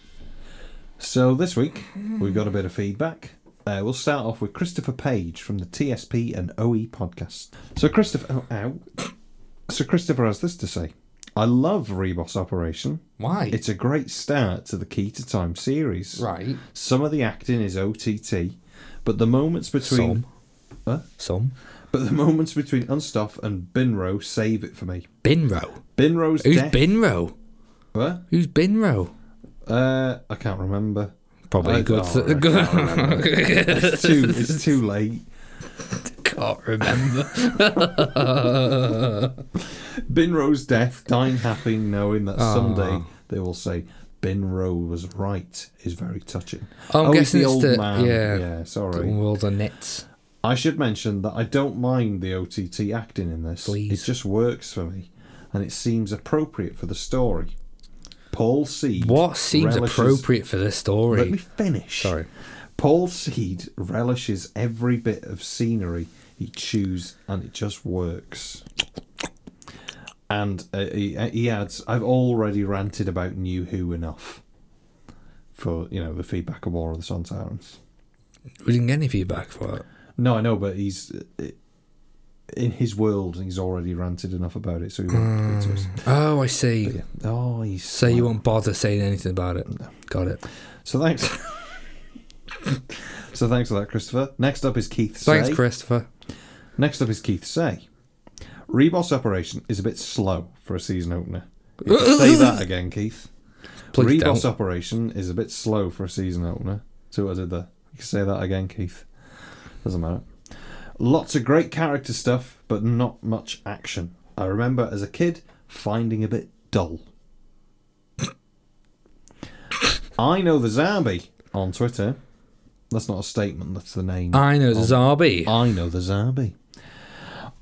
[SPEAKER 1] So this week we've got a bit of feedback. Uh, we'll start off with Christopher Page from the TSP and OE podcast. So Christopher, oh, ow. So Christopher has this to say: I love Reboss Operation.
[SPEAKER 2] why?
[SPEAKER 1] It's a great start to the Key to Time series.
[SPEAKER 2] right.
[SPEAKER 1] Some of the acting is OTT, but the moments between
[SPEAKER 2] Some. Some
[SPEAKER 1] but the moments between Unstuff and Binro save it for me.
[SPEAKER 2] Binro.
[SPEAKER 1] Binro's
[SPEAKER 2] Who's
[SPEAKER 1] death.
[SPEAKER 2] Binro?
[SPEAKER 1] What?
[SPEAKER 2] Who's Binro?
[SPEAKER 1] Uh, I can't
[SPEAKER 2] [laughs]
[SPEAKER 1] remember.
[SPEAKER 2] Probably
[SPEAKER 1] I-
[SPEAKER 2] a good.
[SPEAKER 1] oh,
[SPEAKER 2] th-
[SPEAKER 1] I can't remember.
[SPEAKER 2] good.
[SPEAKER 1] it's too. It's too late.
[SPEAKER 2] [laughs] Can't remember.
[SPEAKER 1] Binro's death, dying happy, knowing that
[SPEAKER 2] Aw.
[SPEAKER 1] someday they will say Binro was right, is very touching.
[SPEAKER 2] I'm
[SPEAKER 1] oh,
[SPEAKER 2] guessing
[SPEAKER 1] he's the
[SPEAKER 2] it's
[SPEAKER 1] old
[SPEAKER 2] the-
[SPEAKER 1] man.
[SPEAKER 2] yeah.
[SPEAKER 1] sorry.
[SPEAKER 2] World of Nets.
[SPEAKER 1] I should mention that I don't mind the OTT acting in this.
[SPEAKER 2] Please.
[SPEAKER 1] It just works for me, and it seems appropriate for the story. Paul Seed.
[SPEAKER 2] What seems
[SPEAKER 1] relishes-
[SPEAKER 2] appropriate for this story?
[SPEAKER 1] Let me finish.
[SPEAKER 2] Sorry.
[SPEAKER 1] Paul Seed relishes every bit of scenery he chews, and it just works. And uh, he, he adds, "I've already ranted about New Who enough for you know the feedback of War of the Sun Tyrants."
[SPEAKER 2] We didn't get any feedback for it.
[SPEAKER 1] No, I know, but he's uh, in his world. He's already ranted enough about it, so he won't give it to us.
[SPEAKER 2] Oh, I see.
[SPEAKER 1] Yeah. Oh, he's
[SPEAKER 2] So you won't bother saying anything about it. Got it.
[SPEAKER 1] so thanks. [laughs] so thanks for that, Christopher. Next up is Keith.
[SPEAKER 2] Thanks,
[SPEAKER 1] Say.
[SPEAKER 2] Christopher.
[SPEAKER 1] Next up is Keith. Say, Reboss Operation is a bit slow for a season
[SPEAKER 2] [laughs]
[SPEAKER 1] opener. You have to say that again, Keith.
[SPEAKER 2] Please
[SPEAKER 1] Reboss
[SPEAKER 2] don't.
[SPEAKER 1] Operation is a bit slow for a season opener. See what I did there? You can say that again, Keith. Doesn't matter. Lots of great character stuff, but not much action. I remember as a kid finding a bit dull. I know the zombie on Twitter. That's not a statement, that's the name.
[SPEAKER 2] I know the Zarbi.
[SPEAKER 1] I know the zombie.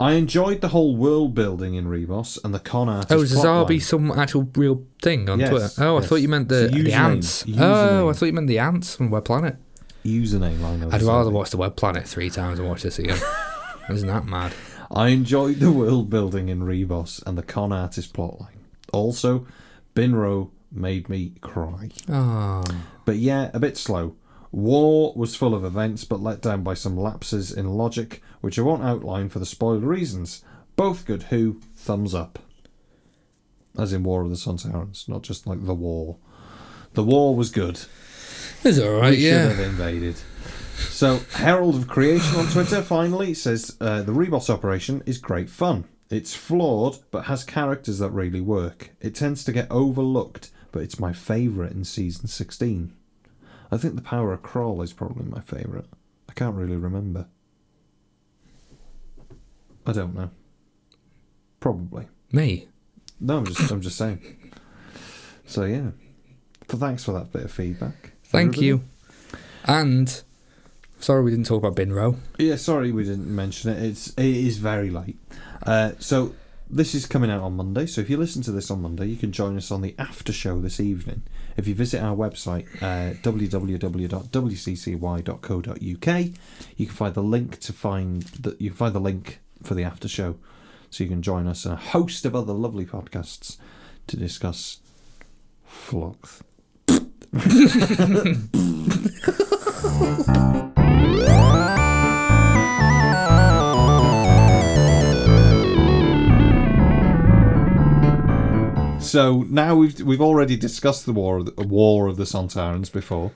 [SPEAKER 1] I enjoyed the whole world building in Rebos and the con artist.
[SPEAKER 2] Oh, is the
[SPEAKER 1] plotline.
[SPEAKER 2] Zarbi some actual real thing on
[SPEAKER 1] Yes,
[SPEAKER 2] Twitter? Oh, I
[SPEAKER 1] yes.
[SPEAKER 2] thought you meant the,
[SPEAKER 1] It's a
[SPEAKER 2] the
[SPEAKER 1] username.
[SPEAKER 2] ants. Oh,
[SPEAKER 1] Username.
[SPEAKER 2] I thought you meant the ants from Web Planet.
[SPEAKER 1] username? I know. the
[SPEAKER 2] I'd rather
[SPEAKER 1] zombie. [laughs]
[SPEAKER 2] watch the Web Planet three times than watch this again. Isn't that mad?
[SPEAKER 1] I enjoyed the world building in Rebos and the con artist plotline. Also, Binro made me cry.
[SPEAKER 2] Oh.
[SPEAKER 1] But yeah, a bit slow. War was full of events, but let down by some lapses in logic, which I won't outline for the spoiler reasons. Both good who, thumbs up. As in War of the Sun Tyrants, not just like the war. The war was good.
[SPEAKER 2] It's all right,
[SPEAKER 1] We should
[SPEAKER 2] yeah.
[SPEAKER 1] have invaded. So, Herald of Creation on Twitter finally says uh, the Rebos operation is great fun. It's flawed, but has characters that really work. It tends to get overlooked, but it's my favourite in season 16. I think the power of Crawl is probably my favourite. I can't really remember. I don't know. Probably.
[SPEAKER 2] Me.
[SPEAKER 1] No, I'm just, I'm just saying. So yeah. So thanks for that bit of feedback.
[SPEAKER 2] Thank
[SPEAKER 1] everybody.
[SPEAKER 2] you. And sorry we didn't talk about Binro.
[SPEAKER 1] Yeah, sorry we didn't mention it. It's it is very late. Uh, so this is coming out on Monday. So if you listen to this on Monday, you can join us on the after show this evening. If you visit our website uh, www.wccy.co.uk, you can find the link to find the, you can find the link for the after show, so you can join us and a host of other lovely podcasts to discuss Flux. So now we've we've already discussed the war of the, war of the Santarans before,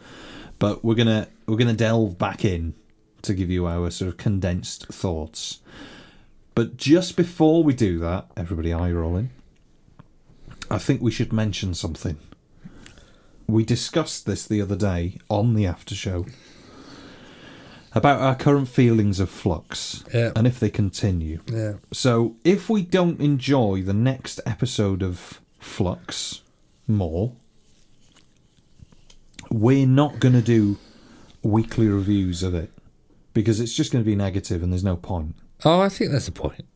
[SPEAKER 1] but we're gonna we're gonna delve back in to give you our sort of condensed thoughts. But just before we do that, everybody eye rolling. I think we should mention something. We discussed this the other day on the after show about our current feelings of flux
[SPEAKER 2] Yeah.
[SPEAKER 1] and if they continue.
[SPEAKER 2] Yeah.
[SPEAKER 1] So if we don't enjoy the next episode of Flux more, we're not going to do weekly reviews of it because it's just going to be negative and there's no point.
[SPEAKER 2] Oh, I think that's the point.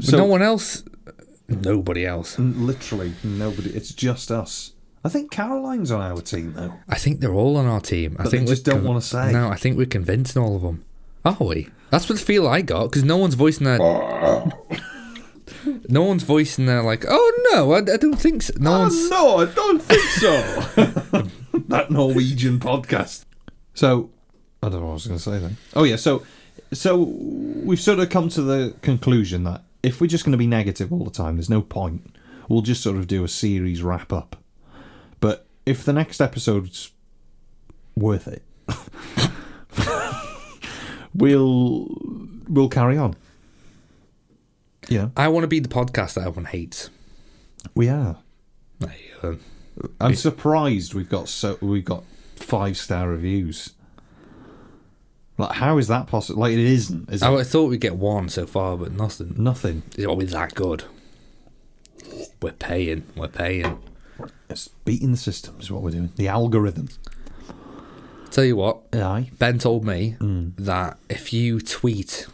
[SPEAKER 1] So
[SPEAKER 2] no one else. Nobody else.
[SPEAKER 1] literally nobody. It's just us. I think Caroline's on our team though.
[SPEAKER 2] I think they're all on our team. I
[SPEAKER 1] But
[SPEAKER 2] think
[SPEAKER 1] they just
[SPEAKER 2] we're
[SPEAKER 1] don't wanna say.
[SPEAKER 2] No, I think we're convincing all of them. Are we? That's what the feel I got because no one's
[SPEAKER 1] [laughs]
[SPEAKER 2] voicing their. no one's voicing their like. Oh no, I, I don't think so. No one's.
[SPEAKER 1] Oh, no, I don't think so. [laughs] that Norwegian podcast. So, I don't know what I was going to say then. Oh yeah, so so we've sort of come to the conclusion that if we're just going to be negative all the time, there's no point. We'll just sort of do a series wrap up. But if the next episode's worth it, [laughs] we'll we'll carry on. Yeah,
[SPEAKER 2] I want to be the podcast that everyone hates. um,
[SPEAKER 1] we are.
[SPEAKER 2] There you go.
[SPEAKER 1] I'm surprised we've got so we've got five star reviews. Like, how is that possible? Like, it isn't. Is it?
[SPEAKER 2] I, I thought we'd get one so far, but nothing.
[SPEAKER 1] Nothing.
[SPEAKER 2] It's always that good. We're paying. We're paying.
[SPEAKER 1] It's beating the system is what we're doing. The algorithm.
[SPEAKER 2] Tell you what,
[SPEAKER 1] Aye.
[SPEAKER 2] Ben told me that if you tweet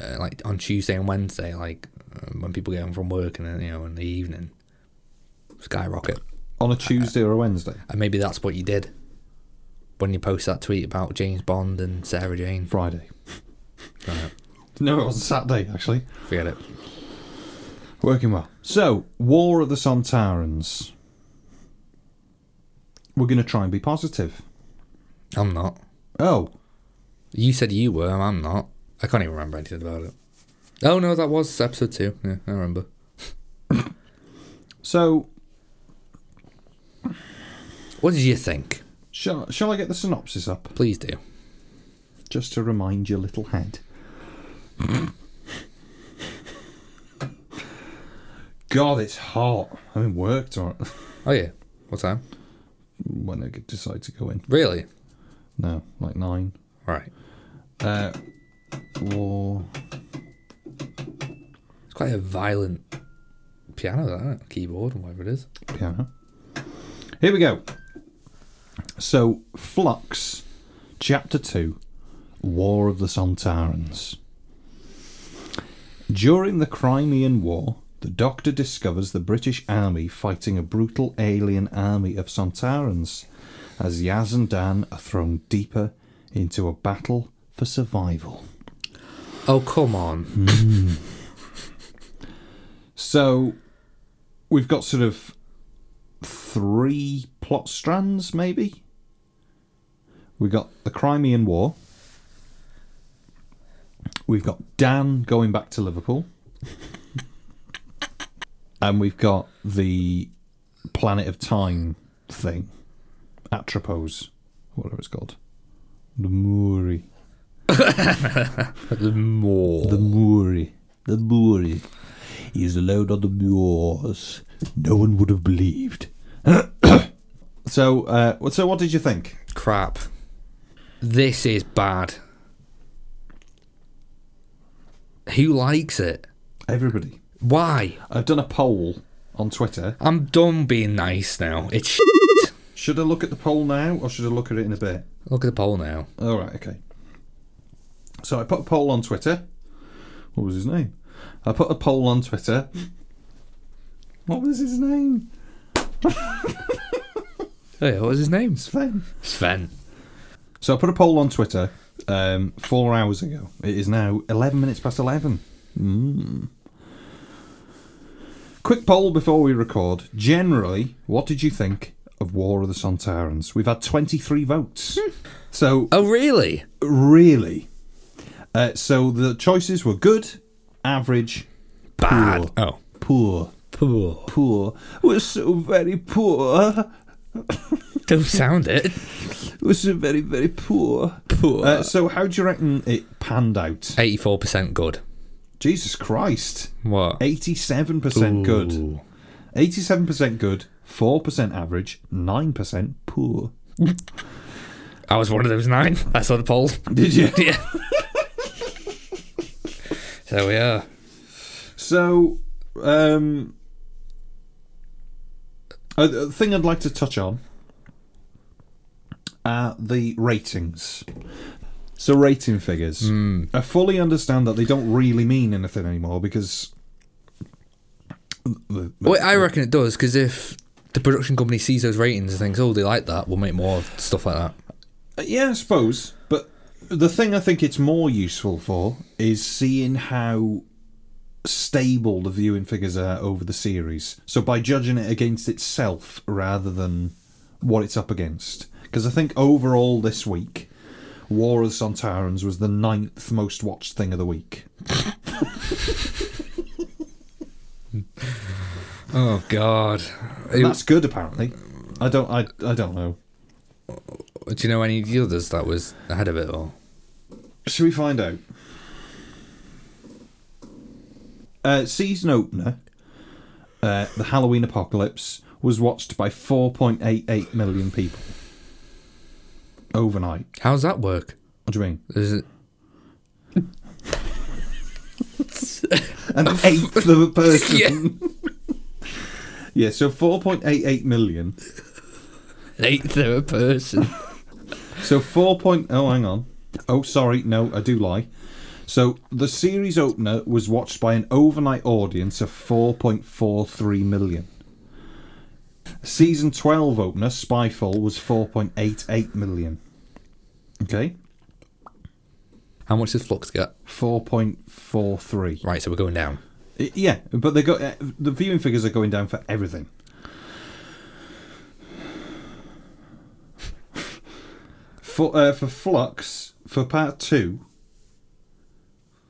[SPEAKER 2] uh, like on Tuesday and Wednesday, like uh, when people get home from work and then, you know in the evening, skyrocket,
[SPEAKER 1] On a Tuesday or a Wednesday.
[SPEAKER 2] and maybe that's what you did when you post that tweet about James Bond and Sarah Jane.
[SPEAKER 1] Friday.
[SPEAKER 2] Right,
[SPEAKER 1] No, it was a Saturday, actually.
[SPEAKER 2] forget it.
[SPEAKER 1] Working well. So, War of the Santarans. We're going to try and be positive.
[SPEAKER 2] I'm not.
[SPEAKER 1] Oh,
[SPEAKER 2] You said you were. I'm not. I can't even remember anything about it. Oh no, that was episode two. Yeah, I remember.
[SPEAKER 1] so
[SPEAKER 2] What did you think?
[SPEAKER 1] shall, shall I get the synopsis up?
[SPEAKER 2] Please do.
[SPEAKER 1] just to remind your little head. God, it's hot. I mean, work tomorrow.
[SPEAKER 2] Oh yeah. What time?
[SPEAKER 1] [laughs] when I decide to go in.
[SPEAKER 2] Really?
[SPEAKER 1] No, like nine.
[SPEAKER 2] Right.
[SPEAKER 1] Uh, war.
[SPEAKER 2] It's quite a violent piano, that isn't it? keyboard and whatever it is.
[SPEAKER 1] piano. Here we go. So, Flux, Chapter 2 War of the Santarans. During the Crimean War, the Doctor discovers the British army fighting a brutal alien army of Santarans as Yaz and Dan are thrown deeper into a battle for survival.
[SPEAKER 2] Oh, come on.
[SPEAKER 1] So we've got sort of three plot strands, maybe. We've got the Crimean War. We've got Dan going back to Liverpool. and we've got the Planet of Time thing. Atropos, whatever it's called. The Moori.
[SPEAKER 2] More.
[SPEAKER 3] The Moori. The Moori. He's alone on the moors. No one would have believed.
[SPEAKER 1] So, uh, so what did you think?
[SPEAKER 2] Crap. This is bad. Who likes it?
[SPEAKER 1] Everybody.
[SPEAKER 2] Why?
[SPEAKER 1] I've done a poll on Twitter.
[SPEAKER 2] I'm done being nice now. It's [laughs] shit.
[SPEAKER 1] Should I look at the poll now or should I look at it in a bit?
[SPEAKER 2] Look at the poll now.
[SPEAKER 1] All right, okay. So I put a poll on Twitter. What was his name? I put a poll on Twitter. What was his name?
[SPEAKER 2] Hey, Oh, what was his name?
[SPEAKER 1] Sven.
[SPEAKER 2] Sven.
[SPEAKER 1] So I put a poll on Twitter um, four hours ago. It is now 11 minutes past 11. Mm. Quick poll before we record. Generally, what did you think of War of the Sontarans? We've had 23 votes. so,
[SPEAKER 2] Oh, really?
[SPEAKER 1] really? Uh, so the choices were good, average,
[SPEAKER 2] Bad.
[SPEAKER 1] Poor.
[SPEAKER 2] Oh.
[SPEAKER 1] poor.
[SPEAKER 2] Poor.
[SPEAKER 1] Poor. We're so very poor.
[SPEAKER 2] Don't sound it.
[SPEAKER 1] We're so very, very poor.
[SPEAKER 2] Poor.
[SPEAKER 1] Uh, so, how do you reckon it panned out?
[SPEAKER 2] 84% good.
[SPEAKER 1] Jesus Christ.
[SPEAKER 2] What?
[SPEAKER 1] 87% good. 87% good, 4% average, 9% poor.
[SPEAKER 2] I was one of those nine. [laughs] I saw the poll.
[SPEAKER 1] Did you?
[SPEAKER 2] Yeah. so we are.
[SPEAKER 1] So, um, a a thing I'd like to touch on are the ratings. So, rating figures. I fully understand that they don't really mean anything anymore because. The, the-
[SPEAKER 2] Wait, I reckon it does because if the production company sees those ratings and thinks, "Oh, they like that, we'll make more of stuff like that."
[SPEAKER 1] Yeah, I suppose. But the thing I think it's more useful for is seeing how stable the viewing figures are over the series. So by judging it against itself rather than what it's up against. Because I think overall this week, War of the Sontarans was the ninth most watched thing of the week.
[SPEAKER 2] Oh God! Who-
[SPEAKER 1] That's good, apparently. I don't. I. I don't know.
[SPEAKER 2] do you know any of the others that was ahead of it? Or
[SPEAKER 1] Should we find out? Uh, season opener, uh, the Halloween Apocalypse, was watched by 4.88 million people overnight.
[SPEAKER 2] how's that work?
[SPEAKER 1] What do you mean?
[SPEAKER 2] Is it?
[SPEAKER 1] An eighth of a person. [laughs] Yeah, so 4.88 million.
[SPEAKER 2] Eighth of a person.
[SPEAKER 1] So 4. Point, oh, hang on. Oh, sorry. No, I do lie. So the series opener was watched by an overnight audience of 4.43 million. Season 12 opener, Spyfall, was 4.88 million. Okay?
[SPEAKER 2] How much does Flux get?
[SPEAKER 1] 4.43.
[SPEAKER 2] Right, so we're going down.
[SPEAKER 1] I- Yeah, but they got uh, the viewing figures are going down for everything. For uh, for Flux for part two,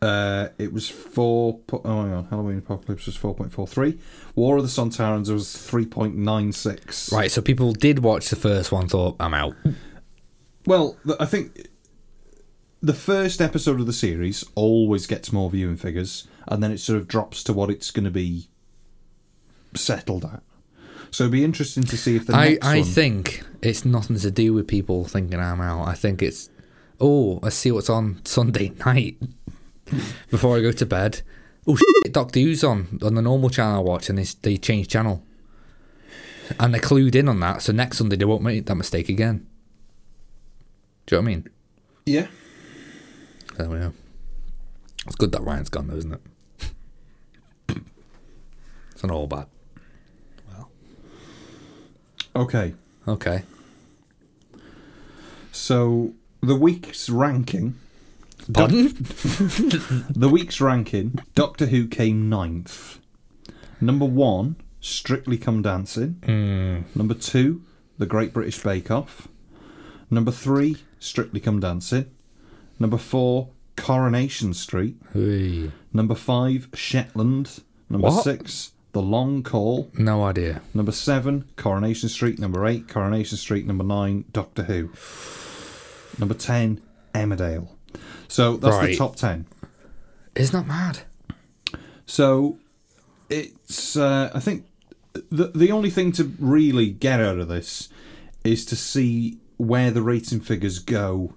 [SPEAKER 1] uh, it was four. Po- oh, hang on, Halloween Apocalypse was four point four three. War of the Sontarans was three point nine six.
[SPEAKER 2] Right, so people did watch the first one, thought, "I'm out."
[SPEAKER 1] Well, th- I think the first episode of the series always gets more viewing figures, and then it sort of drops to what it's going to be settled at. So it'd be interesting to see if the
[SPEAKER 2] I,
[SPEAKER 1] next
[SPEAKER 2] I
[SPEAKER 1] one.
[SPEAKER 2] think it's nothing to do with people thinking I'm out. I think it's oh, I see what's on Sunday [laughs] night before I go to bed. Oh shit, Doctor Who's on on the normal channel I watch, and they they change channel, and they're clued in on that. So next Sunday they won't make that mistake again. Do you know what I mean?
[SPEAKER 1] yeah,
[SPEAKER 2] There we go. It's good that Ryan's gone though, isn't it? [coughs] It's not all bad.
[SPEAKER 1] okay.
[SPEAKER 2] Okay.
[SPEAKER 1] So the week's ranking Pod-
[SPEAKER 2] Pardon?
[SPEAKER 1] [laughs]
[SPEAKER 2] [laughs]
[SPEAKER 1] the week's ranking Doctor Who came ninth. Number one, Strictly Come Dancing.
[SPEAKER 2] Hmm.
[SPEAKER 1] Number two, The Great British Bake Off. Number three, Strictly Come Dancing. Number four, Coronation Street.
[SPEAKER 2] Hey.
[SPEAKER 1] Number five, Shetland. Number
[SPEAKER 2] What?
[SPEAKER 1] six, The Long Call.
[SPEAKER 2] No idea.
[SPEAKER 1] Number seven, Coronation Street. Number eight, Coronation Street. Number nine, Doctor Who. Number ten, Emmerdale. So that's the
[SPEAKER 2] Right.
[SPEAKER 1] top ten.
[SPEAKER 2] It's not mad.
[SPEAKER 1] So it's uh, I think the the only thing to really get out of this is to see where the rating figures go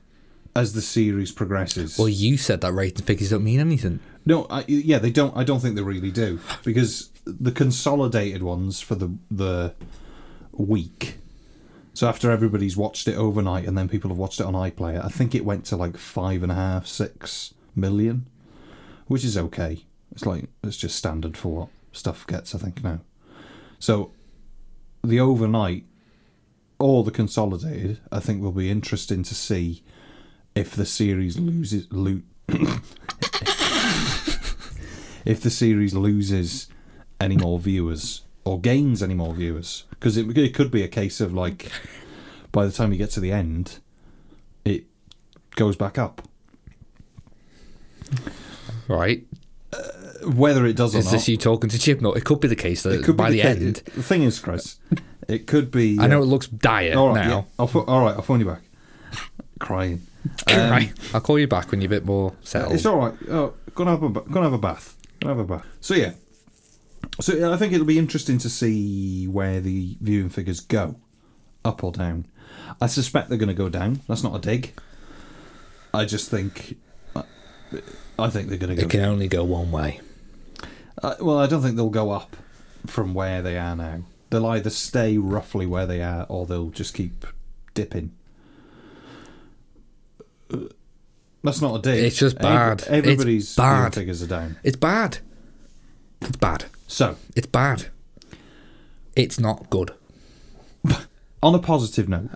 [SPEAKER 1] as the series progresses.
[SPEAKER 2] Well, you said that rating figures don't mean anything.
[SPEAKER 1] No, I, yeah, they don't. I don't think they really do because the consolidated ones for the the week. So after everybody's watched it overnight, and then people have watched it on iPlayer, I think it went to like five and a half, six million, which is okay. It's like it's just standard for what stuff gets. I think now. So the overnight or the consolidated, I think, will be interesting to see if the series loses loot if the series loses any more viewers or gains any more viewers because it, it could be a case of like by the time you get to the end it goes back up
[SPEAKER 2] Right?
[SPEAKER 1] whether it does or
[SPEAKER 2] Is
[SPEAKER 1] not
[SPEAKER 2] this you talking to Chipnut? It could be the case that
[SPEAKER 1] it could
[SPEAKER 2] by
[SPEAKER 1] be
[SPEAKER 2] the,
[SPEAKER 1] ca-
[SPEAKER 2] end,
[SPEAKER 1] the thing is chris it could be
[SPEAKER 2] I know
[SPEAKER 1] uh,
[SPEAKER 2] it looks dire
[SPEAKER 1] all right yeah,
[SPEAKER 2] now.
[SPEAKER 1] I'll pho- all right i'll phone you back [laughs] crying
[SPEAKER 2] right. Um, I'll call you back when you're a bit more settled.
[SPEAKER 1] It's all right. Oh, gonna have a ba- gonna have a bath. Gonna have a bath. So yeah. So yeah, I think it'll be interesting to see where the viewing figures go, up or down. I suspect they're going to go down. That's not a dig. I just think, I, I think they're going to go.
[SPEAKER 2] it can only go one way.
[SPEAKER 1] Uh, well, I don't think they'll go up from where they are now. They'll either stay roughly where they are, or they'll just keep dipping. Uh, That's not a dig.
[SPEAKER 2] It's just
[SPEAKER 1] Ev-
[SPEAKER 2] bad. It's
[SPEAKER 1] Everybody's viewing
[SPEAKER 2] bad.
[SPEAKER 1] figures are down.
[SPEAKER 2] It's bad. It's bad.
[SPEAKER 1] So,
[SPEAKER 2] It's bad. It's not good.
[SPEAKER 1] on a positive note,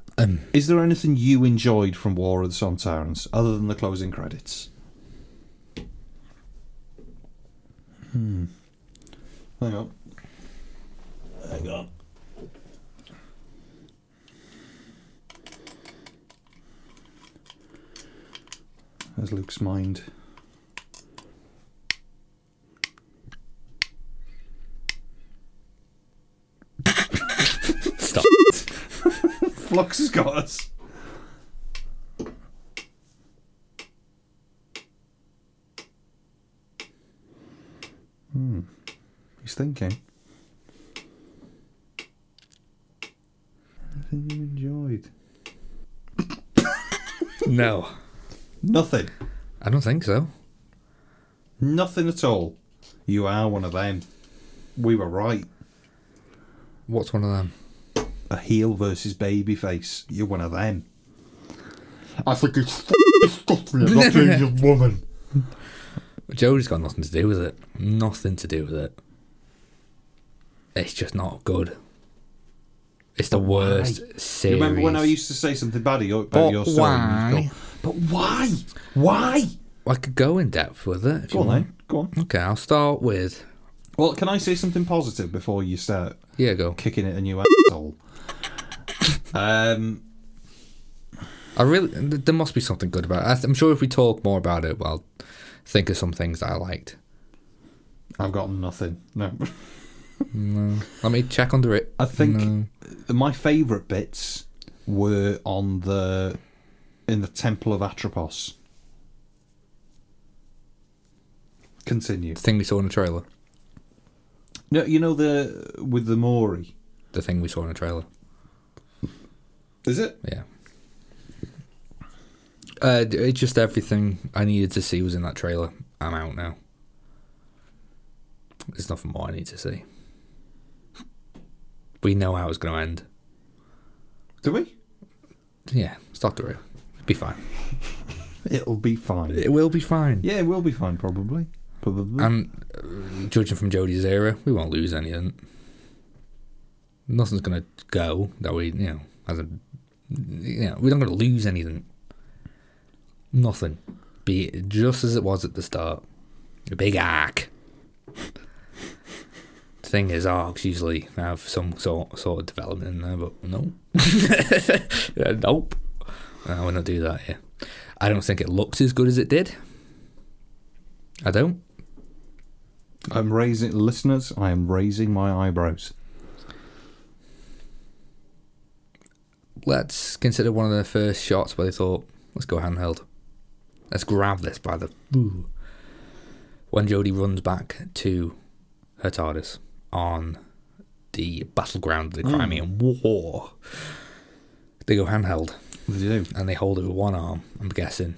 [SPEAKER 1] is there anything you enjoyed from War of the Sontarans other than the closing credits? Hmm. Hang on. Hang on. There's Luke's mind.
[SPEAKER 2] Stop.
[SPEAKER 1] Flux has got us. Hmm. He's thinking. Nothing you enjoyed.
[SPEAKER 2] [laughs] no.
[SPEAKER 1] Nothing.
[SPEAKER 2] I don't think so.
[SPEAKER 1] Nothing at all. You are one of them. We were right.
[SPEAKER 2] What's one of them?
[SPEAKER 1] A heel versus baby face. You're one of them. I think it's disgusting. I'm not being a woman.
[SPEAKER 2] Jody's got nothing to do with it. Nothing to do with it. It's just not good. It's the worst
[SPEAKER 1] You
[SPEAKER 2] series.
[SPEAKER 1] remember when I used to say something bad about your,
[SPEAKER 2] But
[SPEAKER 1] about your story? and
[SPEAKER 2] why?
[SPEAKER 1] you'd go, but why? Why?
[SPEAKER 2] I could go in depth with it. If
[SPEAKER 1] Go
[SPEAKER 2] you
[SPEAKER 1] on,
[SPEAKER 2] want.
[SPEAKER 1] then. Go on.
[SPEAKER 2] Okay, I'll start with.
[SPEAKER 1] Well, can I say something positive before you start
[SPEAKER 2] Yeah, go.
[SPEAKER 1] kicking it a new asshole? Um,
[SPEAKER 2] I really. th- There must be something good about it. I th- I'm sure if we talk more about it, well, think of some things that I liked.
[SPEAKER 1] I've got nothing. No.
[SPEAKER 2] Let me check under it.
[SPEAKER 1] I think th- my favourite bits were on the in the Temple of Atropos. Continue.
[SPEAKER 2] The thing we saw in the trailer.
[SPEAKER 1] No, you know the with the Maury.
[SPEAKER 2] The thing we saw in the trailer.
[SPEAKER 1] Is it?
[SPEAKER 2] Yeah. Uh, d- it's just everything I needed to see was in that trailer. I'm out now. There's nothing more I need to see. We know how it's going to end.
[SPEAKER 1] Do we?
[SPEAKER 2] Yeah, start the room. Be fine.
[SPEAKER 1] It'll be fine.
[SPEAKER 2] It will be fine.
[SPEAKER 1] Yeah, it will be fine, probably. Probably.
[SPEAKER 2] And uh, judging from Jodie's era, we won't lose anything. Nothing's going to go that we, you know, as a, you know, we're not going to lose anything. Nothing. be just as it was at the start. A big arc. the thing is, arcs usually have some sort sort of development in there, but no, [laughs] Yeah, nope. I would not do that. Yeah, I don't think it looks as good as it did. I don't.
[SPEAKER 1] I'm raising listeners. I am raising my eyebrows.
[SPEAKER 2] Let's consider one of the first shots where they thought, "Let's go handheld. Let's grab this by the." Ooh. When Jodie runs back to her TARDIS on the battleground of the Crimean War, they go handheld
[SPEAKER 1] What do you do?
[SPEAKER 2] and they hold it with one arm. I'm guessing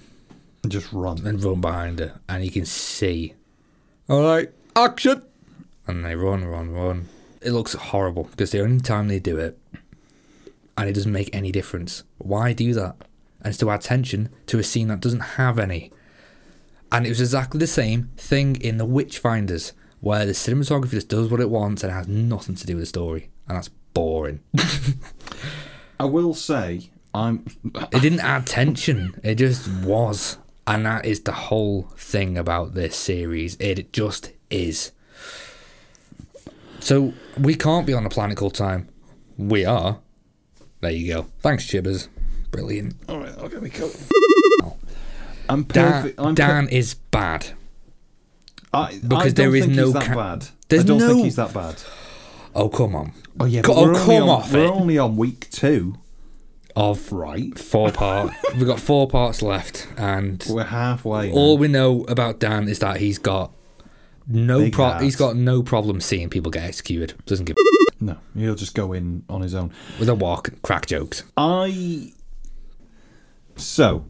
[SPEAKER 1] Just run.
[SPEAKER 2] and run behind her, and you can see. All right, action! And they run, run, run. It looks horrible because the only time they do it, and it doesn't make any difference. Why do that? And it's to add tension to a scene that doesn't have any. And it was exactly the same thing in The Witchfinders, where the cinematography just does what it wants and it has nothing to do with the story, and that's boring.
[SPEAKER 1] I will say, I'm.
[SPEAKER 2] It didn't add tension. It just was. And that is the whole thing about this series. It just is. So we can't be on a planet called time. We are. There you go. Thanks, Chibbers. Brilliant.
[SPEAKER 1] All right, I'll get me coat. I'm
[SPEAKER 2] Dan,
[SPEAKER 1] perfect. I'm per-
[SPEAKER 2] Dan is bad.
[SPEAKER 1] I, I
[SPEAKER 2] because
[SPEAKER 1] don't
[SPEAKER 2] there is
[SPEAKER 1] think
[SPEAKER 2] no
[SPEAKER 1] he's that
[SPEAKER 2] ca-
[SPEAKER 1] bad.
[SPEAKER 2] There's
[SPEAKER 1] I don't
[SPEAKER 2] no-
[SPEAKER 1] think he's that bad.
[SPEAKER 2] Oh come on.
[SPEAKER 1] Oh yeah,
[SPEAKER 2] Co-
[SPEAKER 1] but we're,
[SPEAKER 2] oh
[SPEAKER 1] only
[SPEAKER 2] come
[SPEAKER 1] on,
[SPEAKER 2] off
[SPEAKER 1] we're
[SPEAKER 2] it.
[SPEAKER 1] only on week two,
[SPEAKER 2] Of
[SPEAKER 1] right?
[SPEAKER 2] four part. We've got four parts left, and
[SPEAKER 1] We're halfway.
[SPEAKER 2] all we know about Dan is that he's got no
[SPEAKER 1] Big
[SPEAKER 2] pro-
[SPEAKER 1] ass.
[SPEAKER 2] he's got no problem seeing people get executed. Doesn't give a
[SPEAKER 1] no, he'll just go in on his own.
[SPEAKER 2] with a walk, crack jokes.
[SPEAKER 1] I. So,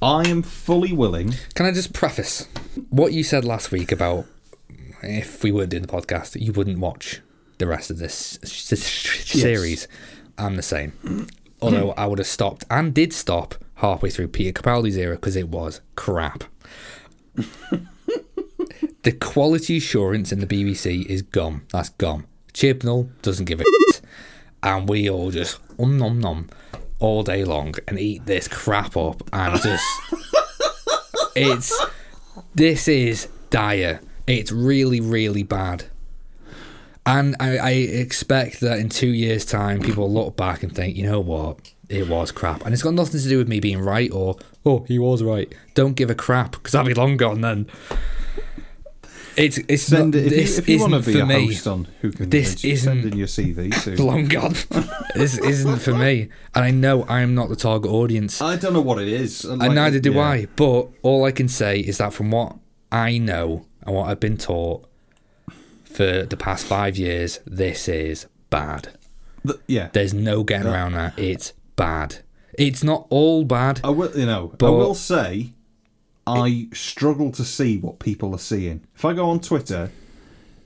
[SPEAKER 1] I am fully willing.
[SPEAKER 2] Can I just preface what you said last week about if we weren't doing the podcast, you wouldn't watch the rest of this, s- s- series? I'm the same. Although I would have stopped and did stop halfway through Peter Capaldi's era because it was crap. the quality assurance in the BBC is gone. That's gone. Chibnall doesn't give a shit. And we all just um nom nom all day long and eat this crap up and
[SPEAKER 1] [laughs]
[SPEAKER 2] just it's this is dire. It's really, really bad. And I, I expect that in two years' time, people will look back and think, you know what, it was crap, and it's got nothing to do with me being right or oh, he was right. Don't give a crap because I'll be long gone then. It's it's
[SPEAKER 1] Send
[SPEAKER 2] not,
[SPEAKER 1] it if
[SPEAKER 2] this
[SPEAKER 1] you, if you want to
[SPEAKER 2] isn't
[SPEAKER 1] be a
[SPEAKER 2] for me.
[SPEAKER 1] host on who can
[SPEAKER 2] This
[SPEAKER 1] manage, send
[SPEAKER 2] isn't-
[SPEAKER 1] in your CV to.
[SPEAKER 2] Long gone. [laughs] this isn't for me, and I know I am not the target audience.
[SPEAKER 1] I don't know what it is.
[SPEAKER 2] and neither do
[SPEAKER 1] yeah.
[SPEAKER 2] I. But all I can say is that from what I know and what I've been taught for the past five years, this is bad.
[SPEAKER 1] Th- yeah,
[SPEAKER 2] There's no getting around that. It's bad. It's not all bad.
[SPEAKER 1] I will. You know, I
[SPEAKER 2] But-
[SPEAKER 1] will say, I struggle to see what people are seeing. If I go on Twitter,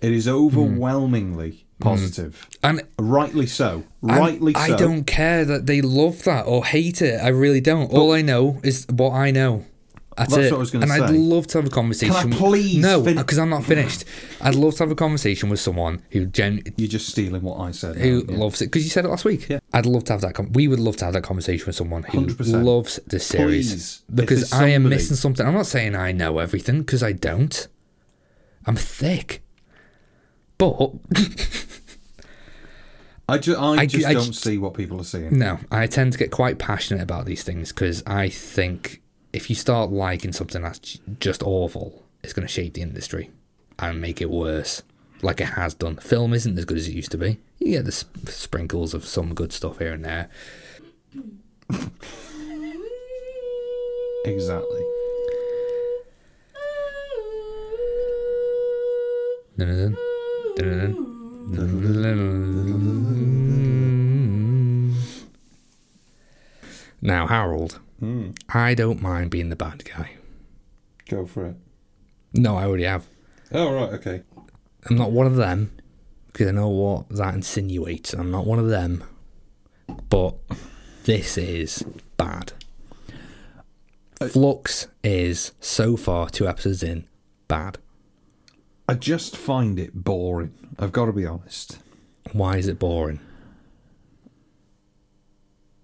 [SPEAKER 1] it is overwhelmingly positive.
[SPEAKER 2] And
[SPEAKER 1] Rightly so.
[SPEAKER 2] and
[SPEAKER 1] Rightly
[SPEAKER 2] Hmm. I
[SPEAKER 1] so.
[SPEAKER 2] don't care that they love that or hate it. I really don't. all I know is what I know. That's,
[SPEAKER 1] That's
[SPEAKER 2] it.
[SPEAKER 1] what I was gonna
[SPEAKER 2] and I'd
[SPEAKER 1] say.
[SPEAKER 2] love to have a conversation.
[SPEAKER 1] please
[SPEAKER 2] No,
[SPEAKER 1] fin-
[SPEAKER 2] because I'm not
[SPEAKER 1] [sighs]
[SPEAKER 2] finished. I'd love to have a conversation with someone who gen-
[SPEAKER 1] You're just stealing what I said.
[SPEAKER 2] who
[SPEAKER 1] aren't you?
[SPEAKER 2] loves it because you said it last week.
[SPEAKER 1] Oh, Yeah.
[SPEAKER 2] I'd love to have that. Com- we would love to have that conversation with someone who
[SPEAKER 1] 100%.
[SPEAKER 2] loves this series
[SPEAKER 1] Please, if
[SPEAKER 2] because
[SPEAKER 1] there's
[SPEAKER 2] I am
[SPEAKER 1] somebody-
[SPEAKER 2] missing something. I'm not saying I know everything because I don't. I'm thick, but
[SPEAKER 1] I, ju- I,
[SPEAKER 2] I
[SPEAKER 1] just
[SPEAKER 2] ju- I
[SPEAKER 1] don't
[SPEAKER 2] just-
[SPEAKER 1] see what people are seeing.
[SPEAKER 2] no, I tend to get quite passionate about these things because I think if you start liking something that's j- just awful, it's going to shape the industry and make it worse. Like it has done. Film isn't as good as it used to be. You get the sp- sprinkles of some good stuff here and there,
[SPEAKER 1] Exactly.
[SPEAKER 2] Dun-dun-dun. Dun-dun-dun. Dun-dun-dun. Now, Harold, I don't mind being the bad guy.
[SPEAKER 1] Go for it.
[SPEAKER 2] No, I already have.
[SPEAKER 1] Oh right, okay.
[SPEAKER 2] I'm not one of them because I know what that insinuates. I'm not one of them, but this is bad. Flux is so far two episodes in bad.
[SPEAKER 1] I just find it boring. I've got to be honest.
[SPEAKER 2] Why is it boring?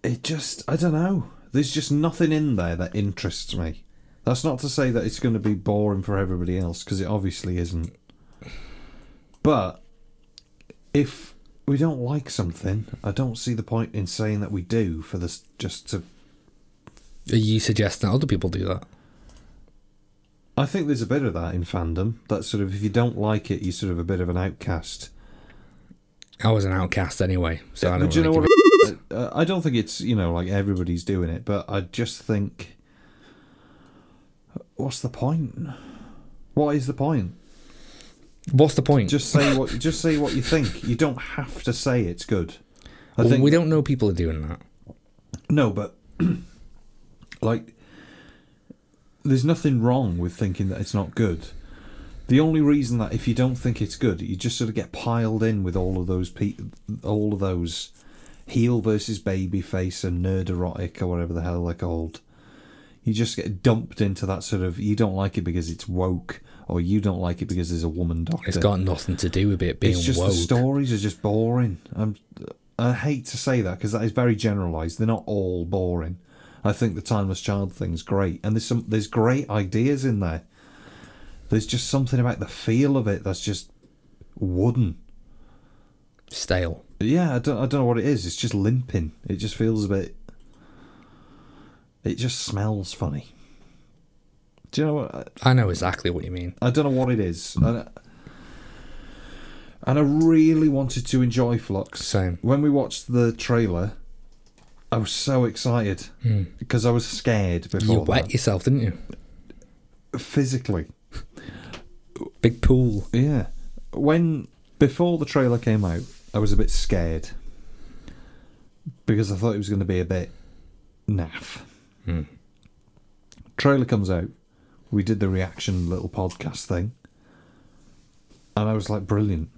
[SPEAKER 1] It just, I don't know. There's just nothing in there that interests me. That's not to say that it's going to be boring for everybody else because it obviously isn't. But if we don't like something, I don't see the point in saying that we do for this just to.
[SPEAKER 2] Are you suggesting that other people do that?
[SPEAKER 1] I think there's a bit of that in fandom. That sort of if you don't like it, you're sort of a bit of an outcast.
[SPEAKER 2] I was an outcast anyway, so I
[SPEAKER 1] But
[SPEAKER 2] don't
[SPEAKER 1] do you know
[SPEAKER 2] really
[SPEAKER 1] what? I-
[SPEAKER 2] give
[SPEAKER 1] uh, I don't think it's you know like everybody's doing it, but I just think, what's the point? What is the point?
[SPEAKER 2] a- What's the point?
[SPEAKER 1] Just say what just say what you think. You don't have to say it's good. I
[SPEAKER 2] Well,
[SPEAKER 1] think
[SPEAKER 2] we don't know people are doing that.
[SPEAKER 1] no, but [clears throat] like there's nothing wrong with thinking that it's not good. The only reason that if you don't think it's good, you just sort of get piled in with all of those pe- all of those heel versus baby face and nerd erotic or whatever the hell they're called. You just get dumped into that sort of you don't like it because it's woke or you don't like it because there's a woman doctor.
[SPEAKER 2] It's got nothing to do with it being
[SPEAKER 1] It's just
[SPEAKER 2] woke.
[SPEAKER 1] the stories are just boring. I'm, I hate to say that because that is very generalised. They're not all boring. I think the timeless child thing's great, and there's some there's great ideas in there. There's just something about the feel of it that's just wooden.
[SPEAKER 2] Stale.
[SPEAKER 1] Yeah, I don't I don't know what it is. It's just limping. It just feels a bit. It just smells funny. Do you know what? I-
[SPEAKER 2] I know exactly what you mean.
[SPEAKER 1] I don't know what it is.
[SPEAKER 2] Hmm.
[SPEAKER 1] And I, and I really wanted to enjoy Flux.
[SPEAKER 2] Same.
[SPEAKER 1] When we watched the trailer, I was so excited because I was scared
[SPEAKER 2] Hmm. You
[SPEAKER 1] before
[SPEAKER 2] wet yourself, didn't you?
[SPEAKER 1] that. physically.
[SPEAKER 2] Big pool.
[SPEAKER 1] Yeah. When before the trailer came out, I was a bit scared because I thought it was going to be a bit naff. Trailer comes out. We did the reaction little podcast thing, and I was like, brilliant,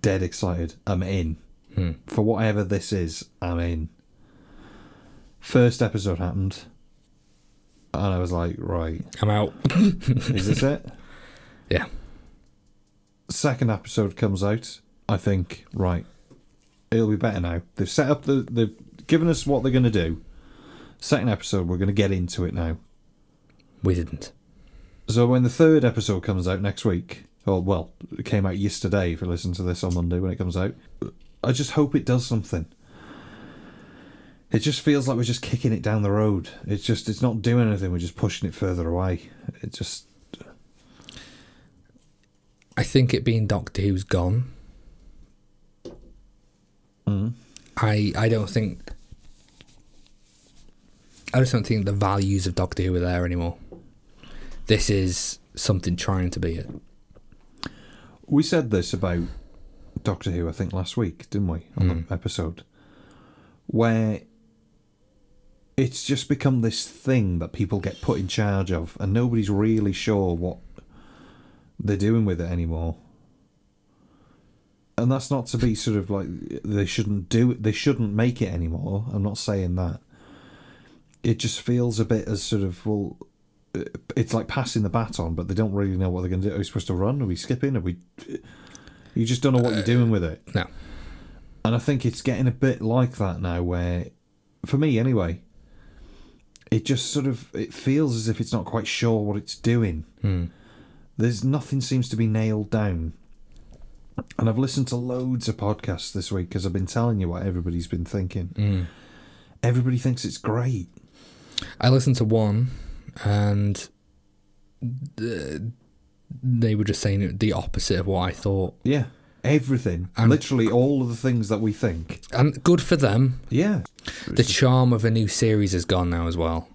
[SPEAKER 1] dead excited. I'm in for whatever this is. I'm in. First episode happened, and I was like, right,
[SPEAKER 2] I'm out.
[SPEAKER 1] is this it?
[SPEAKER 2] yeah.
[SPEAKER 1] second episode comes out, I think right, it'll be better now. They've set up the they've given us what they're going to do. Second episode, we're going to get into it now.
[SPEAKER 2] We didn't.
[SPEAKER 1] So when the third episode comes out next week, or well, it came out yesterday. If you listen to this on Monday when it comes out, I just hope it does something. It just feels like we're just kicking it down the road. It's just it's not doing anything. We're just pushing it further away. It just
[SPEAKER 2] I think it being Doctor Who's gone. I I don't think. I just don't think the values of Doctor Who are there anymore. This is something trying to be it.
[SPEAKER 1] We said this about Doctor Who, I think, last week, didn't we, on the episode, where it's just become this thing that people get put in charge of, and nobody's really sure what they're doing with it anymore. And that's not to be sort of like they shouldn't do it, they shouldn't make it anymore. I'm not saying that. It just feels a bit as sort of well, it's like passing the baton, but they don't really know what they're going to do. Are we supposed to run? Are we skipping? Are we? You just don't know what you're doing with it.
[SPEAKER 2] No,
[SPEAKER 1] And I think it's getting a bit like that now, where, for me anyway, it just sort of it feels as if it's not quite sure what it's doing. There's nothing seems to be nailed down. And I've listened to loads of podcasts this week because I've been telling you what everybody's been thinking. Everybody thinks it's great.
[SPEAKER 2] I listened to one, and th- they were just saying the opposite of what I thought.
[SPEAKER 1] Yeah. Everything.
[SPEAKER 2] And-
[SPEAKER 1] Literally all of the things that we think.
[SPEAKER 2] And good for them.
[SPEAKER 1] Yeah.
[SPEAKER 2] The charm of a new series is gone now as well.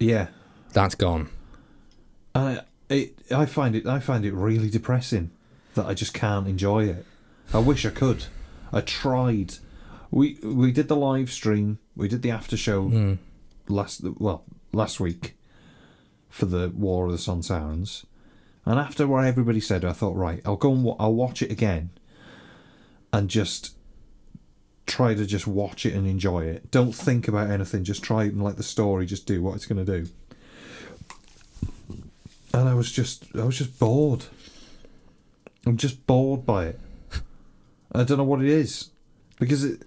[SPEAKER 1] Yeah,
[SPEAKER 2] That's gone.
[SPEAKER 1] and I, it, I find it, I find it really depressing that I just can't enjoy it. I wish I could. I tried. We we did the live stream. We did the after show last well last week for the War of the Sun Sounds, and after what everybody said, I thought right, I'll go and wa- I'll watch it again, and just try to just watch it and enjoy it. Don't think about anything. Just try and let the story just do what it's going to do and I was just I was just bored. I'm just bored by it. I don't know what it is because it.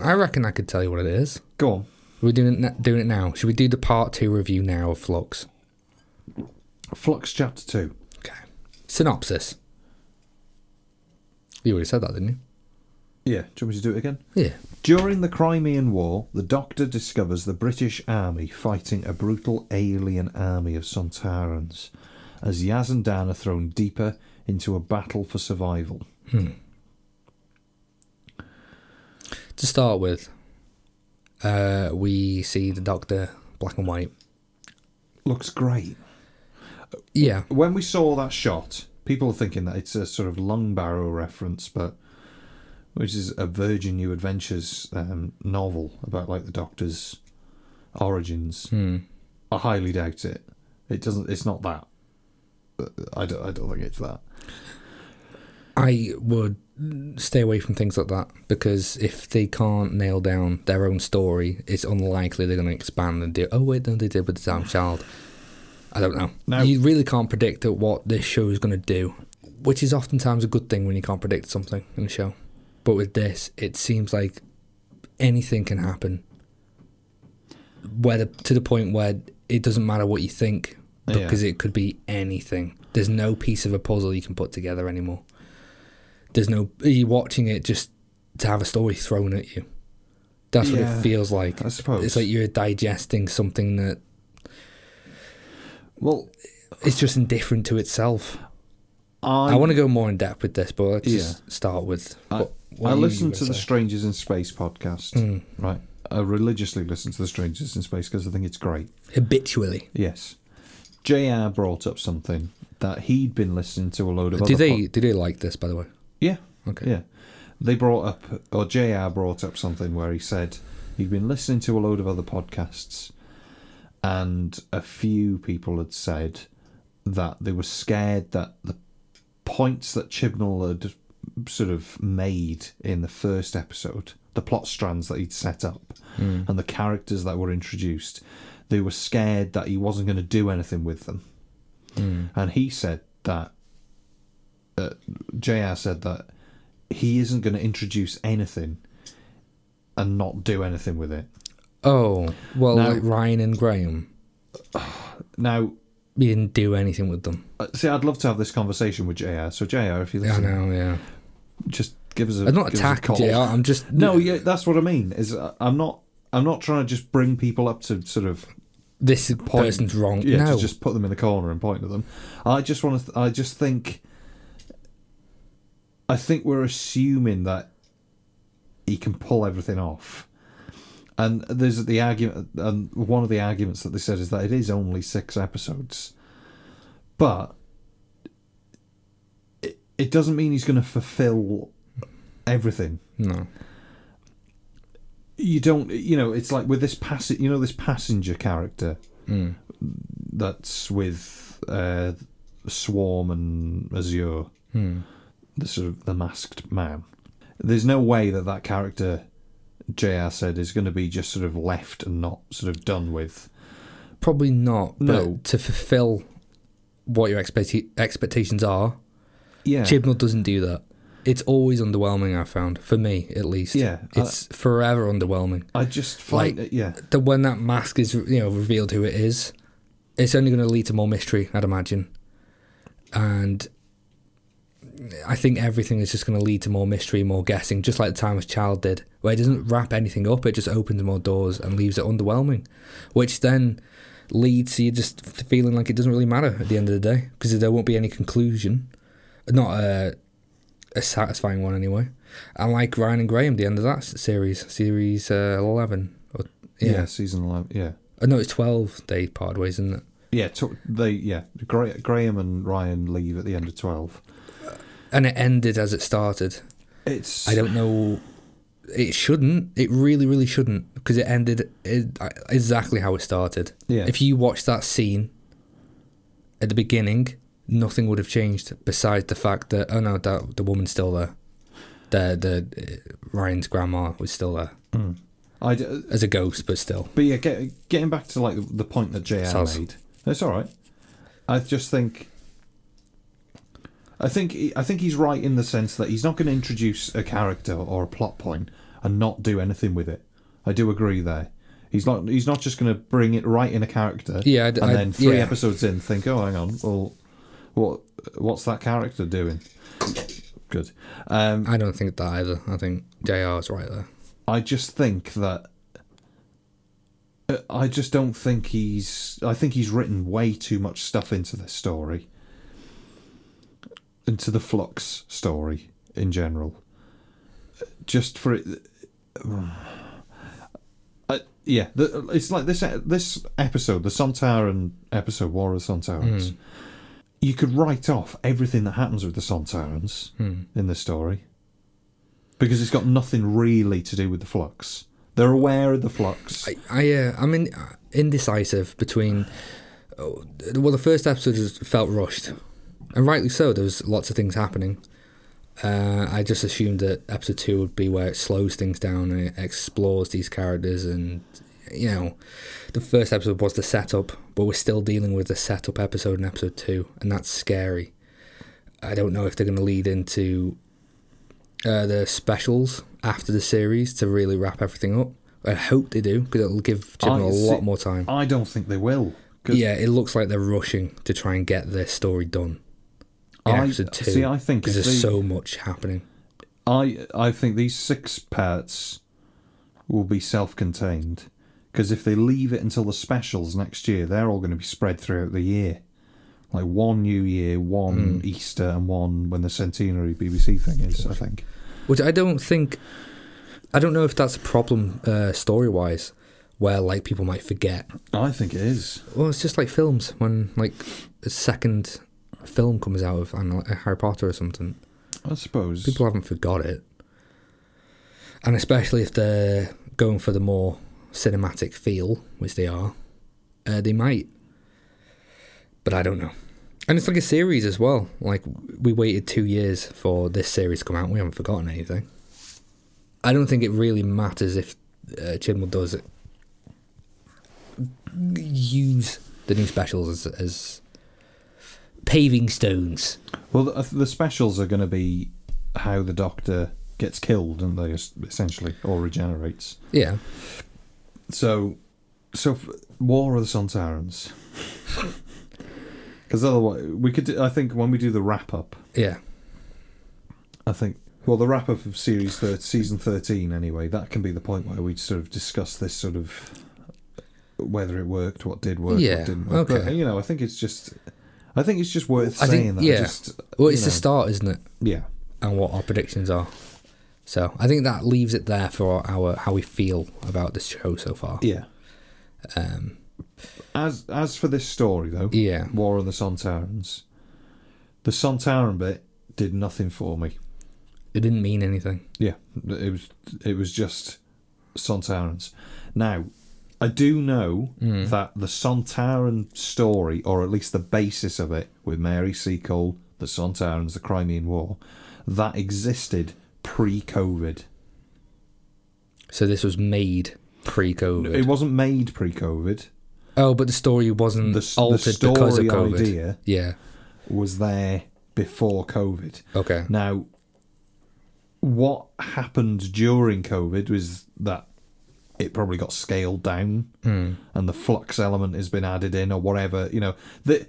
[SPEAKER 2] I reckon I could tell you what it is.
[SPEAKER 1] Go on.
[SPEAKER 2] We're doing it, doing it now. Should we do the part two review now of Flux?
[SPEAKER 1] Flux Chapter 2.
[SPEAKER 2] Okay. Synopsis. You already said that, didn't you?
[SPEAKER 1] Yeah, do you want me to do it again?
[SPEAKER 2] Yeah.
[SPEAKER 1] During the Crimean War, the Doctor discovers the British army fighting a brutal alien army of Sontarans as Yaz and Dan are thrown deeper into a battle for survival.
[SPEAKER 2] To start with, uh, we see the Doctor, black and white.
[SPEAKER 1] Looks great.
[SPEAKER 2] Yeah.
[SPEAKER 1] When we saw that shot, people are thinking that it's a sort of Long Barrow reference, but which is a Virgin New Adventures um, novel about like the Doctor's origins.
[SPEAKER 2] Hmm.
[SPEAKER 1] I highly doubt it. It doesn't. It's not that. Uh, I don't, I don't think it's that.
[SPEAKER 2] I would stay away from things like that because if they can't nail down their own story, it's unlikely they're going to expand and do. Oh wait, no, they did with the Time Child. I don't know.
[SPEAKER 1] No.
[SPEAKER 2] You really can't predict at what this show is going to do, which is oftentimes a good thing when you can't predict something in a show. But with this, it seems like anything can happen. Whether to the point where it doesn't matter what you think
[SPEAKER 1] Yeah.
[SPEAKER 2] because it could be anything. There's no piece of a puzzle you can put together anymore there's no you're watching it just to have a story thrown at you that's what
[SPEAKER 1] Yeah,
[SPEAKER 2] it feels like
[SPEAKER 1] I suppose.
[SPEAKER 2] it's like you're digesting something that
[SPEAKER 1] Well,
[SPEAKER 2] is just indifferent to itself i,
[SPEAKER 1] I
[SPEAKER 2] want to go more in depth with this but let's
[SPEAKER 1] Yeah.
[SPEAKER 2] just start with
[SPEAKER 1] I,
[SPEAKER 2] what, what
[SPEAKER 1] I
[SPEAKER 2] are you Hmm.
[SPEAKER 1] listen
[SPEAKER 2] gonna
[SPEAKER 1] to the
[SPEAKER 2] say?
[SPEAKER 1] Strangers in Space podcast. Right, I religiously listen to the Strangers in Space because I think it's great.
[SPEAKER 2] habitually
[SPEAKER 1] Yes, Jr. brought up something that he'd been listening to a load of.
[SPEAKER 2] do
[SPEAKER 1] other
[SPEAKER 2] they
[SPEAKER 1] pod-
[SPEAKER 2] do they like this by the way
[SPEAKER 1] yeah.
[SPEAKER 2] Okay.
[SPEAKER 1] Yeah. They brought up, or JR brought up something where he said he'd been listening to a load of other podcasts, and a few people had said that they were scared that the points that Chibnall had sort of made in the first episode, the plot strands that he'd set up, and the characters that were introduced, they were scared that he wasn't going to do anything with them. And he said that JR said that he isn't going to introduce anything and not do anything with it.
[SPEAKER 2] oh well
[SPEAKER 1] No.
[SPEAKER 2] like ryan and graham
[SPEAKER 1] Now,
[SPEAKER 2] we didn't do anything with them
[SPEAKER 1] uh, see, I'd love to have this conversation with JR. So, JR, if you
[SPEAKER 2] i
[SPEAKER 1] listen,
[SPEAKER 2] know yeah
[SPEAKER 1] just give us a.
[SPEAKER 2] i'm not
[SPEAKER 1] give us a call.
[SPEAKER 2] attacking jr i'm just
[SPEAKER 1] No, yeah, that's what I mean. Is I- I'm not. I'm not trying to just bring people up to sort of
[SPEAKER 2] this
[SPEAKER 1] point-
[SPEAKER 2] person's wrong
[SPEAKER 1] Yeah,
[SPEAKER 2] no
[SPEAKER 1] to just put them in the corner and point at them. I just want to. Th- I just think. I think we're assuming that he can pull everything off, and there's the argument. And one of the arguments that they said is that it is only six episodes, but it, it doesn't mean he's going to fulfill everything
[SPEAKER 2] no
[SPEAKER 1] you don't you know it's like with this pass you know this passenger character
[SPEAKER 2] Hmm.
[SPEAKER 1] that's with uh swarm and azure
[SPEAKER 2] Hmm.
[SPEAKER 1] the sort of the masked man there's no way that that character jr said is going to be just sort of left and not sort of done with
[SPEAKER 2] Probably not. But
[SPEAKER 1] No.
[SPEAKER 2] to fulfill what your expect- expectations are,
[SPEAKER 1] yeah
[SPEAKER 2] Chibnall doesn't do that. It's always underwhelming. I found for me at least.
[SPEAKER 1] Yeah, I-
[SPEAKER 2] it's forever underwhelming.
[SPEAKER 1] i just find
[SPEAKER 2] Like-
[SPEAKER 1] it yeah
[SPEAKER 2] That when that mask is you know revealed who it is, it's only going to lead to more mystery, I'd imagine, and I think everything is just going to lead to more mystery, more guessing, just like the Timeless Child did, where it doesn't wrap anything up, it just opens more doors and leaves it underwhelming, which then leads to you just f- feeling like it doesn't really matter at the end of the day because there won't be any conclusion, not a, a satisfying one anyway. And like Ryan and Graham, the end of that s- series, series uh, eleven, or,
[SPEAKER 1] yeah,
[SPEAKER 2] yeah,
[SPEAKER 1] season 11 yeah
[SPEAKER 2] Oh, no, it's twelve. They parted ways, isn't it?
[SPEAKER 1] yeah to, they yeah Gra- graham and ryan leave at the end of 12
[SPEAKER 2] And it ended as it started.
[SPEAKER 1] it's
[SPEAKER 2] I don't know. It shouldn't. It really, really shouldn't because it ended it, exactly how it started.
[SPEAKER 1] Yeah.
[SPEAKER 2] If you watch that scene at the beginning, nothing would have changed besides the fact that oh no, that the woman's still there. The the uh, Ryan's grandma was still there
[SPEAKER 1] I d-
[SPEAKER 2] as a ghost, but still.
[SPEAKER 1] But yeah, get, getting back to like the point that JR
[SPEAKER 2] Soz.
[SPEAKER 1] made, it's all right. I just think, I think, he- I think he's right in the sense that he's not going to introduce a character or a plot point and not do anything with it. I do agree there. He's not. He's not just going to bring it right in a character.
[SPEAKER 2] Yeah, I-
[SPEAKER 1] and
[SPEAKER 2] I-
[SPEAKER 1] then three
[SPEAKER 2] yeah.
[SPEAKER 1] episodes in, think, oh, hang on, well, what, what's that character doing? Good. Um,
[SPEAKER 2] I don't think that either. I think JR's right there.
[SPEAKER 1] I just think that uh, I just don't think he's I think he's written way too much stuff into this story into the flux story in general just for it [sighs] uh, yeah the, it's like this this episode the Sontaran episode War of the Sontarans you could write off everything that happens with the Sontarans in this story because it's got nothing really to do with the flux. They're aware of the flux.
[SPEAKER 2] I uh, I'm in, indecisive between. oh, Well, the first episode just felt rushed, and rightly so. There was lots of things happening. Uh, I just assumed that episode two would be where it slows things down and it explores these characters, and you know, the first episode was the setup, but we're still dealing with the setup episode in episode two, and that's scary. I don't know if they're going to lead into uh, the specials after the series to really wrap everything up. I hope they do because it'll give Jim
[SPEAKER 1] I
[SPEAKER 2] a
[SPEAKER 1] see-
[SPEAKER 2] lot more time.
[SPEAKER 1] I don't think they will. 'cause
[SPEAKER 2] yeah, it looks like they're rushing to try and get their story done. In
[SPEAKER 1] I-
[SPEAKER 2] episode two,
[SPEAKER 1] see, I think
[SPEAKER 2] because
[SPEAKER 1] if
[SPEAKER 2] there's
[SPEAKER 1] they-
[SPEAKER 2] so much happening.
[SPEAKER 1] I I think these six parts will be self-contained because if they leave it until the specials next year, they're all going to be spread throughout the year, like one New Year, one Easter, and one when the centenary BBC thing is. I think.
[SPEAKER 2] Which I don't think, I don't know if that's a problem uh, story wise, where like people might forget.
[SPEAKER 1] I think it is.
[SPEAKER 2] Well, it's just like films when like a second film comes out of I don't know, like Harry Potter or something.
[SPEAKER 1] I suppose.
[SPEAKER 2] People haven't forgot it, and especially if they're going for the more cinematic feel, which they are, uh, they might. But I don't know. And it's like a series as well. Like we waited two years for this series to come out. We haven't forgotten anything. I don't think it really matters if uh, Chibnall does it. Use the new specials as, as paving stones.
[SPEAKER 1] Well, the, the specials are going to be how the Doctor gets killed, and they es- essentially or regenerates.
[SPEAKER 2] Yeah.
[SPEAKER 1] So, so f- War of the
[SPEAKER 2] [laughs]
[SPEAKER 1] Sontarans. Because otherwise, we could. Do, I think when we do the wrap up,
[SPEAKER 2] Yeah.
[SPEAKER 1] I think well, the wrap up of series thir- season thirteen. Anyway, that can be the point where we sort of discuss this sort of whether it worked, what did work,
[SPEAKER 2] Yeah,
[SPEAKER 1] what didn't work. But,
[SPEAKER 2] okay.
[SPEAKER 1] you know, I think it's just. I think it's just worth
[SPEAKER 2] I
[SPEAKER 1] saying
[SPEAKER 2] think
[SPEAKER 1] that. I
[SPEAKER 2] yeah.
[SPEAKER 1] just, you
[SPEAKER 2] well, it's the
[SPEAKER 1] know,
[SPEAKER 2] start, isn't it?
[SPEAKER 1] Yeah.
[SPEAKER 2] And what our predictions are. So I think that leaves it there for our how we feel about this show so far.
[SPEAKER 1] Yeah.
[SPEAKER 2] Um,
[SPEAKER 1] As as for this story though,
[SPEAKER 2] Yeah.
[SPEAKER 1] War of the Sontarans. The Sontaran bit did nothing for me.
[SPEAKER 2] it didn't mean anything.
[SPEAKER 1] Yeah, it was it was just Sontarans. Now, I do know that the Sontaran story, or at least the basis of it, with Mary Seacole, the Sontarans, the Crimean War, that existed pre-COVID.
[SPEAKER 2] So this was made pre-COVID.
[SPEAKER 1] It wasn't made pre-COVID.
[SPEAKER 2] oh, but the story wasn't
[SPEAKER 1] The s- the
[SPEAKER 2] altered because of
[SPEAKER 1] story
[SPEAKER 2] COVID.
[SPEAKER 1] idea-
[SPEAKER 2] Yeah.
[SPEAKER 1] was there before COVID.
[SPEAKER 2] Okay.
[SPEAKER 1] Now, what happened during COVID was that it probably got scaled down, and the flux element has been added in, or whatever. You know, the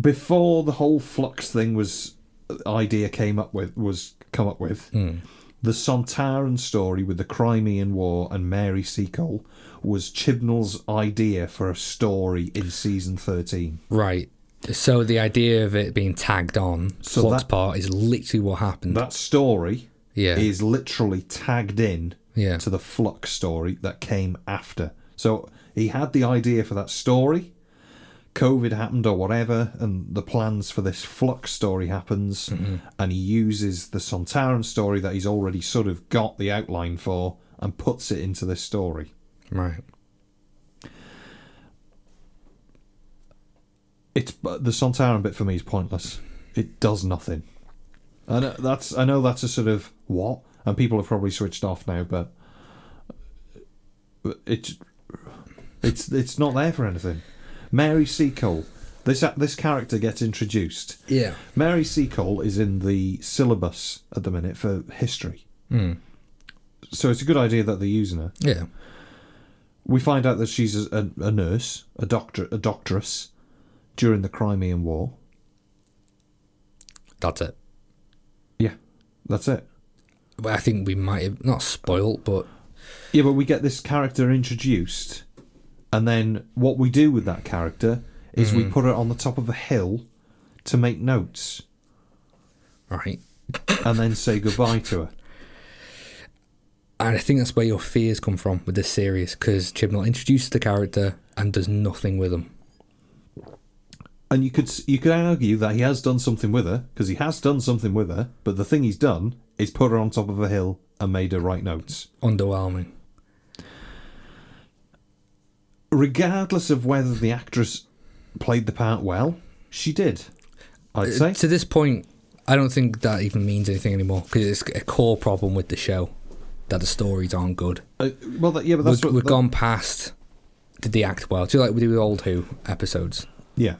[SPEAKER 1] before the whole flux thing was uh, idea came up with was come up with. The Sontaran story with the Crimean War and Mary Seacole was Chibnall's idea for a story in season thirteen.
[SPEAKER 2] Right. So the idea of it being tagged on
[SPEAKER 1] So
[SPEAKER 2] Flux
[SPEAKER 1] that-
[SPEAKER 2] part is literally what happened.
[SPEAKER 1] That story
[SPEAKER 2] Yeah.
[SPEAKER 1] is literally tagged in
[SPEAKER 2] Yeah.
[SPEAKER 1] to the Flux story that came after. So he had the idea for that story. COVID happened or whatever, and the plans for this Flux story happens,
[SPEAKER 2] Mm-hmm.
[SPEAKER 1] and he uses the Sontaran story that he's already sort of got the outline for and puts it into this story.
[SPEAKER 2] right.
[SPEAKER 1] It's but the Sontaran bit for me is pointless. It does nothing. I know that's I know that's a sort of what, and people have probably switched off now, but but it's it's it's not there for anything. Mary Seacole, this this character gets introduced.
[SPEAKER 2] Yeah.
[SPEAKER 1] Mary Seacole is in the syllabus at the minute for history, so it's a good idea that they're using her.
[SPEAKER 2] Yeah.
[SPEAKER 1] we find out that she's a, a nurse, a doctor, a doctress during the Crimean War.
[SPEAKER 2] That's it.
[SPEAKER 1] Yeah, that's it.
[SPEAKER 2] But I think we might have not spoiled, but
[SPEAKER 1] Yeah, but we get this character introduced, and then what we do with that character is
[SPEAKER 2] Mm.
[SPEAKER 1] we put it on the top of a hill to make notes
[SPEAKER 2] right.
[SPEAKER 1] and then say goodbye to her.
[SPEAKER 2] And I think that's where your fears come from with this series, because Chibnall introduces the character and does nothing with him.
[SPEAKER 1] And you could s- you could argue that he has done something with her because he has done something with her, but the thing he's done is put her on top of a hill and made her write notes.
[SPEAKER 2] Underwhelming.
[SPEAKER 1] Regardless of whether the actress played the part well, she did. I'd say.
[SPEAKER 2] Uh, To this point, I don't think that even means anything anymore, because it's a core problem with the show that the stories aren't good.
[SPEAKER 1] Uh, well, that, yeah, but that's
[SPEAKER 2] we've,
[SPEAKER 1] what
[SPEAKER 2] we've
[SPEAKER 1] that-
[SPEAKER 2] gone past. Did they act well? Do you like we do with old Who episodes?
[SPEAKER 1] Yeah,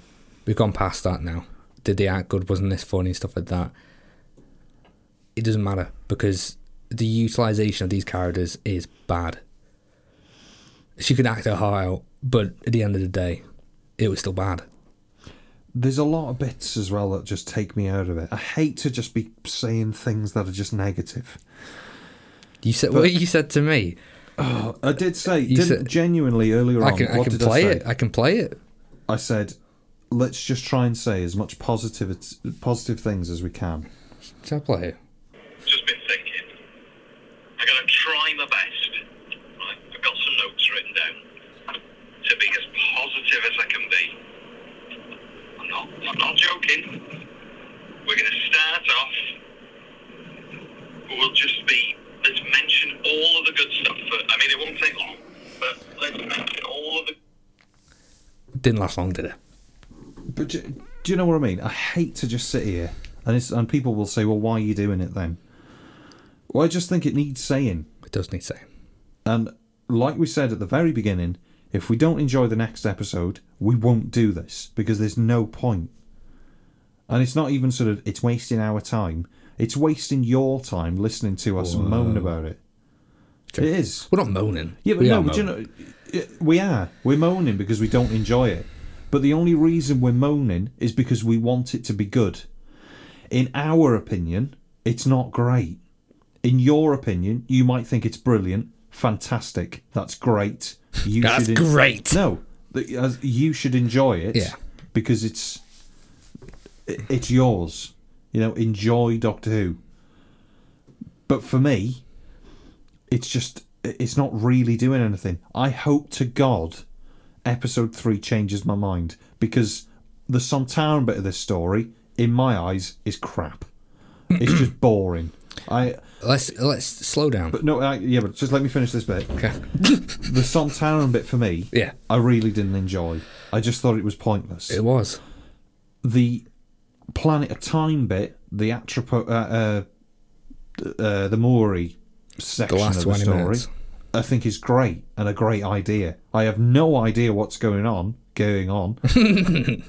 [SPEAKER 2] We've gone past that now. Did they act good? Wasn't this funny? Stuff like that. It doesn't matter because the utilization of these characters is bad. She could act her heart out, but at the end of the day, it was still bad.
[SPEAKER 1] there's a lot of bits as well that just take me out of it. I hate to just be saying things that are just negative.
[SPEAKER 2] You said
[SPEAKER 1] But-
[SPEAKER 2] what you said to me.
[SPEAKER 1] I did say didn't,
[SPEAKER 2] said-
[SPEAKER 1] genuinely earlier
[SPEAKER 2] I
[SPEAKER 1] on.
[SPEAKER 2] can I
[SPEAKER 1] what
[SPEAKER 2] can
[SPEAKER 1] did
[SPEAKER 2] play
[SPEAKER 1] I say?
[SPEAKER 2] it. I can play it.
[SPEAKER 1] I said, let's just try and say as much positive positive things as we can.
[SPEAKER 2] Shall I play it?
[SPEAKER 4] Just been thinking. I'm going to try my best. Right? I've got some notes written down to be as positive as I can be. I'm not. I'm not joking. We're going to start off. We'll just be. Let's mention all of the good stuff. But, I mean, it won't take long. But let's mention all of the.
[SPEAKER 2] Didn't last long, did it?
[SPEAKER 1] But do, do you know what I mean? I hate to just sit here and it's, and people will say, well, why are you doing it then? Well, I just think it needs saying.
[SPEAKER 2] It does need saying.
[SPEAKER 1] And like we said at the very beginning, if we don't enjoy the next episode, we won't do this because there's no point. And it's not even sort of it's wasting our time. It's wasting your time listening to us moan about it.
[SPEAKER 2] True.
[SPEAKER 1] It is.
[SPEAKER 2] We're not moaning.
[SPEAKER 1] Yeah, but
[SPEAKER 2] We
[SPEAKER 1] no,
[SPEAKER 2] are
[SPEAKER 1] but you
[SPEAKER 2] moaning.
[SPEAKER 1] know, it- we are. We're moaning because we don't enjoy it. But the only reason we're moaning is because we want it to be good. In our opinion, it's not great. In your opinion, you might think it's brilliant, fantastic, that's great. You
[SPEAKER 2] That's
[SPEAKER 1] should
[SPEAKER 2] great.
[SPEAKER 1] No, the- as- you should enjoy it.
[SPEAKER 2] Yeah.
[SPEAKER 1] because it's i- it's yours. You know, enjoy Doctor Who. But for me, it's just it's not really doing anything. I hope to God episode three changes my mind because the Sontarn bit of this story, in my eyes, is crap. It's just boring. I
[SPEAKER 2] Let's let's slow down.
[SPEAKER 1] but no, I, yeah, but just let me finish this bit.
[SPEAKER 2] okay.
[SPEAKER 1] The Sontarn bit for me,
[SPEAKER 2] Yeah.
[SPEAKER 1] I really didn't enjoy. I just thought it was pointless.
[SPEAKER 2] It was.
[SPEAKER 1] the planet of time bit, the Atropo, uh, uh, uh, the Mori section
[SPEAKER 2] The last
[SPEAKER 1] of the
[SPEAKER 2] 20
[SPEAKER 1] story,
[SPEAKER 2] minutes.
[SPEAKER 1] I think is great and a great idea. I have no idea what's going on, going
[SPEAKER 2] [laughs]
[SPEAKER 1] on,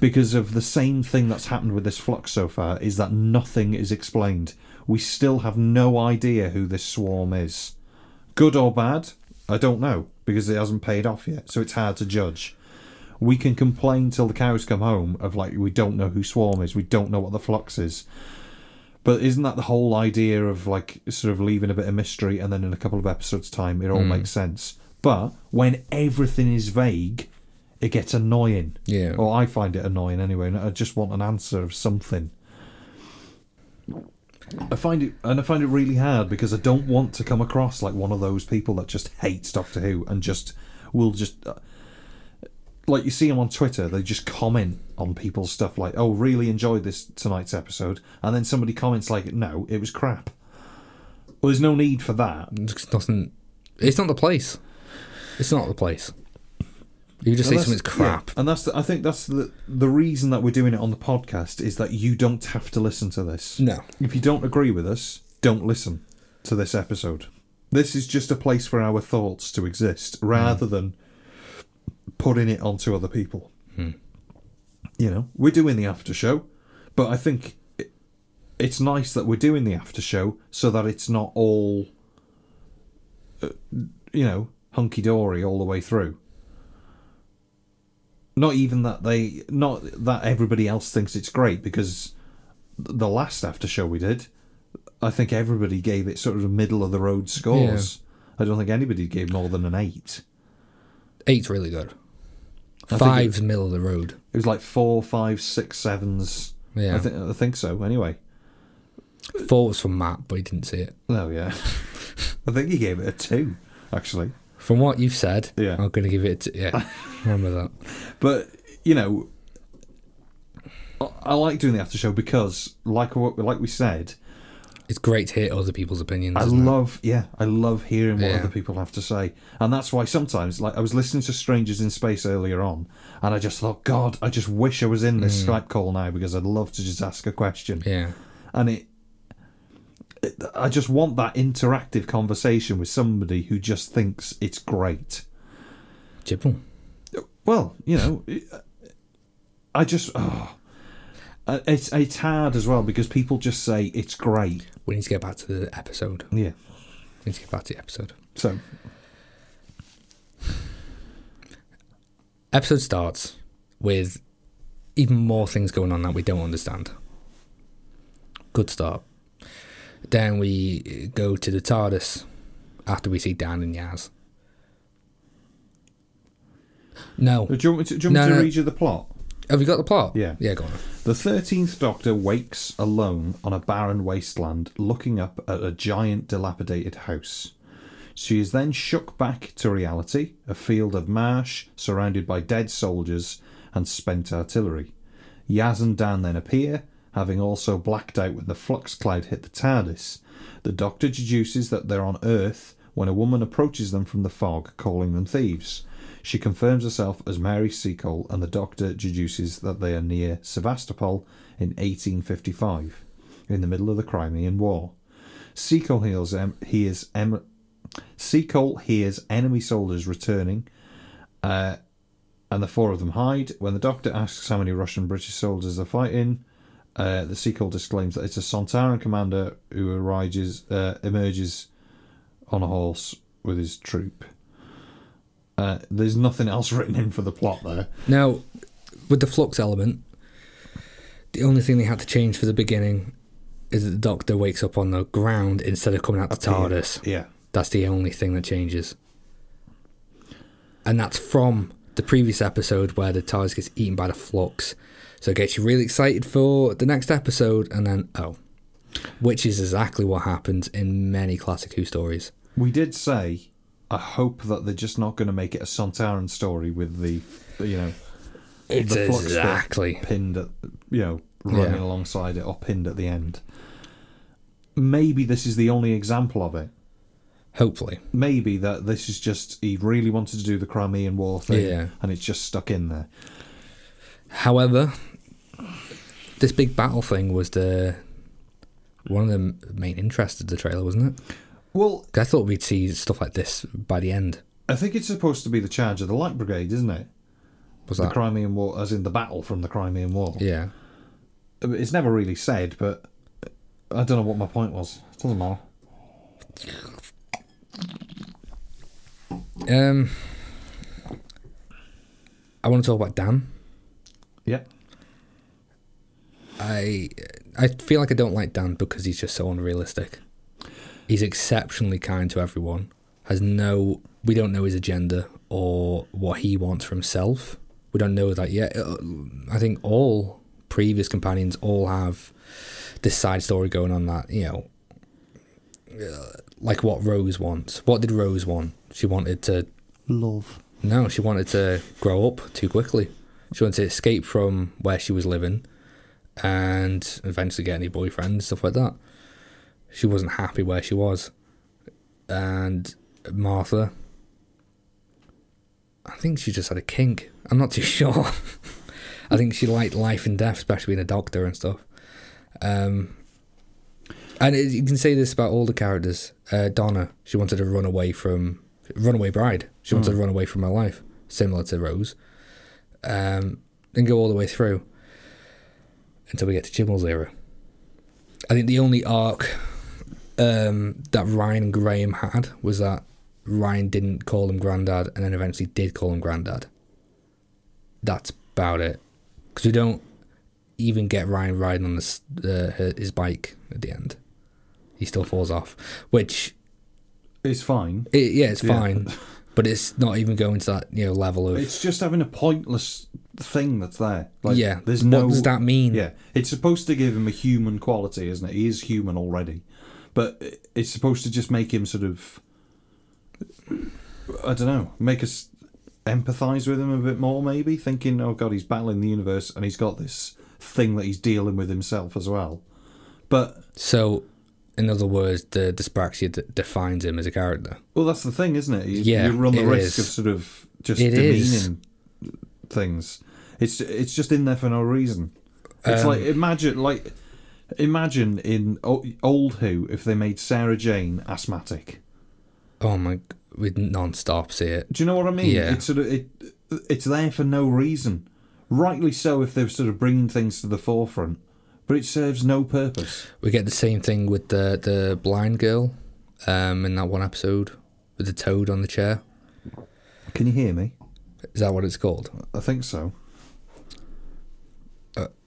[SPEAKER 1] because of the same thing that's happened with this flux so far is that nothing is explained. We still have no idea who this swarm is, good or bad. I don't know because it hasn't paid off yet, so it's hard to judge we can complain till the cows come home of like we don't know who swarm is we don't know what the flux is but isn't that the whole idea of like sort of leaving a bit of mystery and then in a couple of episodes time it all makes sense but when everything is vague it gets annoying
[SPEAKER 2] Yeah.
[SPEAKER 1] or i find it annoying anyway and i just want an answer of something I find it, and I find it really hard because I don't want to come across like one of those people that just hates Doctor Who and just will just like you see them on Twitter, they just comment on people's stuff like, "Oh, really enjoyed this tonight's episode," and then somebody comments like, "No, it was crap." Well, there's no need for that.
[SPEAKER 2] It's nothing. It's not the place. It's not the place. You just say
[SPEAKER 1] And that's-
[SPEAKER 2] something's crap.
[SPEAKER 1] yeah, and that's the, I think that's the the reason that we're doing it on the podcast is that you don't have to listen to this.
[SPEAKER 2] No.
[SPEAKER 1] If you don't agree with us, don't listen to this episode. This is just a place for our thoughts to exist rather than putting it onto other people. You know, we're doing the after show, but I think it, it's nice that we're doing the after show so that it's not all, uh, you know, hunky dory all the way through. Not even that they, not that everybody else thinks it's great because th- the last after show we did, I think everybody gave it sort of middle of the road scores. I don't think anybody gave more than an eight.
[SPEAKER 2] Eight's really good.
[SPEAKER 1] think
[SPEAKER 2] Five's middle of the road.
[SPEAKER 1] It was like four, five, six, sevens.
[SPEAKER 2] Yeah.
[SPEAKER 1] I, th- I think so. Anyway,
[SPEAKER 2] Four was from Matt, but he didn't see it.
[SPEAKER 1] oh yeah, [laughs] I think he gave it a two actually.
[SPEAKER 2] From what you've said,
[SPEAKER 1] Yeah.
[SPEAKER 2] I'm going to give it. A t-
[SPEAKER 1] [laughs]
[SPEAKER 2] yeah, remember that.
[SPEAKER 1] But you know, I- I like doing the after show because, like what like we said,
[SPEAKER 2] It's great to hear other people's opinions.
[SPEAKER 1] I
[SPEAKER 2] isn't it?
[SPEAKER 1] love yeah, I love hearing what
[SPEAKER 2] Yeah.
[SPEAKER 1] other people have to say, and that's why sometimes like I was listening to Strangers in Space earlier on, and I just thought, God, I just wish I was in this Skype call now because I'd love to just ask a question.
[SPEAKER 2] Mm. Yeah,
[SPEAKER 1] and it, it i just want that interactive conversation with somebody who just thinks it's great
[SPEAKER 2] Jibble.
[SPEAKER 1] well you know it- i just oh. Uh, it's it's hard as well because people just say it's great
[SPEAKER 2] We need to get back to the episode. We
[SPEAKER 1] yeah
[SPEAKER 2] need to get back to the episode.
[SPEAKER 1] so
[SPEAKER 2] Episode starts with even more things going on that we don't understand. Good start. Then we go to the TARDIS after we see Dan and Yaz. No.
[SPEAKER 1] do you want me to, do you want me
[SPEAKER 2] No,
[SPEAKER 1] to
[SPEAKER 2] no.
[SPEAKER 1] read you the plot
[SPEAKER 2] Have you got the plot?
[SPEAKER 1] Yeah.
[SPEAKER 2] Yeah, go on.
[SPEAKER 1] The 13th Doctor wakes alone on a barren wasteland, looking up at a giant dilapidated house. She is then shook back to reality, a field of marsh surrounded by dead soldiers and spent artillery. Yaz and Dan then appear, having also blacked out when the flux cloud hit the TARDIS. The Doctor deduces that they're on Earth when a woman approaches them from the fog, calling them thieves. She confirms herself as Mary Seacole, and the Doctor deduces that they are near Sevastopol in 1855, in the middle of the Crimean War. Seacole hears, em- hears, em- Seacole hears enemy soldiers returning uh, and the four of them hide. When the doctor asks how many Russian British soldiers are fighting, uh, the sequel disclaims that it's a Sontaran commander who arises, uh, emerges on a horse with his troop. Uh, there's nothing else [laughs] written in for the plot there.
[SPEAKER 2] Now, with the flux element, the only thing they had to change for the beginning is that the Doctor wakes up on the ground instead of coming out the TARDIS.
[SPEAKER 1] Yeah.
[SPEAKER 2] That's the only thing that changes. And that's from the previous episode where the TARDIS gets eaten by the flux. So it gets you really excited for the next episode, and then, oh. Which is exactly what happens in many classic Who stories.
[SPEAKER 1] We did say, I hope that they're just not going to make it a Sontaran story with the, you know,
[SPEAKER 2] It's
[SPEAKER 1] the flux bit
[SPEAKER 2] exactly.
[SPEAKER 1] pinned at, you know, running
[SPEAKER 2] Yeah.
[SPEAKER 1] alongside it or pinned at the end. Maybe this is the only example of it.
[SPEAKER 2] Hopefully.
[SPEAKER 1] maybe that this is just he really wanted to do the Crimean War thing,
[SPEAKER 2] Yeah.
[SPEAKER 1] and it's just stuck in there.
[SPEAKER 2] However, this big battle thing was the one of the main interests of the trailer, wasn't it?
[SPEAKER 1] Well,
[SPEAKER 2] 'Cause I thought we'd see stuff like this by the end.
[SPEAKER 1] I think it's supposed to be the charge of the Light Brigade, isn't it?
[SPEAKER 2] Was
[SPEAKER 1] The
[SPEAKER 2] that?
[SPEAKER 1] Crimean War, as in the battle from the Crimean War.
[SPEAKER 2] yeah.
[SPEAKER 1] It's never really said, but I don't know what my point was. It doesn't matter.
[SPEAKER 2] Um, I want to talk about Dan.
[SPEAKER 1] Yeah.
[SPEAKER 2] I I feel like I don't like Dan because he's just so unrealistic. He's exceptionally kind to everyone. Has no we don't know his agenda or what he wants for himself. We don't know that yet. Uh, I think all previous companions all have this side story going on that, you know, uh, like what Rose wants. What did Rose want? She wanted to
[SPEAKER 3] Love.
[SPEAKER 2] no, she wanted to grow up too quickly. She wanted to escape from where she was living and eventually get a new boyfriend and stuff like that. She wasn't happy where she was. And Martha, I think she just had a kink. I'm not too [laughs] sure. I think she liked life and death, especially being a doctor and stuff. Um, and it, you can say this about all the characters. Uh, Donna, she wanted to run away from runaway bride. She wanted to run away from her life, similar to Rose, um, and go all the way through until we get to Chibnall's era. I think the only arc um, that Ryan and Graham had was that Ryan didn't call him granddad, and then eventually did call him granddad. That's about it. Because we don't even get Ryan riding on this, uh, her- his bike at the end. He still falls off, which
[SPEAKER 1] It's fine.
[SPEAKER 2] it, yeah, it's
[SPEAKER 1] Yeah.
[SPEAKER 2] fine, but it's not even going to that you know level of
[SPEAKER 1] It's just having a pointless thing that's there. Like,
[SPEAKER 2] yeah.
[SPEAKER 1] There's
[SPEAKER 2] what
[SPEAKER 1] no.
[SPEAKER 2] does that mean?
[SPEAKER 1] Yeah, it's supposed to give him a human quality, isn't it? He is human already, but i- it's supposed to just make him sort of. I don't know. Make us empathize with him a bit more, maybe. Thinking, oh god, he's battling the universe, and he's got this thing that he's dealing with himself as well. But
[SPEAKER 2] So, in other words, the dyspraxia d- defines him as a character.
[SPEAKER 1] well, that's the thing, isn't it? You,
[SPEAKER 2] Yeah,
[SPEAKER 1] you run the
[SPEAKER 2] it
[SPEAKER 1] risk
[SPEAKER 2] is.
[SPEAKER 1] of sort of just
[SPEAKER 2] It
[SPEAKER 1] demeaning
[SPEAKER 2] is.
[SPEAKER 1] things. It's it's just in there for no reason. It's
[SPEAKER 2] Um,
[SPEAKER 1] like imagine like imagine in o- old Who if they made Sarah Jane asthmatic.
[SPEAKER 2] Oh my, g- we non-stop see it.
[SPEAKER 1] Do you know what I mean?
[SPEAKER 2] Yeah.
[SPEAKER 1] It's sort of it. It's there for no reason. Rightly so, if they're sort of bringing things to the forefront, but it serves no purpose.
[SPEAKER 2] We get the same thing with the the blind girl, um, in that one episode with the toad on the chair.
[SPEAKER 1] Can you hear me?
[SPEAKER 2] Is that what it's called?
[SPEAKER 1] I think so.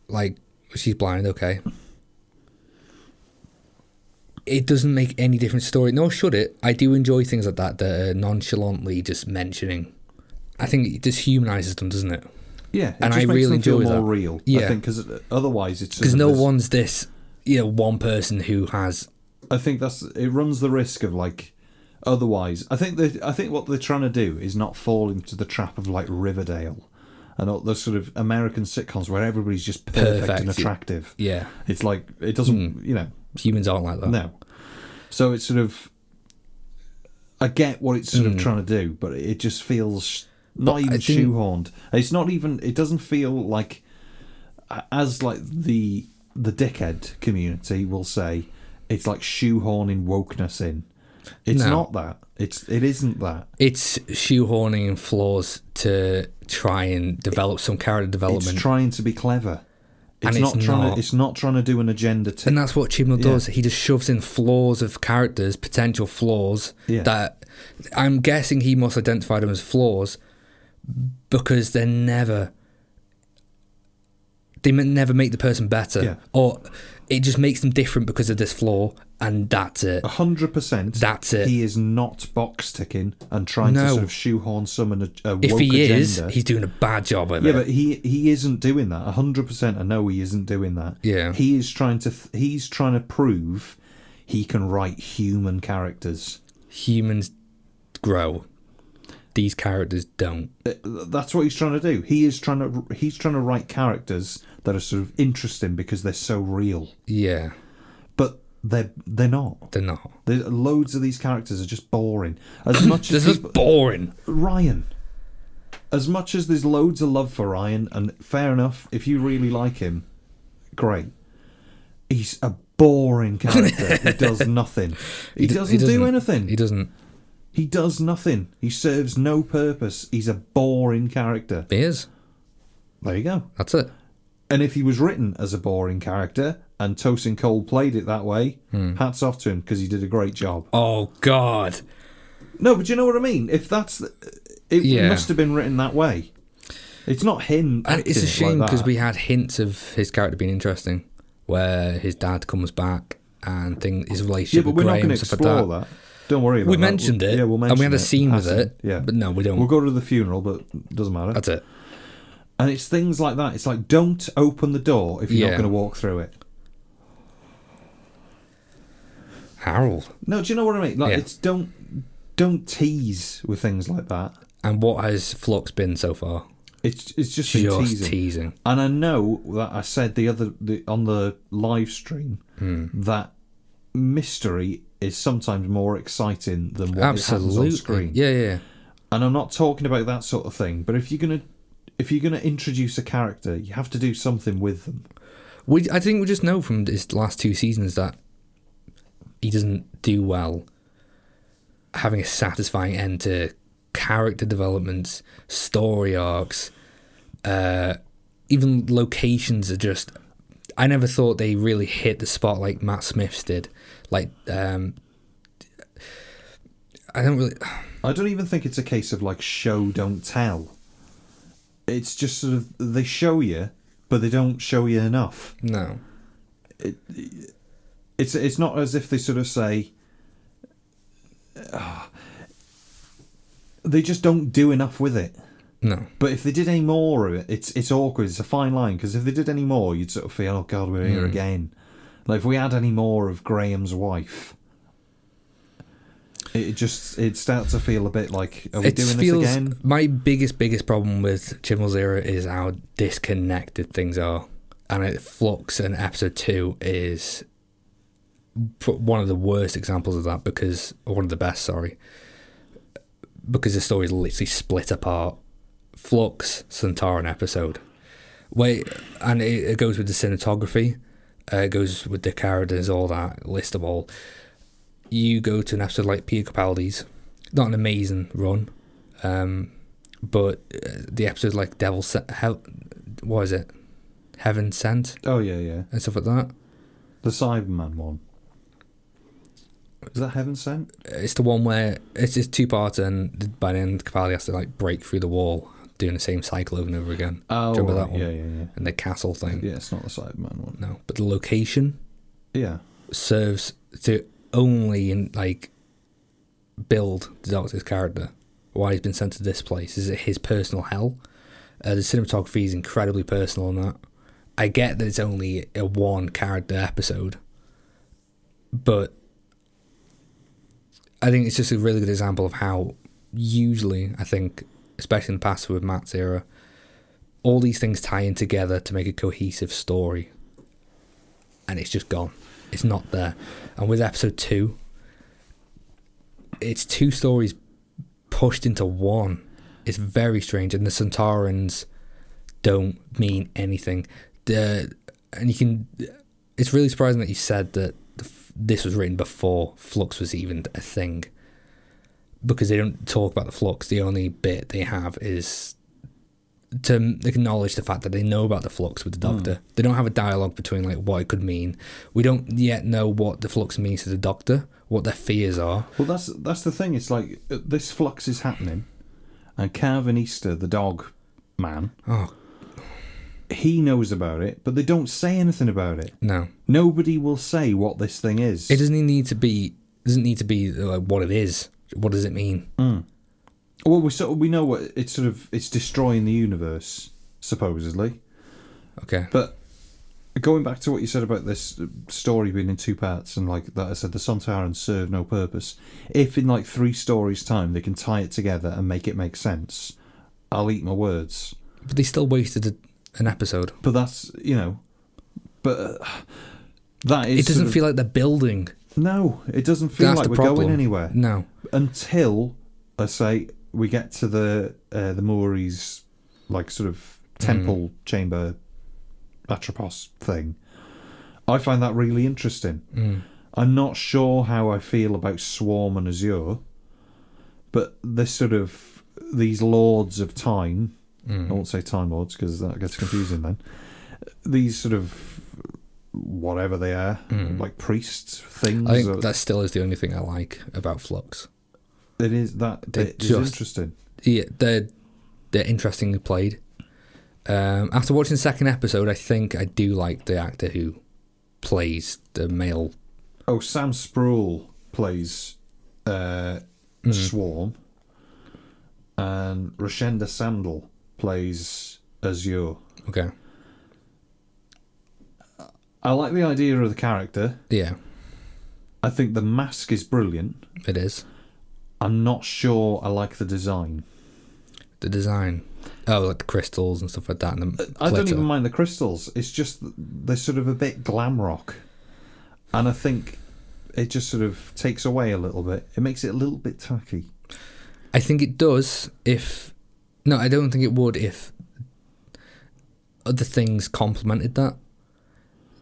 [SPEAKER 2] Like she's blind, okay. It doesn't make any different story, nor should it. I do enjoy things like that that are nonchalantly just mentioning. I think it just humanises them, doesn't it?
[SPEAKER 1] Yeah, it
[SPEAKER 2] And
[SPEAKER 1] just
[SPEAKER 2] I
[SPEAKER 1] makes
[SPEAKER 2] really
[SPEAKER 1] them feel
[SPEAKER 2] enjoy
[SPEAKER 1] more
[SPEAKER 2] that.
[SPEAKER 1] real. I
[SPEAKER 2] Yeah.
[SPEAKER 1] think because otherwise it's sort
[SPEAKER 2] Because
[SPEAKER 1] of
[SPEAKER 2] no
[SPEAKER 1] this-
[SPEAKER 2] one's this, you know, one person who has
[SPEAKER 1] I think that's it runs the risk of like otherwise. I think they I think what they're trying to do is not fall into the trap of like Riverdale and all those sort of American sitcoms where everybody's just perfect,
[SPEAKER 2] Perfect,
[SPEAKER 1] and
[SPEAKER 2] yeah.
[SPEAKER 1] attractive.
[SPEAKER 2] yeah Hmm.
[SPEAKER 1] It's like it doesn't, you know,
[SPEAKER 2] humans aren't like that.
[SPEAKER 1] no. So it's sort of I get what it's sort of trying to do, but it just feels not even
[SPEAKER 2] Mm. I think-
[SPEAKER 1] shoehorned. It's not even. It doesn't feel like as like the the dickhead community will say it's like shoehorning wokeness in. It's
[SPEAKER 2] No.
[SPEAKER 1] not that. It's it isn't that.
[SPEAKER 2] It's shoehorning in flaws to try and develop some character
[SPEAKER 1] It's
[SPEAKER 2] development,
[SPEAKER 1] trying to be clever. It's
[SPEAKER 2] And it's
[SPEAKER 1] not trying.
[SPEAKER 2] not.
[SPEAKER 1] To, it's not trying to do an agenda. T-
[SPEAKER 2] and that's what Chibnall does. He just shoves in flaws of characters, potential flaws
[SPEAKER 1] Yeah.
[SPEAKER 2] that I'm guessing he must identify them as flaws because they're never they may never make the person better,
[SPEAKER 1] Yeah.
[SPEAKER 2] or it just makes them different because of this flaw, and that's it.
[SPEAKER 1] A hundred percent.
[SPEAKER 2] That's it.
[SPEAKER 1] He is not box ticking and trying to
[SPEAKER 2] No.
[SPEAKER 1] sort of shoehorn some in a, a
[SPEAKER 2] If
[SPEAKER 1] woke
[SPEAKER 2] he
[SPEAKER 1] agenda.
[SPEAKER 2] is, he's doing a bad job of
[SPEAKER 1] yeah,
[SPEAKER 2] it.
[SPEAKER 1] but he he isn't doing that. hundred percent. I know he isn't doing that.
[SPEAKER 2] Yeah.
[SPEAKER 1] He is trying to. Th- he's trying to prove he can write human characters.
[SPEAKER 2] humans grow. These characters don't.
[SPEAKER 1] Uh, Th- That's what he's trying to do. He is trying to. He's trying to write characters that are sort of interesting because they're so real,
[SPEAKER 2] Yeah,
[SPEAKER 1] but they're they're not.
[SPEAKER 2] they're not.
[SPEAKER 1] There's loads of these characters are just boring.
[SPEAKER 2] [coughs]
[SPEAKER 1] As much as
[SPEAKER 2] This is
[SPEAKER 1] people,
[SPEAKER 2] boring.
[SPEAKER 1] Ryan. As much as there's loads of love for Ryan, and fair enough, if you really like him, great. He's a boring character who does nothing. He,
[SPEAKER 2] d-
[SPEAKER 1] doesn't, do anything.
[SPEAKER 2] He doesn't.
[SPEAKER 1] he does nothing. He serves no purpose. He's a boring character.
[SPEAKER 2] He is.
[SPEAKER 1] There you go.
[SPEAKER 2] That's it.
[SPEAKER 1] And if he was written as a boring character and Tosin Cole played it that way, hats off to him because he did a great job.
[SPEAKER 2] Oh God.
[SPEAKER 1] No, but you know what I mean. If that's, the, it
[SPEAKER 2] Yeah.
[SPEAKER 1] must have been written that way. It's not him.
[SPEAKER 2] And it's
[SPEAKER 1] acting
[SPEAKER 2] a shame
[SPEAKER 1] like
[SPEAKER 2] because
[SPEAKER 1] that.
[SPEAKER 2] we had hints of his character being interesting, where his dad comes back and thing his
[SPEAKER 1] Yeah,
[SPEAKER 2] relationship
[SPEAKER 1] but
[SPEAKER 2] with
[SPEAKER 1] we're not
[SPEAKER 2] Graham
[SPEAKER 1] going to
[SPEAKER 2] and stuff like
[SPEAKER 1] explore
[SPEAKER 2] that.
[SPEAKER 1] that. Don't worry about
[SPEAKER 2] We
[SPEAKER 1] that.
[SPEAKER 2] mentioned it.
[SPEAKER 1] Yeah, we'll mention
[SPEAKER 2] and we had a
[SPEAKER 1] it.
[SPEAKER 2] scene with
[SPEAKER 1] Hassan.
[SPEAKER 2] it.
[SPEAKER 1] Yeah,
[SPEAKER 2] But no, we don't.
[SPEAKER 1] We'll go to the funeral, but doesn't matter.
[SPEAKER 2] That's it.
[SPEAKER 1] And it's things like that. It's like don't open the door if you're
[SPEAKER 2] Yeah.
[SPEAKER 1] not going to walk through it.
[SPEAKER 2] Harold.
[SPEAKER 1] No, do you know what I mean? Like
[SPEAKER 2] Yeah.
[SPEAKER 1] it's don't don't tease with things like that.
[SPEAKER 2] And what has Flux been so far?
[SPEAKER 1] It's it's just, been
[SPEAKER 2] Just
[SPEAKER 1] teasing.
[SPEAKER 2] teasing.
[SPEAKER 1] And I know that I said the other the, on the live stream
[SPEAKER 2] Hmm.
[SPEAKER 1] that mystery is sometimes more exciting than what it happens on
[SPEAKER 2] Absolutely.
[SPEAKER 1] screen.
[SPEAKER 2] Yeah, yeah. yeah.
[SPEAKER 1] And I'm not talking about that sort of thing, but if you're gonna if you're gonna introduce a character, you have to do something with them.
[SPEAKER 2] We, I think we just know from his last two seasons that he doesn't do well having a satisfying end to character developments, story arcs, uh, even locations are just. I never thought they really hit the spot like Matt Smith's did. Like, um, I don't really. [sighs]
[SPEAKER 1] I don't even think it's a case of like show, don't tell. It's just sort of they show you, but they don't show you enough.
[SPEAKER 2] No.
[SPEAKER 1] It's it's not as if they sort of say. "Ah." they just don't do enough with it.
[SPEAKER 2] No.
[SPEAKER 1] But if they did any more of it, it's it's awkward. It's a fine line because if they did any more, you'd sort of feel, oh god, we're
[SPEAKER 2] Hmm.
[SPEAKER 1] here again. Like if we had any more of Graham's wife, it just it starts to feel a bit like, are we
[SPEAKER 2] It
[SPEAKER 1] doing
[SPEAKER 2] feels.
[SPEAKER 1] this again?
[SPEAKER 2] My biggest, biggest problem with Chimmel's era is how disconnected things are. And it, Flux and episode two is pro- one of the worst examples of that because, or one of the best, sorry, because the story's literally split apart. Flux, Centauran episode. Wait, and it, it goes with the cinematography, uh, it goes with the characters, all that list of all. You go to an episode like Peter Capaldi's, not an amazing run, um, but uh, the episode like Devil Sent, Hell, what is it? Heaven Sent
[SPEAKER 1] Oh yeah, yeah.
[SPEAKER 2] and stuff like that.
[SPEAKER 1] The Cyberman one. Is that Heaven Sent?
[SPEAKER 2] It's the one where it's just two parts, and by the end, Capaldi has to like break through the wall, doing the same cycle over and over again. Do you remember that
[SPEAKER 1] Oh, right,
[SPEAKER 2] one?
[SPEAKER 1] Yeah, yeah, yeah.
[SPEAKER 2] And the castle thing.
[SPEAKER 1] Yeah, it's not the Cyberman one.
[SPEAKER 2] No, but the location
[SPEAKER 1] Yeah.
[SPEAKER 2] serves to only in, like build the Doctor's character. Why he's been sent to this place is it his personal hell? Uh, the cinematography is incredibly personal on that. I get that it's only a one character episode, but I think it's just a really good example of how usually I think, especially in the past with Matt's era, all these things tie in together to make a cohesive story and it's just gone. It's not there. And with episode two, it's two stories pushed into one. It's very strange, and the Centaurans don't mean anything. The and you can. It's really surprising that you said that the, f- this was written before Flux was even a thing, because they don't talk about the Flux. The only bit they have is to acknowledge the fact that they know about the flux with the
[SPEAKER 1] Hmm.
[SPEAKER 2] doctor. They don't have a dialogue between like what it could mean. We don't yet know what the flux means to the doctor, what their fears are.
[SPEAKER 1] Well, that's that's the thing. It's like uh, this flux is happening, and Calvin Easter, the dog man,
[SPEAKER 2] Oh
[SPEAKER 1] he knows about it, but they don't say anything about it.
[SPEAKER 2] no,
[SPEAKER 1] Nobody will say what this thing is.
[SPEAKER 2] it doesn't need to be. Doesn't need to be like, what it is. What does it mean?
[SPEAKER 1] Hmm. Well, we sort of, we know what it's sort of it's destroying the universe supposedly,
[SPEAKER 2] Okay,
[SPEAKER 1] but going back to what you said about this uh, story being in two parts and like that I said the Sontarans serve no purpose. If in like three stories time they can tie it together and make it make sense, I'll eat my words.
[SPEAKER 2] but they still wasted a, an episode.
[SPEAKER 1] But that's you know, but uh, that is
[SPEAKER 2] It doesn't
[SPEAKER 1] sort of-
[SPEAKER 2] feel like they're building.
[SPEAKER 1] no, it doesn't feel
[SPEAKER 2] That's
[SPEAKER 1] like
[SPEAKER 2] the
[SPEAKER 1] we're
[SPEAKER 2] problem.
[SPEAKER 1] going anywhere.
[SPEAKER 2] No,
[SPEAKER 1] until I say we get to the uh, the Maori's like sort of
[SPEAKER 2] Hmm.
[SPEAKER 1] temple chamber atropos thing. I find that really interesting.
[SPEAKER 2] Hmm.
[SPEAKER 1] I'm not sure how I feel about Swarm and Azure, but this sort of these lords of time.
[SPEAKER 2] Hmm.
[SPEAKER 1] I won't say time lords because that gets confusing. then these sort of whatever they are, like priests things.
[SPEAKER 2] Hmm. I
[SPEAKER 1] or-
[SPEAKER 2] think that still is the only thing I like about Flux.
[SPEAKER 1] it is that
[SPEAKER 2] They
[SPEAKER 1] it is
[SPEAKER 2] just-
[SPEAKER 1] interesting.
[SPEAKER 2] yeah, they're they're interestingly played. Um, after watching the second episode, I think I do like the actor who plays the male.
[SPEAKER 1] Oh, Sam Sproul plays uh, Swarm, and Rashenda Sandal plays Azure.
[SPEAKER 2] Okay,
[SPEAKER 1] I like the idea of the character.
[SPEAKER 2] yeah,
[SPEAKER 1] I think the mask is brilliant.
[SPEAKER 2] it is
[SPEAKER 1] I'm not sure I like the design.
[SPEAKER 2] the design. Oh, like the crystals and stuff like that. And the
[SPEAKER 1] I don't
[SPEAKER 2] glitter.
[SPEAKER 1] even mind the crystals. It's just th- they're sort of a bit glam rock, and I think it just sort of takes away a little bit. It makes it a little bit tacky.
[SPEAKER 2] I think it does if no, I don't think it would if other things complemented that.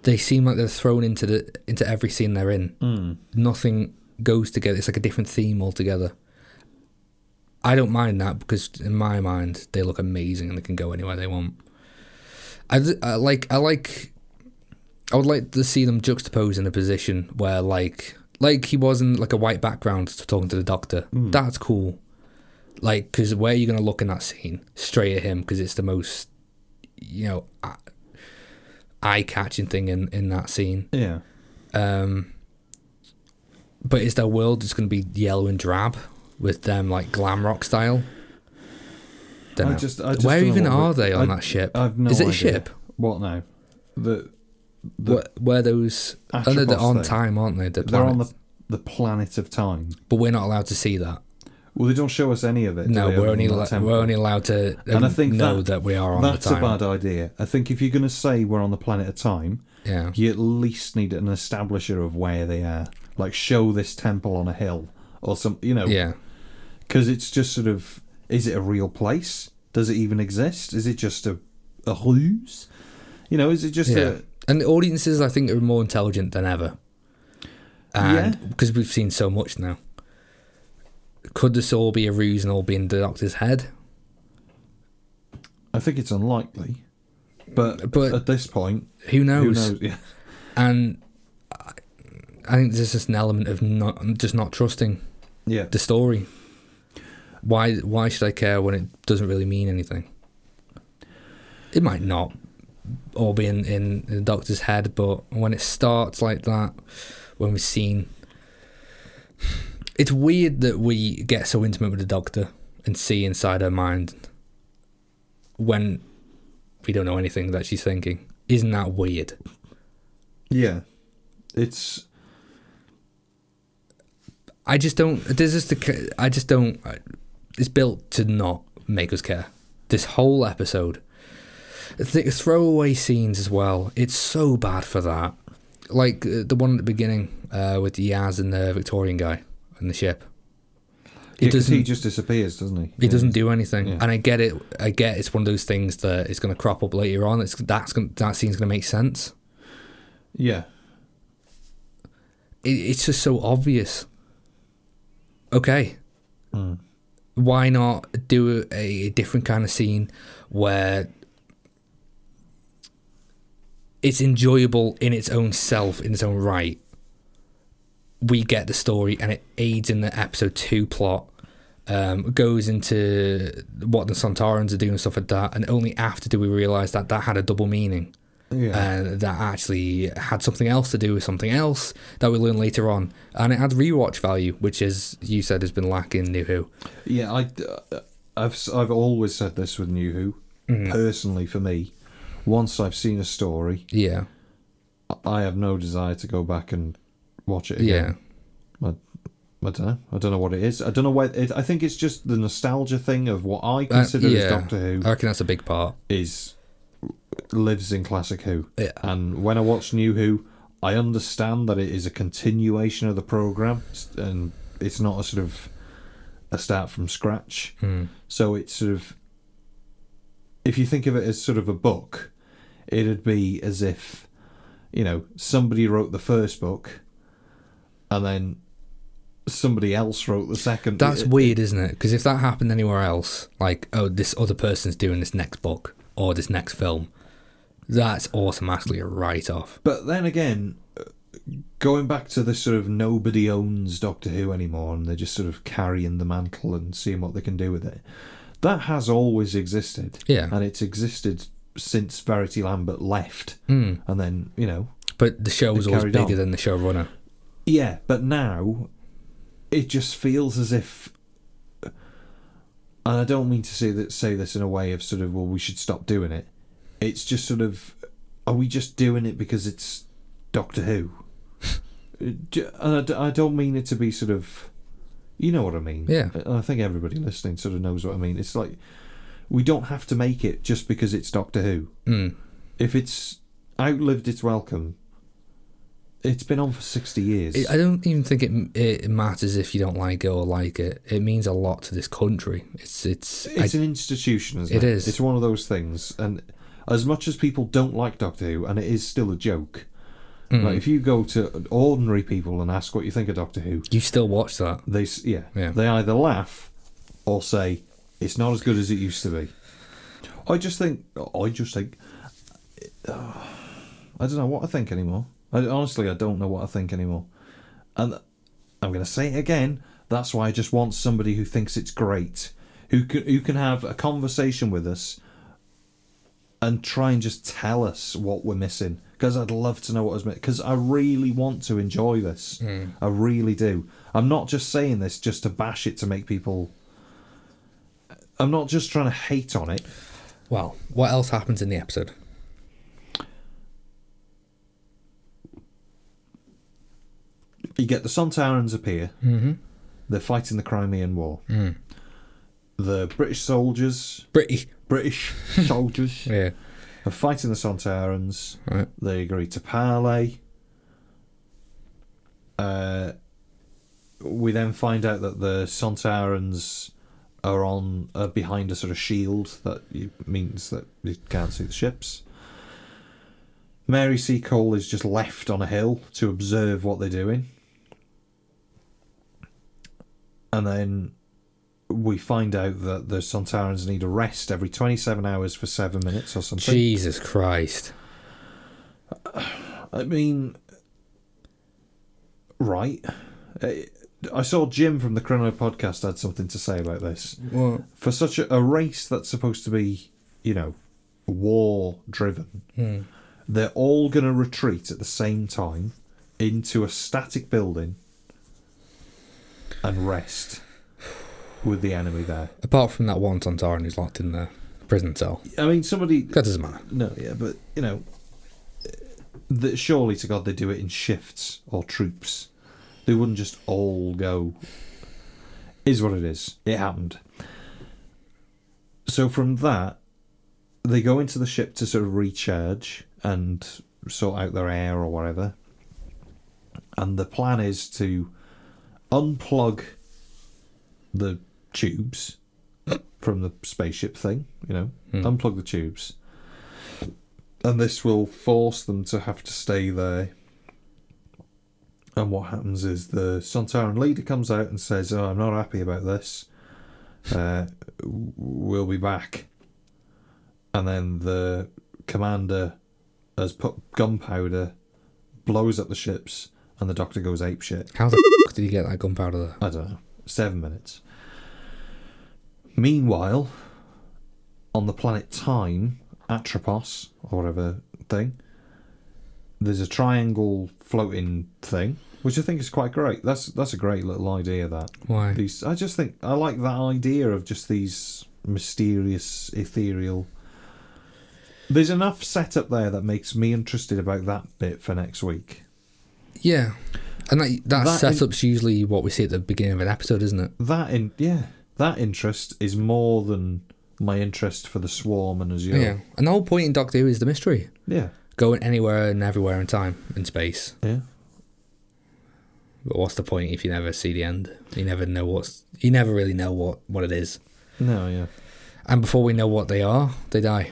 [SPEAKER 2] They seem like they're thrown into the into every scene they're in. Mm. Nothing goes together. It's like a different theme altogether. I don't mind that because in my mind they look amazing and they can go anywhere they want. I, d- I like I like I would like to see them juxtaposed in a position where like like he was in like a white background to talking to the doctor. That's cool. Like, because where are you going to look in that scene? Straight at him, because it's the most, you know, eye catching thing in, in that scene.
[SPEAKER 1] Yeah.
[SPEAKER 2] Um, but is their world just going to be yellow and drab with them like glam rock style? Don't
[SPEAKER 1] I
[SPEAKER 2] know.
[SPEAKER 1] just, I just
[SPEAKER 2] Where
[SPEAKER 1] don't know
[SPEAKER 2] even
[SPEAKER 1] what
[SPEAKER 2] are
[SPEAKER 1] the-
[SPEAKER 2] they on
[SPEAKER 1] I-
[SPEAKER 2] that ship?
[SPEAKER 1] I've no
[SPEAKER 2] is it
[SPEAKER 1] idea.
[SPEAKER 2] a ship?
[SPEAKER 1] What now? The, the
[SPEAKER 2] Where, where those? Oh, no, they're
[SPEAKER 1] Atropos
[SPEAKER 2] on
[SPEAKER 1] thing.
[SPEAKER 2] time, aren't they? The
[SPEAKER 1] they're on the
[SPEAKER 2] planets.
[SPEAKER 1] the planet of time.
[SPEAKER 2] but we're not allowed to see that.
[SPEAKER 1] Well, they don't show us any of it. do
[SPEAKER 2] No,
[SPEAKER 1] they,
[SPEAKER 2] we're
[SPEAKER 1] other
[SPEAKER 2] only
[SPEAKER 1] than
[SPEAKER 2] allo-
[SPEAKER 1] that temple?
[SPEAKER 2] we're only allowed to um,
[SPEAKER 1] and I think
[SPEAKER 2] know that,
[SPEAKER 1] that
[SPEAKER 2] we are on
[SPEAKER 1] That's
[SPEAKER 2] the time.
[SPEAKER 1] a bad idea. I think if you're going to say we're on the planet of time,
[SPEAKER 2] Yeah.
[SPEAKER 1] you at least need an establisher of where they are. Like show this temple on a hill or some, you know,
[SPEAKER 2] yeah,
[SPEAKER 1] Because it's just sort of, is it a real place? Does it even exist? Is it just a a ruse? You know, is it just
[SPEAKER 2] yeah. And the audiences, I think, are more intelligent than ever. And
[SPEAKER 1] Yeah.
[SPEAKER 2] because we've seen so much now, could this all be a ruse and all be in the doctor's head?
[SPEAKER 1] a? I think it's unlikely, but
[SPEAKER 2] But-
[SPEAKER 1] at this point,
[SPEAKER 2] Who knows?
[SPEAKER 1] who knows? [laughs] Yeah.
[SPEAKER 2] And I, I think there's just an element of not just not trusting
[SPEAKER 1] yeah.
[SPEAKER 2] the story. Why why should I care when it doesn't really mean anything? It might not all be in, in the doctor's head, but when it starts like that, when we've seen it's weird that we get so intimate with the doctor and see inside her mind when we don't know anything that she's thinking. Isn't that weird?
[SPEAKER 1] Yeah. It's
[SPEAKER 2] I just don't. There's just the. I just don't. It's built to not make us care. This whole episode, the throwaway scenes as well. It's so bad for that. Like uh, the one at the beginning uh, with Yaz and the Victorian guy on the ship. He
[SPEAKER 1] yeah, 'cause
[SPEAKER 2] doesn't.
[SPEAKER 1] he
[SPEAKER 2] He,
[SPEAKER 1] just disappears, doesn't he?
[SPEAKER 2] doesn't do anything.
[SPEAKER 1] Yeah.
[SPEAKER 2] And I get it. I get it's one of those things that is going to crop up later on. It's that's gonna, that scene's going to make sense.
[SPEAKER 1] Yeah.
[SPEAKER 2] it, it's just so obvious. Okay. Why not do a, a different kind of scene where it's enjoyable in its own self, in its own right? We get the story and it aids in the episode two plot. Um, goes into what the Santarans are doing and stuff like that, and only after do we realize that that had a double meaning
[SPEAKER 1] Yeah.
[SPEAKER 2] uh, that actually had something else to do with something else that we learn later on, and it had rewatch value, which is you said has been lacking in New Who.
[SPEAKER 1] Yeah, I, have I've always said this with New Who.
[SPEAKER 2] Mm-hmm.
[SPEAKER 1] Personally, for me, once I've seen a story,
[SPEAKER 2] Yeah,
[SPEAKER 1] I have no desire to go back and watch it
[SPEAKER 2] yeah,
[SPEAKER 1] again. Yeah. I, I don't know. I don't know what it is. I don't know why. It, I think it's just the nostalgia thing of what I
[SPEAKER 2] Uh,
[SPEAKER 1] consider
[SPEAKER 2] yeah.
[SPEAKER 1] as Doctor Who
[SPEAKER 2] I reckon that's a big part.
[SPEAKER 1] is lives in classic Who.
[SPEAKER 2] Yeah.
[SPEAKER 1] And when I watch New Who, I understand that it is a continuation of the program, and it's not a sort of a start from scratch.
[SPEAKER 2] Hmm.
[SPEAKER 1] So it's sort of, if you think of it as sort of a book, it'd be as if, you know, somebody wrote the first book, and then somebody else wrote the second.
[SPEAKER 2] That's
[SPEAKER 1] It-
[SPEAKER 2] weird, isn't it? Because if that happened anywhere else, like oh, this other person's doing this next book or this next film, that's automatically a write off.
[SPEAKER 1] But then again, uh, going back to this sort of nobody owns Doctor Who anymore, and they're just sort of carrying the mantle and seeing what they can do with it. That has always existed,
[SPEAKER 2] Yeah.
[SPEAKER 1] and it's existed since Verity Lambert left, and then you know,
[SPEAKER 2] But the show was
[SPEAKER 1] It
[SPEAKER 2] always
[SPEAKER 1] carried on.
[SPEAKER 2] bigger than the showrunner.
[SPEAKER 1] yeah. But now, it just feels as if. And I don't mean to say that say this in a way of sort of well we should stop doing it. It's just sort of are we just doing it because it's Doctor
[SPEAKER 2] [laughs]
[SPEAKER 1] Who? J- and I d- I don't mean it to be sort of, you know what I mean.
[SPEAKER 2] Yeah.
[SPEAKER 1] And I think everybody listening sort of knows what I mean. It's like we don't have to make it just because it's Doctor Who.
[SPEAKER 2] Mm.
[SPEAKER 1] If it's outlived its welcome, it's been on for sixty years.
[SPEAKER 2] It, I don't even think it it matters if you don't like it or like it. It means a lot to this country. It's it's, I-
[SPEAKER 1] it's an institution, isn't
[SPEAKER 2] It
[SPEAKER 1] it?
[SPEAKER 2] is.
[SPEAKER 1] It's one of those things, and as much as people don't like Doctor Who, and it is still a joke.
[SPEAKER 2] Hmm.
[SPEAKER 1] Like if you go to ordinary people and ask what you think of Doctor Who,
[SPEAKER 2] you still watch that.
[SPEAKER 1] they s- yeah,
[SPEAKER 2] Yeah.
[SPEAKER 1] they either laugh or say it's not as good as it used to be. I just think I just think uh, I don't know what I think anymore. I, honestly, I don't know what I think anymore. And I'm going to say it again. That's why I just want somebody who thinks it's great, who can, who can have a conversation with us and try and just tell us what we're missing. Because I'd love to know what was missing. Because I really want to enjoy this. I really do. I'm not just saying this just to bash it to make people. I'm not just trying to hate on it.
[SPEAKER 2] Well, what else happens in the episode?
[SPEAKER 1] you get the Sontarans appear. Mm-hmm. They're fighting the Crimean War. The British soldiers,
[SPEAKER 2] British.
[SPEAKER 1] British [laughs] soldiers,
[SPEAKER 2] Yeah.
[SPEAKER 1] are fighting the Sontarans.
[SPEAKER 2] Right.
[SPEAKER 1] They agree to parley. Uh, we then find out that the Sontarans are on are behind a sort of shield that y- means that you can't see the ships. Mary C. Cole is just left on a hill to observe what they're doing. And then we find out that the Sontarans need a rest every 27 hours for seven minutes or something.
[SPEAKER 2] Jesus Christ.
[SPEAKER 1] I mean, right. I- I saw Jim from the Chrono podcast had something to say about this. For such a, a race that's supposed to be, you know, war driven, they're all going to retreat at the same time into a static building and rest with the enemy there.
[SPEAKER 2] Apart from that one Santaran who's locked in the prison cell.
[SPEAKER 1] I mean, somebody
[SPEAKER 2] That doesn't matter.
[SPEAKER 1] No, yeah, but you know, that surely to God they do it in shifts or troops. They wouldn't just all go. Is what it is. It happened. So from that, they go into the ship to sort of recharge and sort out their air or whatever. And the plan is to unplug the tubes from the spaceship thing, you know, unplug the tubes and this will force them to have to stay there. And what happens is the Sontaran leader comes out and says, "Oh, I'm not happy about this. Uh, w- we'll be back." And then the commander has put gunpowder, blows up the ships, and the doctor goes ape shit.
[SPEAKER 2] How the f- did you get that gunpowder there?
[SPEAKER 1] I don't know. Seven minutes. Meanwhile, on the planet Time, Atropos, or whatever thing, there's a triangle floating thing, which I think is quite great. That's that's a great little idea that.
[SPEAKER 2] Why?
[SPEAKER 1] These I just think I like that idea of just these mysterious, ethereal there's enough setup there that makes me interested about that bit for next week.
[SPEAKER 2] Yeah. And that, that,
[SPEAKER 1] That in-
[SPEAKER 2] setup's usually what we see at the beginning of an episode, isn't it?
[SPEAKER 1] that in yeah that interest is more than my interest for the swarm and Azure.
[SPEAKER 2] Yeah. And the whole point in Doctor Who is the mystery.
[SPEAKER 1] yeah,
[SPEAKER 2] Going anywhere and everywhere in time and space.
[SPEAKER 1] yeah.
[SPEAKER 2] But what's the point if you never see the end? You never know what's. You never really know what, what it is.
[SPEAKER 1] No, yeah.
[SPEAKER 2] And before we know what they are, they die.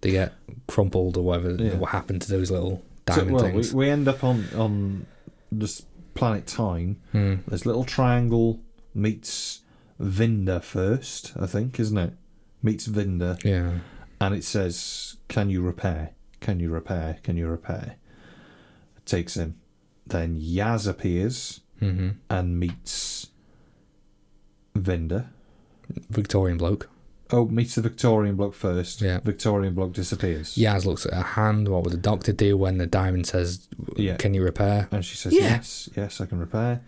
[SPEAKER 2] They get crumpled or whatever.
[SPEAKER 1] Yeah.
[SPEAKER 2] What happened to those little
[SPEAKER 1] So,
[SPEAKER 2] diamond
[SPEAKER 1] well, we,
[SPEAKER 2] things?
[SPEAKER 1] we end up on on this planet Time.
[SPEAKER 2] Hmm.
[SPEAKER 1] This little triangle meets Vinda first, I think, isn't it? Meets Vinda.
[SPEAKER 2] yeah.
[SPEAKER 1] and it says, "Can you repair? Can you repair? Can you repair?" It takes him. Then Yaz appears
[SPEAKER 2] Mm-hmm.
[SPEAKER 1] and meets Vinda.
[SPEAKER 2] Victorian bloke.
[SPEAKER 1] Oh, meets the Victorian bloke first.
[SPEAKER 2] Yeah.
[SPEAKER 1] Victorian bloke disappears.
[SPEAKER 2] Yaz looks at her hand. What would the doctor do when the diamond says,
[SPEAKER 1] Yeah.
[SPEAKER 2] Can you repair?
[SPEAKER 1] And she says,
[SPEAKER 2] Yeah.
[SPEAKER 1] "Yes, yes, I can repair."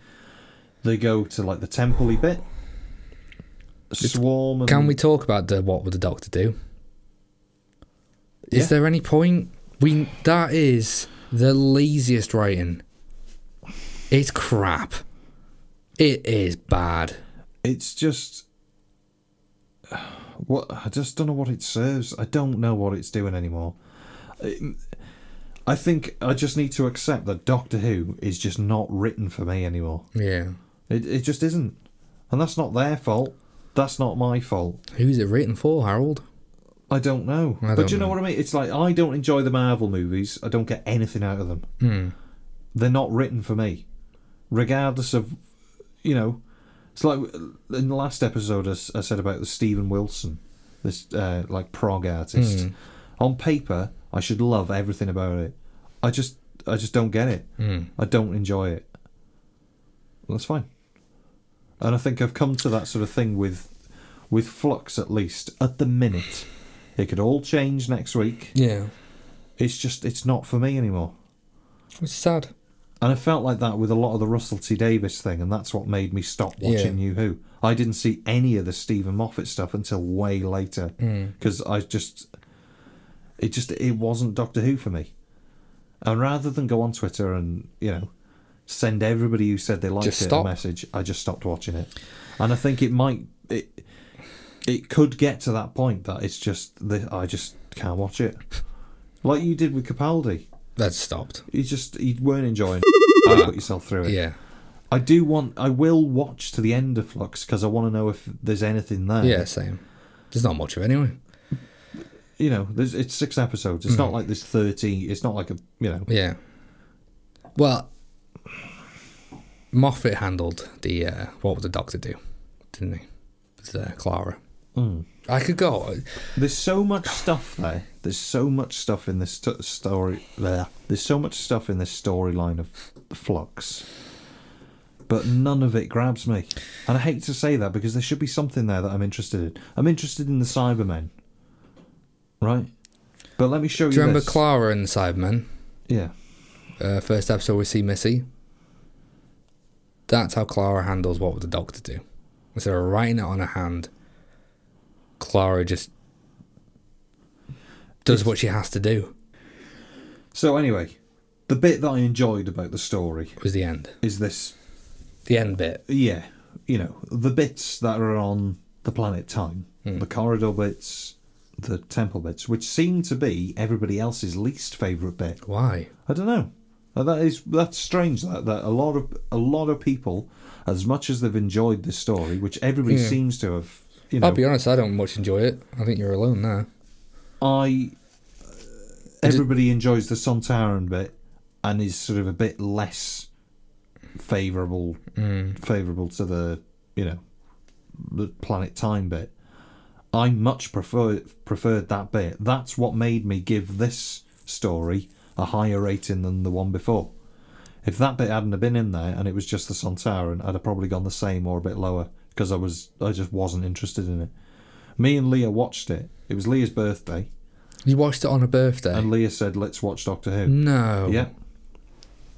[SPEAKER 1] They go to like the templey bit. Swarm. And,
[SPEAKER 2] Can we talk about the what would the doctor do? Is
[SPEAKER 1] Yeah.
[SPEAKER 2] there any point? We that is the laziest writing. It's crap. It is bad.
[SPEAKER 1] it's just [sighs] what I just don't know what it serves. I don't know what it's doing anymore. I- I think I just need to accept that Doctor Who is just not written for me anymore.
[SPEAKER 2] Yeah.
[SPEAKER 1] It it just isn't, and that's not their fault. That's not my fault.
[SPEAKER 2] Who's it written for, Harold?
[SPEAKER 1] I don't know.
[SPEAKER 2] I
[SPEAKER 1] but
[SPEAKER 2] don't
[SPEAKER 1] do you know,
[SPEAKER 2] know.
[SPEAKER 1] what I mean? It's like I don't enjoy the Marvel movies. I don't get anything out of them.
[SPEAKER 2] Hmm.
[SPEAKER 1] They're not written for me, regardless of, you know, it's like in the last episode I, s- I said about the Stephen Wilson, this uh, like prog artist. On paper, I should love everything about it. I just I just don't get it. I don't enjoy it. That's fine. And I think I've come to that sort of thing with with Flux at least at the minute. It could all change next week.
[SPEAKER 2] Yeah.
[SPEAKER 1] It's just it's not for me anymore.
[SPEAKER 2] It's sad.
[SPEAKER 1] And I felt like that with a lot of the Russell T Davis thing, and that's what made me stop watching New Who. I didn't see any of the Stephen Moffat stuff until way later
[SPEAKER 2] Hmm.
[SPEAKER 1] because I just it just it wasn't Doctor Who for me. And rather than go on Twitter and you know send everybody who said they liked
[SPEAKER 2] Just
[SPEAKER 1] it
[SPEAKER 2] stop.
[SPEAKER 1] a message, I just stopped watching it. And I think it might it it could get to that point that it's just the, I just can't watch it, like you did with Capaldi
[SPEAKER 2] That's stopped.
[SPEAKER 1] you just you weren't
[SPEAKER 2] [laughs]
[SPEAKER 1] enjoying I put yourself through it
[SPEAKER 2] Yeah.
[SPEAKER 1] i do want i will watch to the end of flux because i want to know if there's anything there
[SPEAKER 2] Yeah, same. There's not much of it anyway.
[SPEAKER 1] you know there's it's six episodes it's not like there's 30 it's not like a you know
[SPEAKER 2] Mm. Yeah. Well, Moffat handled the uh, what would the doctor do, didn't he? With uh, Clara. I could go.
[SPEAKER 1] there's so much stuff there there's so much stuff in this t- story there there's so much stuff in this storyline of flux but none of it grabs me and i hate to say that because there should be something there that i'm interested in i'm interested in the cybermen right but let me show
[SPEAKER 2] Do you remember
[SPEAKER 1] this.
[SPEAKER 2] Clara and the Cybermen?
[SPEAKER 1] Yeah.
[SPEAKER 2] Uh, first episode we see Missy. That's how Clara handles what would the doctor do. Instead of writing it on her hand, Clara just does what she has to do.
[SPEAKER 1] So anyway, the bit that I enjoyed about the story
[SPEAKER 2] It was the end.
[SPEAKER 1] is this.
[SPEAKER 2] The end bit.
[SPEAKER 1] Yeah, you know the bits that are on the planet time,
[SPEAKER 2] Hmm.
[SPEAKER 1] the corridor bits, the temple bits, which seem to be everybody else's least favourite bit.
[SPEAKER 2] Why?
[SPEAKER 1] I don't know. Uh, That is that's strange that, that a lot of a lot of people, as much as they've enjoyed this story, which everybody
[SPEAKER 2] Yeah.
[SPEAKER 1] seems to have, you know,
[SPEAKER 2] I'll be honest, I don't much enjoy it. I think you're alone there.
[SPEAKER 1] I. Everybody enjoys the Sontaran bit, and is sort of a bit less favourable, favourable to the you know, the planet time bit. I much prefer preferred that bit. That's what made me give this story a higher rating than the one before. If that bit hadn't have been in there and it was just the Sontaran, I'd have probably gone the same or a bit lower because I was I just wasn't interested in it. Me and Leah watched it. It was Leah's birthday,
[SPEAKER 2] You watched it on her birthday.
[SPEAKER 1] and Leah said, "Let's watch Doctor
[SPEAKER 2] Mm.
[SPEAKER 1] Who."
[SPEAKER 2] no.
[SPEAKER 1] Yeah,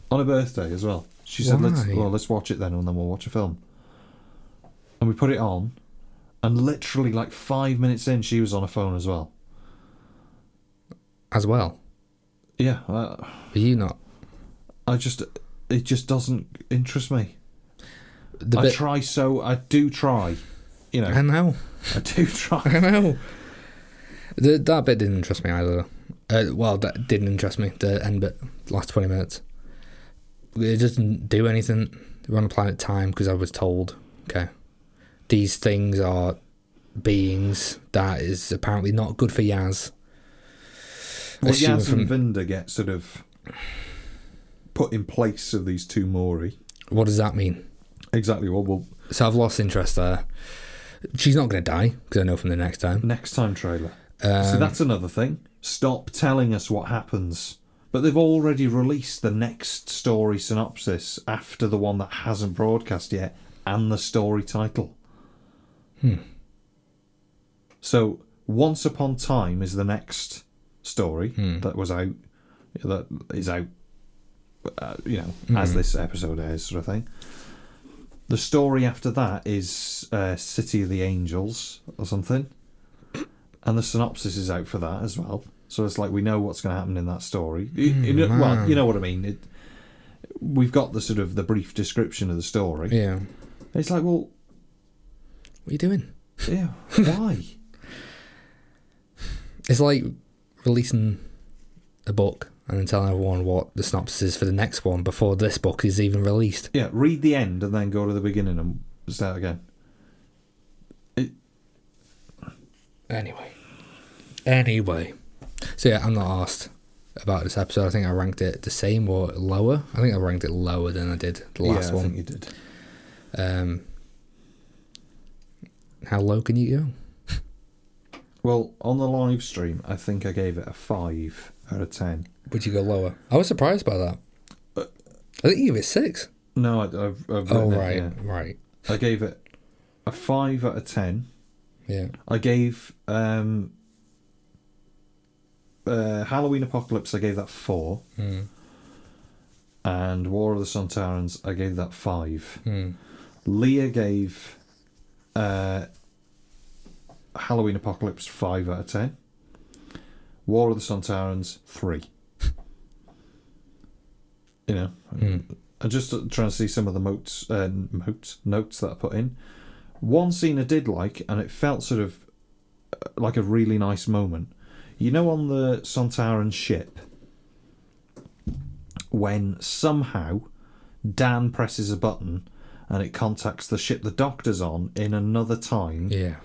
[SPEAKER 1] on her birthday as well. She said, "Let's
[SPEAKER 2] Why?
[SPEAKER 1] well, let's watch it then, and then we'll watch a film." And we put it on, and literally like five minutes in, she was on her phone as well.
[SPEAKER 2] As well.
[SPEAKER 1] Yeah, I,
[SPEAKER 2] But you not.
[SPEAKER 1] I just it just doesn't interest me.
[SPEAKER 2] The
[SPEAKER 1] I
[SPEAKER 2] bit.
[SPEAKER 1] try so I do try, you know,
[SPEAKER 2] I know. [laughs]
[SPEAKER 1] I do [laughs] try.
[SPEAKER 2] I know. The, that bit didn't interest me either. Uh, well, that didn't interest me. The end bit, last twenty minutes. It doesn't do anything. We're on a planet time because I was told. Okay, these things are beings that is apparently not good for Yaz.
[SPEAKER 1] Well,
[SPEAKER 2] Assuming
[SPEAKER 1] Yaz and Vinda get sort of put in place of these two Mori.
[SPEAKER 2] What does that mean?
[SPEAKER 1] Exactly. Well, well,
[SPEAKER 2] So I've lost interest there. She's not going to die because I know from the next time.
[SPEAKER 1] next time trailer. so that's another thing. Stop telling us what happens. But they've already released the next story synopsis after the one that hasn't broadcast yet and the story title. Hmm. So Once Upon Time is the next story that was out that is out uh, you know, as this episode airs sort of thing. The story after that is uh, City of the Angels or something and the synopsis is out for that as well. So it's like we know what's going to happen in that story. You- you know- well, you know what I mean. It, we've got the sort of the brief description of the story.
[SPEAKER 2] Yeah. What
[SPEAKER 1] It's like, well,
[SPEAKER 2] are you doing?
[SPEAKER 1] yeah, why?
[SPEAKER 2] It's like releasing a book and then telling everyone what the synopsis is for the next one before this book is even released.
[SPEAKER 1] yeah, read the end and then go to the beginning and start again.
[SPEAKER 2] Anyway. Anyway. So yeah, I'm not asked about this episode. I think I ranked it the same or lower. I think I ranked it lower than I did the last
[SPEAKER 1] yeah, I
[SPEAKER 2] one.
[SPEAKER 1] think you did.
[SPEAKER 2] Um how low can you go?
[SPEAKER 1] Well, on the live stream, I think I gave it a five out of ten.
[SPEAKER 2] Would you go lower? I was surprised by that. I think you gave it six.
[SPEAKER 1] No, I, I've, I've
[SPEAKER 2] Oh
[SPEAKER 1] written it,
[SPEAKER 2] right,
[SPEAKER 1] yeah.
[SPEAKER 2] right,
[SPEAKER 1] I gave it a five out of ten.
[SPEAKER 2] yeah.
[SPEAKER 1] I gave um, uh, Halloween Apocalypse. I gave that four, and War of the Sontarans. I gave that five. Leah gave uh, Halloween Apocalypse five out of ten. War of the Sontarans three. you know, I'm just trying to see some of the motes, uh, motes notes that I put in. One scene I did like, and it felt sort of uh, like a really nice moment. You know, on the Sontaran ship, when somehow Dan presses a button and it contacts the ship the doctor's on in another time,
[SPEAKER 2] Yeah.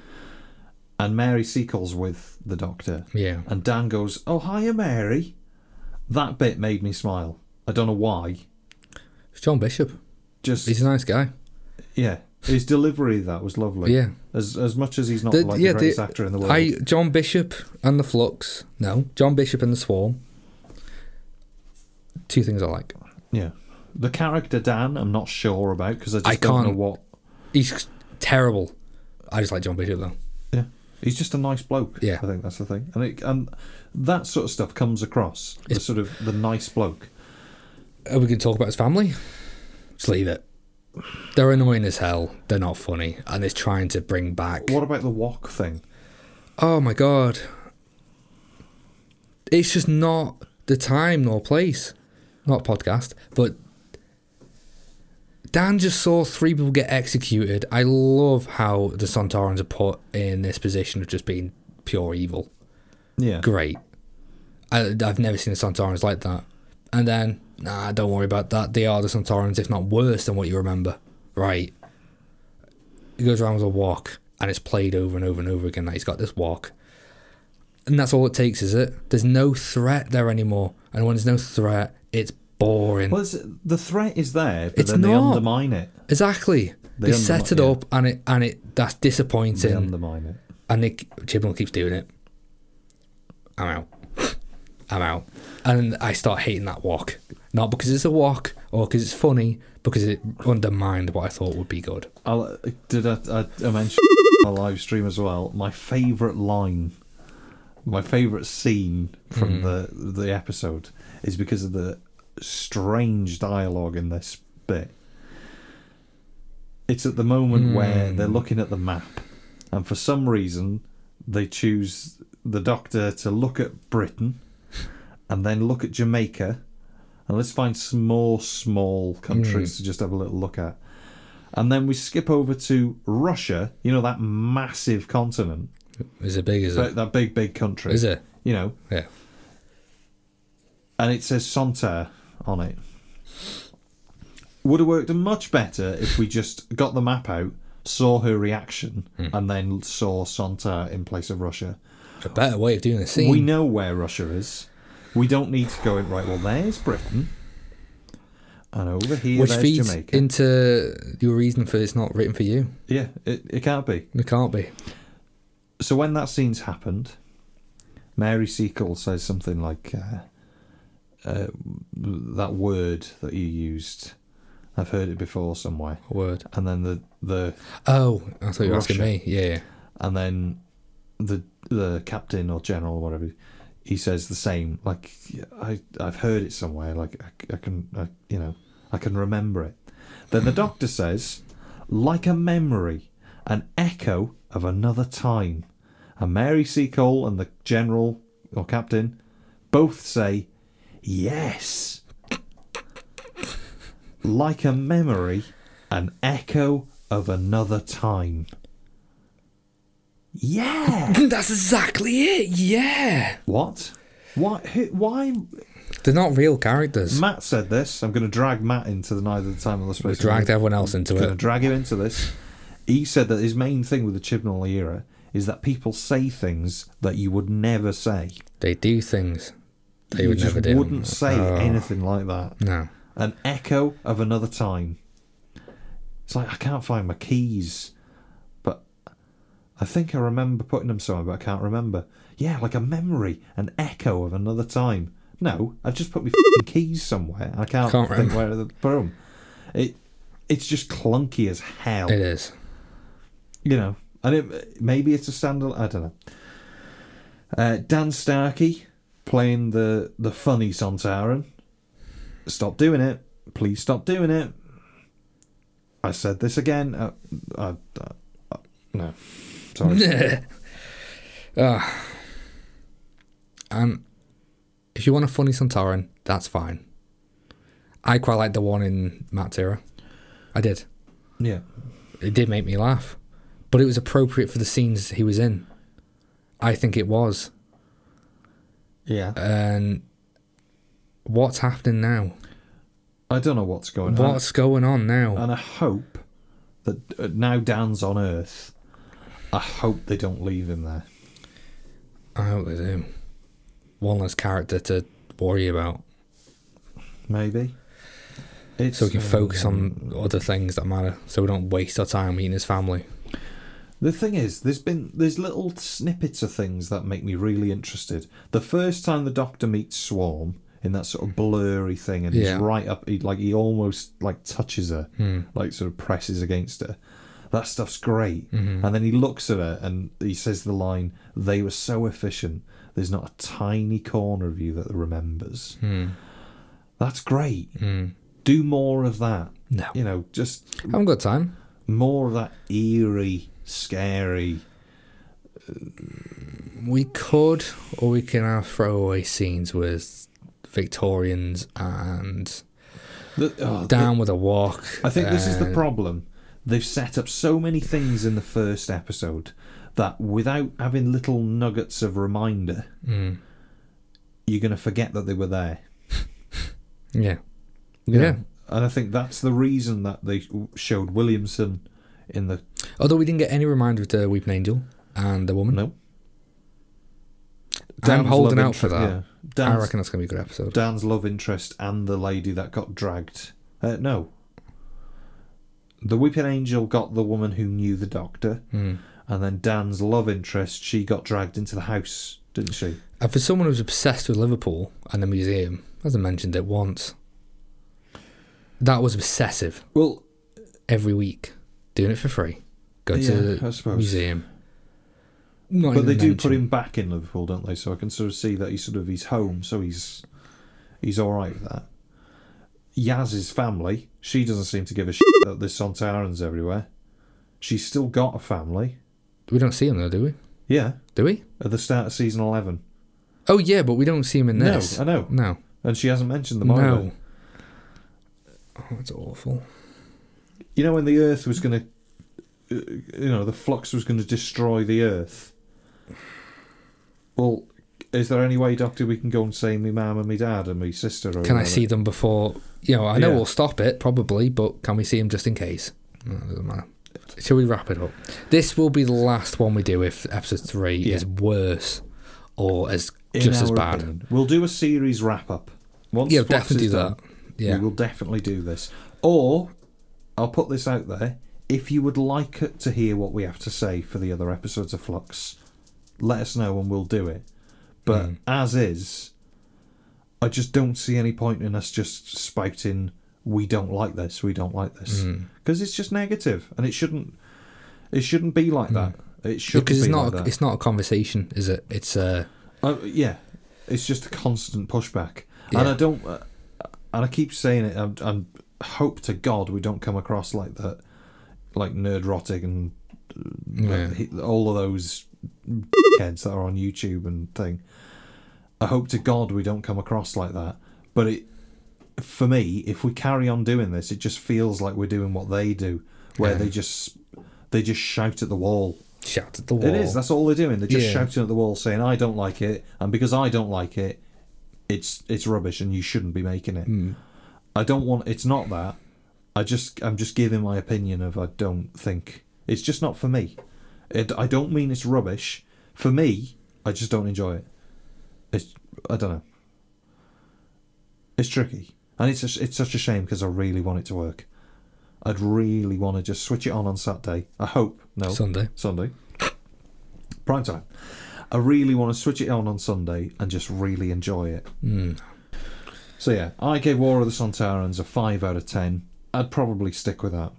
[SPEAKER 1] and Mary Seacles with the doctor.
[SPEAKER 2] Yeah.
[SPEAKER 1] And Dan goes, Oh, hiya, Mary. That bit made me smile. I don't know why.
[SPEAKER 2] It's John Bishop.
[SPEAKER 1] Just,
[SPEAKER 2] He's a nice guy.
[SPEAKER 1] yeah. His delivery of that was lovely.
[SPEAKER 2] Yeah.
[SPEAKER 1] As, as much as he's not
[SPEAKER 2] The-
[SPEAKER 1] like
[SPEAKER 2] yeah,
[SPEAKER 1] the greatest
[SPEAKER 2] the-
[SPEAKER 1] actor in the world.
[SPEAKER 2] I John Bishop and the Flux. No, John Bishop and the Swarm. Two things I like.
[SPEAKER 1] Yeah. The character Dan, I'm not sure about because I just
[SPEAKER 2] I
[SPEAKER 1] don't know
[SPEAKER 2] can't-
[SPEAKER 1] what.
[SPEAKER 2] He's terrible. I just like John Bishop though.
[SPEAKER 1] Yeah. He's just a nice bloke.
[SPEAKER 2] Yeah.
[SPEAKER 1] I think that's the thing. And it, and that sort of stuff comes across. The sort of the nice bloke.
[SPEAKER 2] Are Uh, we going to talk about his family? Just leave it. They're annoying as hell. They're not funny, and it's trying to bring back.
[SPEAKER 1] What about the walk thing?
[SPEAKER 2] Oh my god. It's just not the time nor place. Not podcast, but Dan just saw three people get executed. I love how the Santarans are put in this position of just being pure evil.
[SPEAKER 1] Yeah.
[SPEAKER 2] Great. I, I've never seen the Santarans like that. And then, nah, don't worry about that. They are the Santarans, if not worse than what you remember. Right. He goes around with a walk, and it's played over and over and over again that he's got this walk. And that's all it takes, is it? There's no threat there anymore. And when there's no threat, it's boring.
[SPEAKER 1] Well, it's, the threat is there, but
[SPEAKER 2] It's
[SPEAKER 1] then they
[SPEAKER 2] not.
[SPEAKER 1] undermine it.
[SPEAKER 2] Exactly.
[SPEAKER 1] They
[SPEAKER 2] They,
[SPEAKER 1] undermi-
[SPEAKER 2] set it
[SPEAKER 1] yeah.
[SPEAKER 2] up, and it and it that's
[SPEAKER 1] They
[SPEAKER 2] disappointing.
[SPEAKER 1] undermine it.
[SPEAKER 2] and Nick Chibnall keeps doing it. I'm out. I'm out. And I start hating that walk. Not because it's a walk or because it's funny, because it undermined what I thought would be good.
[SPEAKER 1] I'll, did I, I, I mention my live stream as well? My favourite line, my favourite scene from the the episode is because of the strange dialogue in this bit. It's at the moment where they're looking at the map, and for some reason they choose the doctor to look at Britain, and then look at Jamaica, and let's find some more small countries to just have a little look at. And then we skip over to Russia, you know, that massive continent,
[SPEAKER 2] Is it big? Is
[SPEAKER 1] that,
[SPEAKER 2] it?
[SPEAKER 1] that big, big country.
[SPEAKER 2] Is it?
[SPEAKER 1] You know,
[SPEAKER 2] Yeah.
[SPEAKER 1] and it says Santerre on it. Would have worked much better if we just got the map out, saw her reaction,
[SPEAKER 2] Hmm.
[SPEAKER 1] and then saw Santerre in place of Russia.
[SPEAKER 2] A better way of doing the scene.
[SPEAKER 1] We know where Russia is. We don't need to go in, right, well, there's Britain. And over here,
[SPEAKER 2] which
[SPEAKER 1] there's
[SPEAKER 2] feeds
[SPEAKER 1] Jamaica.
[SPEAKER 2] into your reason for it's not written for you.
[SPEAKER 1] yeah, it, it can't be.
[SPEAKER 2] It can't be.
[SPEAKER 1] so when that scene's happened, Mary Seacole says something like uh, uh, that word that you used. I've heard it before somewhere.
[SPEAKER 2] Word.
[SPEAKER 1] And then the, the
[SPEAKER 2] Oh, I thought you were asking
[SPEAKER 1] Russia.
[SPEAKER 2] me. Yeah. yeah.
[SPEAKER 1] and then the the captain or general or whatever he says the same like i i've heard it somewhere like i, I can I, you know i can remember it then the doctor says like a memory an echo of another time and mary seacole and the general or captain both say yes like a memory an echo of another time yeah
[SPEAKER 2] [clears throat] That's exactly it. Yeah.
[SPEAKER 1] What? Why? Who, why?
[SPEAKER 2] They're not real characters.
[SPEAKER 1] Matt said this. I'm going to drag Matt into the neither the time or the space.
[SPEAKER 2] Dragged everyone else into
[SPEAKER 1] I'm going to
[SPEAKER 2] it.
[SPEAKER 1] drag him into this. He said that his main thing with the Chibnall era is that people say things that you would never say.
[SPEAKER 2] They do things they
[SPEAKER 1] you
[SPEAKER 2] would
[SPEAKER 1] just
[SPEAKER 2] never do.
[SPEAKER 1] wouldn't say
[SPEAKER 2] Oh,
[SPEAKER 1] anything like that.
[SPEAKER 2] No.
[SPEAKER 1] An echo of another time. It's like I can't find my keys, but I think I remember putting them somewhere, but I can't remember. Yeah, like a memory, an echo of another time. No, I've just put my fing keys somewhere. I can't,
[SPEAKER 2] Can't
[SPEAKER 1] think
[SPEAKER 2] remember.
[SPEAKER 1] where to put 'em. It, it's just clunky as hell.
[SPEAKER 2] It is.
[SPEAKER 1] you know, and it, maybe it's a standalone. I don't know. Uh, Dan Starkey playing the the funny Sontaran. Stop doing it, please. Stop doing it. I said this again. Uh, I, I, I- no, sorry.
[SPEAKER 2] [laughs] Ah. and if you want a funny Santarin, that's fine. I quite like the one in Matt's era. I did.
[SPEAKER 1] yeah,
[SPEAKER 2] It did make me laugh, but it was appropriate for the scenes he was in. I think it was.
[SPEAKER 1] yeah.
[SPEAKER 2] And what's happening now?
[SPEAKER 1] I don't know what's going on.
[SPEAKER 2] What's going on now?
[SPEAKER 1] and I hope that uh, now Dan's on Earth. I hope they don't leave him there.
[SPEAKER 2] I hope they do. One less character to worry about,
[SPEAKER 1] Maybe. It's,
[SPEAKER 2] so we can
[SPEAKER 1] uh,
[SPEAKER 2] focus on other things that matter. So we don't waste our time meeting his family.
[SPEAKER 1] The thing is, there's been there's little snippets of things that make me really interested. The first time the Doctor meets Swarm in that sort of blurry thing, and
[SPEAKER 2] Yeah. Hmm.
[SPEAKER 1] he's right up, he, like he almost like touches her, like sort of presses against her. That stuff's great.
[SPEAKER 2] Mm-hmm.
[SPEAKER 1] And then he looks at her and he says the line, "They were so efficient. There's not a tiny corner of you that remembers."
[SPEAKER 2] Hmm.
[SPEAKER 1] That's great. Do more of that.
[SPEAKER 2] No.
[SPEAKER 1] You know, just
[SPEAKER 2] Haven't got time.
[SPEAKER 1] more of that eerie, scary.
[SPEAKER 2] We could, or we can have throwaway scenes with Victorians and
[SPEAKER 1] The- oh,
[SPEAKER 2] down with a walk. Uh,
[SPEAKER 1] I think this is the
[SPEAKER 2] and-
[SPEAKER 1] problem. They've set up so many things in the first episode that without having little nuggets of reminder,
[SPEAKER 2] Hmm.
[SPEAKER 1] you're going to forget that they were there.
[SPEAKER 2] Yeah,
[SPEAKER 1] you know?
[SPEAKER 2] Yeah.
[SPEAKER 1] And I think that's the reason that they showed Williamson in the.
[SPEAKER 2] although we didn't get any reminder of the Weeping Angel and the woman.
[SPEAKER 1] No.
[SPEAKER 2] I'm holding
[SPEAKER 1] love
[SPEAKER 2] out for
[SPEAKER 1] interest-
[SPEAKER 2] that.
[SPEAKER 1] yeah.
[SPEAKER 2] I
[SPEAKER 1] Dan's,
[SPEAKER 2] reckon that's gonna be a good episode.
[SPEAKER 1] Dan's love interest and the lady that got dragged. Uh, no. The Weeping Angel got the woman who knew the doctor, and then Dan's love interest, she got dragged into the house, didn't she?
[SPEAKER 2] And for someone who's obsessed with Liverpool and the museum, hasn't mentioned it once. That was obsessive.
[SPEAKER 1] Well,
[SPEAKER 2] Every week, doing it for free. Go
[SPEAKER 1] Yeah,
[SPEAKER 2] to
[SPEAKER 1] I
[SPEAKER 2] the
[SPEAKER 1] suppose.
[SPEAKER 2] museum. Not
[SPEAKER 1] but they
[SPEAKER 2] even
[SPEAKER 1] do put
[SPEAKER 2] mentioned.
[SPEAKER 1] him back in Liverpool, don't they? So I can sort of see that he's sort of he's home, so he's he's all right with that. Yaz's family, she doesn't seem to give a shit that there's Sontarans everywhere. She's still got a family.
[SPEAKER 2] We don't see him though, do we?
[SPEAKER 1] Yeah,
[SPEAKER 2] Do we?
[SPEAKER 1] at the start of season eleven.
[SPEAKER 2] Oh yeah, but we don't see him in
[SPEAKER 1] No,
[SPEAKER 2] this.
[SPEAKER 1] I know.
[SPEAKER 2] No.
[SPEAKER 1] And she hasn't mentioned them either.
[SPEAKER 2] No. Oh, that's awful.
[SPEAKER 1] You know when the Earth was going to, you know, the flux was going to destroy the Earth. Well, is there any way, Doctor, we can go and see me mum and me dad and me sister? Or
[SPEAKER 2] Can I
[SPEAKER 1] whatever?
[SPEAKER 2] see them before? You know, I know
[SPEAKER 1] Yeah.
[SPEAKER 2] we'll stop it probably, but can we see him just in case? No, it doesn't matter. Shall we wrap it up? This will be the last one we do if episode three
[SPEAKER 1] Yeah.
[SPEAKER 2] is worse or as
[SPEAKER 1] In
[SPEAKER 2] just as
[SPEAKER 1] our
[SPEAKER 2] bad.
[SPEAKER 1] opinion. We'll do a series wrap up. Once
[SPEAKER 2] Yeah,
[SPEAKER 1] Flux
[SPEAKER 2] definitely
[SPEAKER 1] is
[SPEAKER 2] do
[SPEAKER 1] done,
[SPEAKER 2] that. Yeah.
[SPEAKER 1] we will definitely do this. Or I'll put this out there: if you would like to hear what we have to say for the other episodes of Flux, let us know and we'll do it. But
[SPEAKER 2] Mm.
[SPEAKER 1] as is, I just don't see any point in us just spouting we don't like this, we don't like this,
[SPEAKER 2] Mm.
[SPEAKER 1] because it's just negative and it shouldn't. It shouldn't be like that. It should
[SPEAKER 2] because
[SPEAKER 1] be
[SPEAKER 2] Mm. it's not
[SPEAKER 1] like that.
[SPEAKER 2] it's not a conversation, is it? It's uh
[SPEAKER 1] Uh, yeah, it's just a constant pushback, and
[SPEAKER 2] Yeah.
[SPEAKER 1] I don't. Uh, and I keep saying it. I'm, I'm hope to God we don't come across like that, like nerd rotic and uh,
[SPEAKER 2] Yeah.
[SPEAKER 1] he- all of those kids that are on YouTube and thing. I hope to God we don't come across like that. But it, for me, if we carry on doing this, it just feels like we're doing what they do, where
[SPEAKER 2] Yeah.
[SPEAKER 1] they just they just shout at the wall.
[SPEAKER 2] shout at the wall.
[SPEAKER 1] It is. That's all they're doing. They're just
[SPEAKER 2] Yeah.
[SPEAKER 1] shouting at the wall, saying, "I don't like it," and because I don't like it, it's it's rubbish, and you shouldn't be making it.
[SPEAKER 2] Hmm.
[SPEAKER 1] I don't want. It's not that. I just I'm just giving my opinion of I don't think it's just not for me. It, I don't mean it's rubbish. For me, I just don't enjoy it. It's I don't know. It's tricky, and it's a, it's such a shame because I really want it to work. I'd really want to just switch it on on Saturday. I hope no
[SPEAKER 2] Sunday.
[SPEAKER 1] Sunday. Prime time. I really want to switch it on on Sunday and just really enjoy it. So yeah, I gave War of the Sontarans a five out of ten. I'd probably stick with that.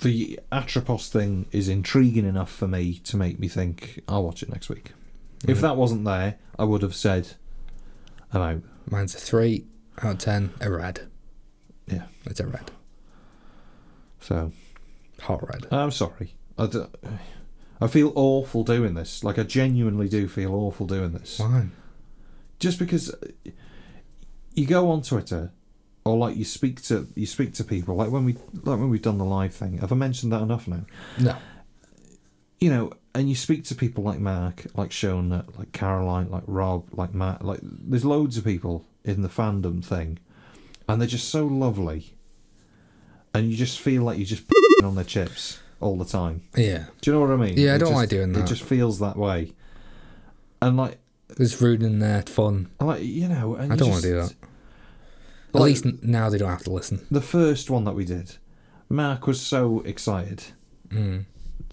[SPEAKER 1] The Atropos thing is intriguing enough for me to make me think I'll watch it next week. If that wasn't there, I would have said I'm out.
[SPEAKER 2] Mine's a three out of ten. A red.
[SPEAKER 1] Yeah.
[SPEAKER 2] It's a red.
[SPEAKER 1] So
[SPEAKER 2] Hot red.
[SPEAKER 1] I'm sorry. I, d- I feel awful doing this. Like I genuinely do feel awful doing this.
[SPEAKER 2] Why?
[SPEAKER 1] just because uh, you go on Twitter or like you speak to you speak to people like when we like when we've done the live thing have I mentioned that enough now
[SPEAKER 2] No.
[SPEAKER 1] you know and you speak to people like Mark like Shona like Caroline like Rob like Matt like there's loads of people in the fandom thing and they're just so lovely and you just feel like you're just [laughs] on their chips all the time
[SPEAKER 2] Yeah.
[SPEAKER 1] do you know what I mean
[SPEAKER 2] Yeah, I
[SPEAKER 1] It
[SPEAKER 2] don't
[SPEAKER 1] just-
[SPEAKER 2] like doing that.
[SPEAKER 1] it just feels that way and like
[SPEAKER 2] It's ruining their fun.
[SPEAKER 1] like you know and
[SPEAKER 2] I
[SPEAKER 1] you
[SPEAKER 2] don't want
[SPEAKER 1] just-
[SPEAKER 2] to do that. At
[SPEAKER 1] Like-
[SPEAKER 2] least n- now they don't have to listen.
[SPEAKER 1] the first one that we did, Mark was so excited. To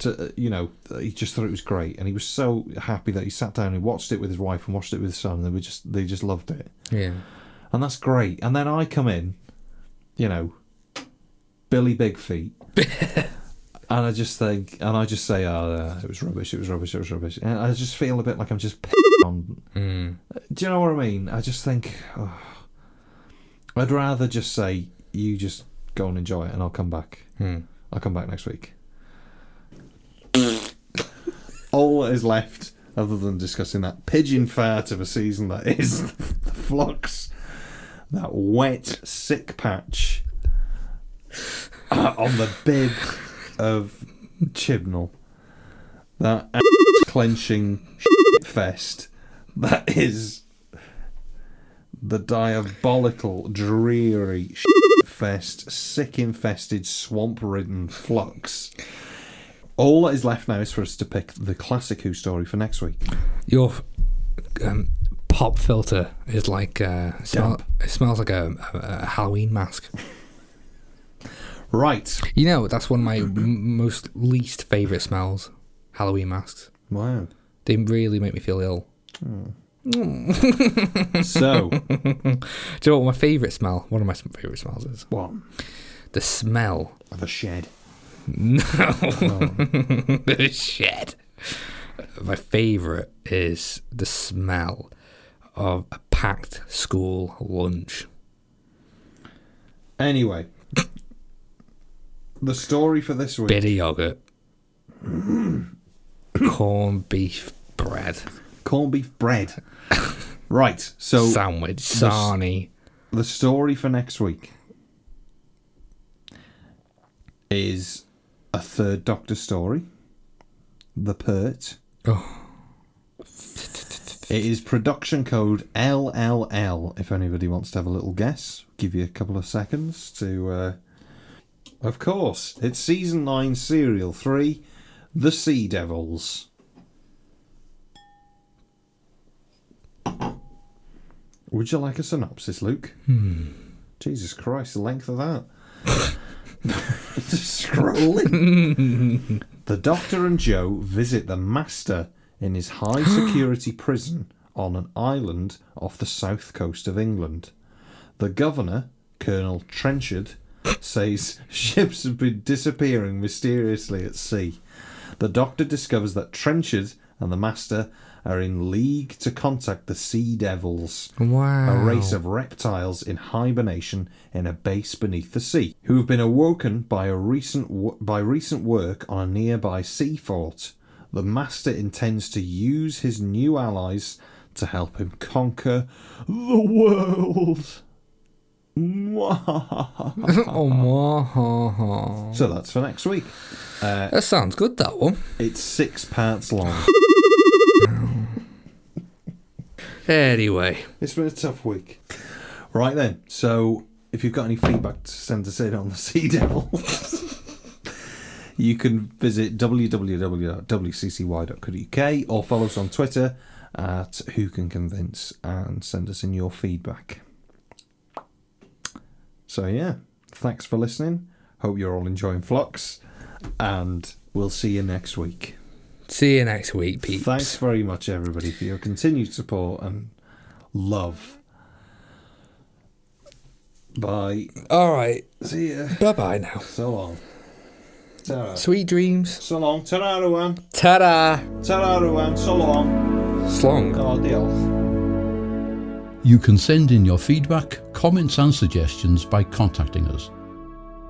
[SPEAKER 1] uh, you know, he just thought it was great, and he was so happy that he sat down and watched it with his wife and watched it with his son, and they were just they just loved it,
[SPEAKER 2] Yeah.
[SPEAKER 1] and that's great. And then I come in, you know, Billy Big Feet, and I just think, and I just say, oh, uh, it was rubbish, it was rubbish, it was rubbish, and I just feel a bit like I'm just [laughs] on.
[SPEAKER 2] Mm.
[SPEAKER 1] Do you know what I mean? I just think oh, I'd rather just say you just go and enjoy it, and I'll come back. I'll come back next week. [laughs] All that is left, other than discussing that pigeon fart of a season that is [laughs] the flux, that wet sick patch uh, on the bib of Chibnall, that clenching fest that is the diabolical, dreary fest, sick infested, swamp ridden flux. All that is left now is for us to pick the classic Who story for next week.
[SPEAKER 2] Your um, pop filter is like uh, smell, it smells like a, a, a Halloween mask.
[SPEAKER 1] Right.
[SPEAKER 2] You know, that's one of my m- most least favorite smells. Halloween masks.
[SPEAKER 1] Wow.
[SPEAKER 2] They really make me feel ill.
[SPEAKER 1] So, [laughs]
[SPEAKER 2] Do you know what my favorite smell? One of my favorite smells is
[SPEAKER 1] what?
[SPEAKER 2] the smell
[SPEAKER 1] Of a shed.
[SPEAKER 2] [laughs] Shit. My favourite is the smell of a packed school lunch.
[SPEAKER 1] Anyway, the story for this week.
[SPEAKER 2] Bit of yogurt, corned beef bread,
[SPEAKER 1] corned beef bread. right. So,
[SPEAKER 2] sandwich, sarnie.
[SPEAKER 1] the story for next week is a third Doctor story, The Pert.
[SPEAKER 2] Oh.
[SPEAKER 1] It is production code LLL. If anybody wants to have a little guess, give you a couple of seconds to. Uh... Of course, it's season 9, serial 3, The Sea Devils. Would you like a synopsis, Luke? Jesus Christ, the length of that. [laughs] Just scrolling. the Doctor and Joe visit the Master in his high security prison on an island off the south coast of England. The Governor, Colonel Trenchard, says ships have been disappearing mysteriously at sea. The Doctor discovers that Trenchard and the Master are in league to contact the Sea Devils
[SPEAKER 2] Wow.
[SPEAKER 1] a race of reptiles in hibernation in a base beneath the sea, who have been awoken by a recent w- by recent work on a nearby sea fort. The master intends to use his new allies to help him conquer the world. [laughs] Mwah.
[SPEAKER 2] [laughs] oh, wow.
[SPEAKER 1] so that's for next week.
[SPEAKER 2] That sounds good, that one.
[SPEAKER 1] It's six parts long.
[SPEAKER 2] Anyway,
[SPEAKER 1] It's been a tough week. Right then, so if you've got any feedback to send us in on the [laughs] Sea Devils, you can visit www.wccy.co.uk or follow us on Twitter at Who Can Convince and send us in your feedback. So yeah, thanks for listening. Hope you're all enjoying Flux, and we'll see you next week.
[SPEAKER 2] see you next week, peeps.
[SPEAKER 1] Thanks very much, everybody, for your continued support and love. Bye.
[SPEAKER 2] All right.
[SPEAKER 1] See ya.
[SPEAKER 2] Bye bye now.
[SPEAKER 1] So long. Ta-ra.
[SPEAKER 2] Sweet dreams.
[SPEAKER 1] So long. Ta-ra, everyone.
[SPEAKER 2] Ta da!
[SPEAKER 1] Ta-ra, everyone. So long.
[SPEAKER 2] Slong.
[SPEAKER 1] God, deal.
[SPEAKER 6] You can send in your feedback, comments, and suggestions by contacting us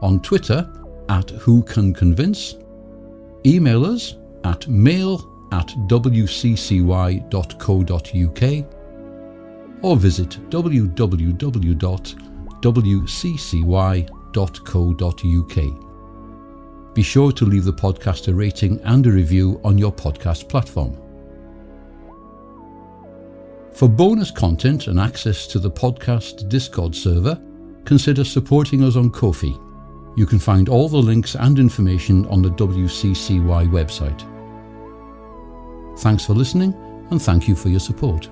[SPEAKER 6] on Twitter at Who Can Convince, email us at mail at wccy.co.uk, or visit www.wccy.co.uk. Be sure to leave the podcast a rating and a review on your podcast platform. For bonus content and access to the podcast Discord server, consider supporting us on Ko-fi. You can find all the links and information on the WCCY website. Thanks for listening and thank you for your support.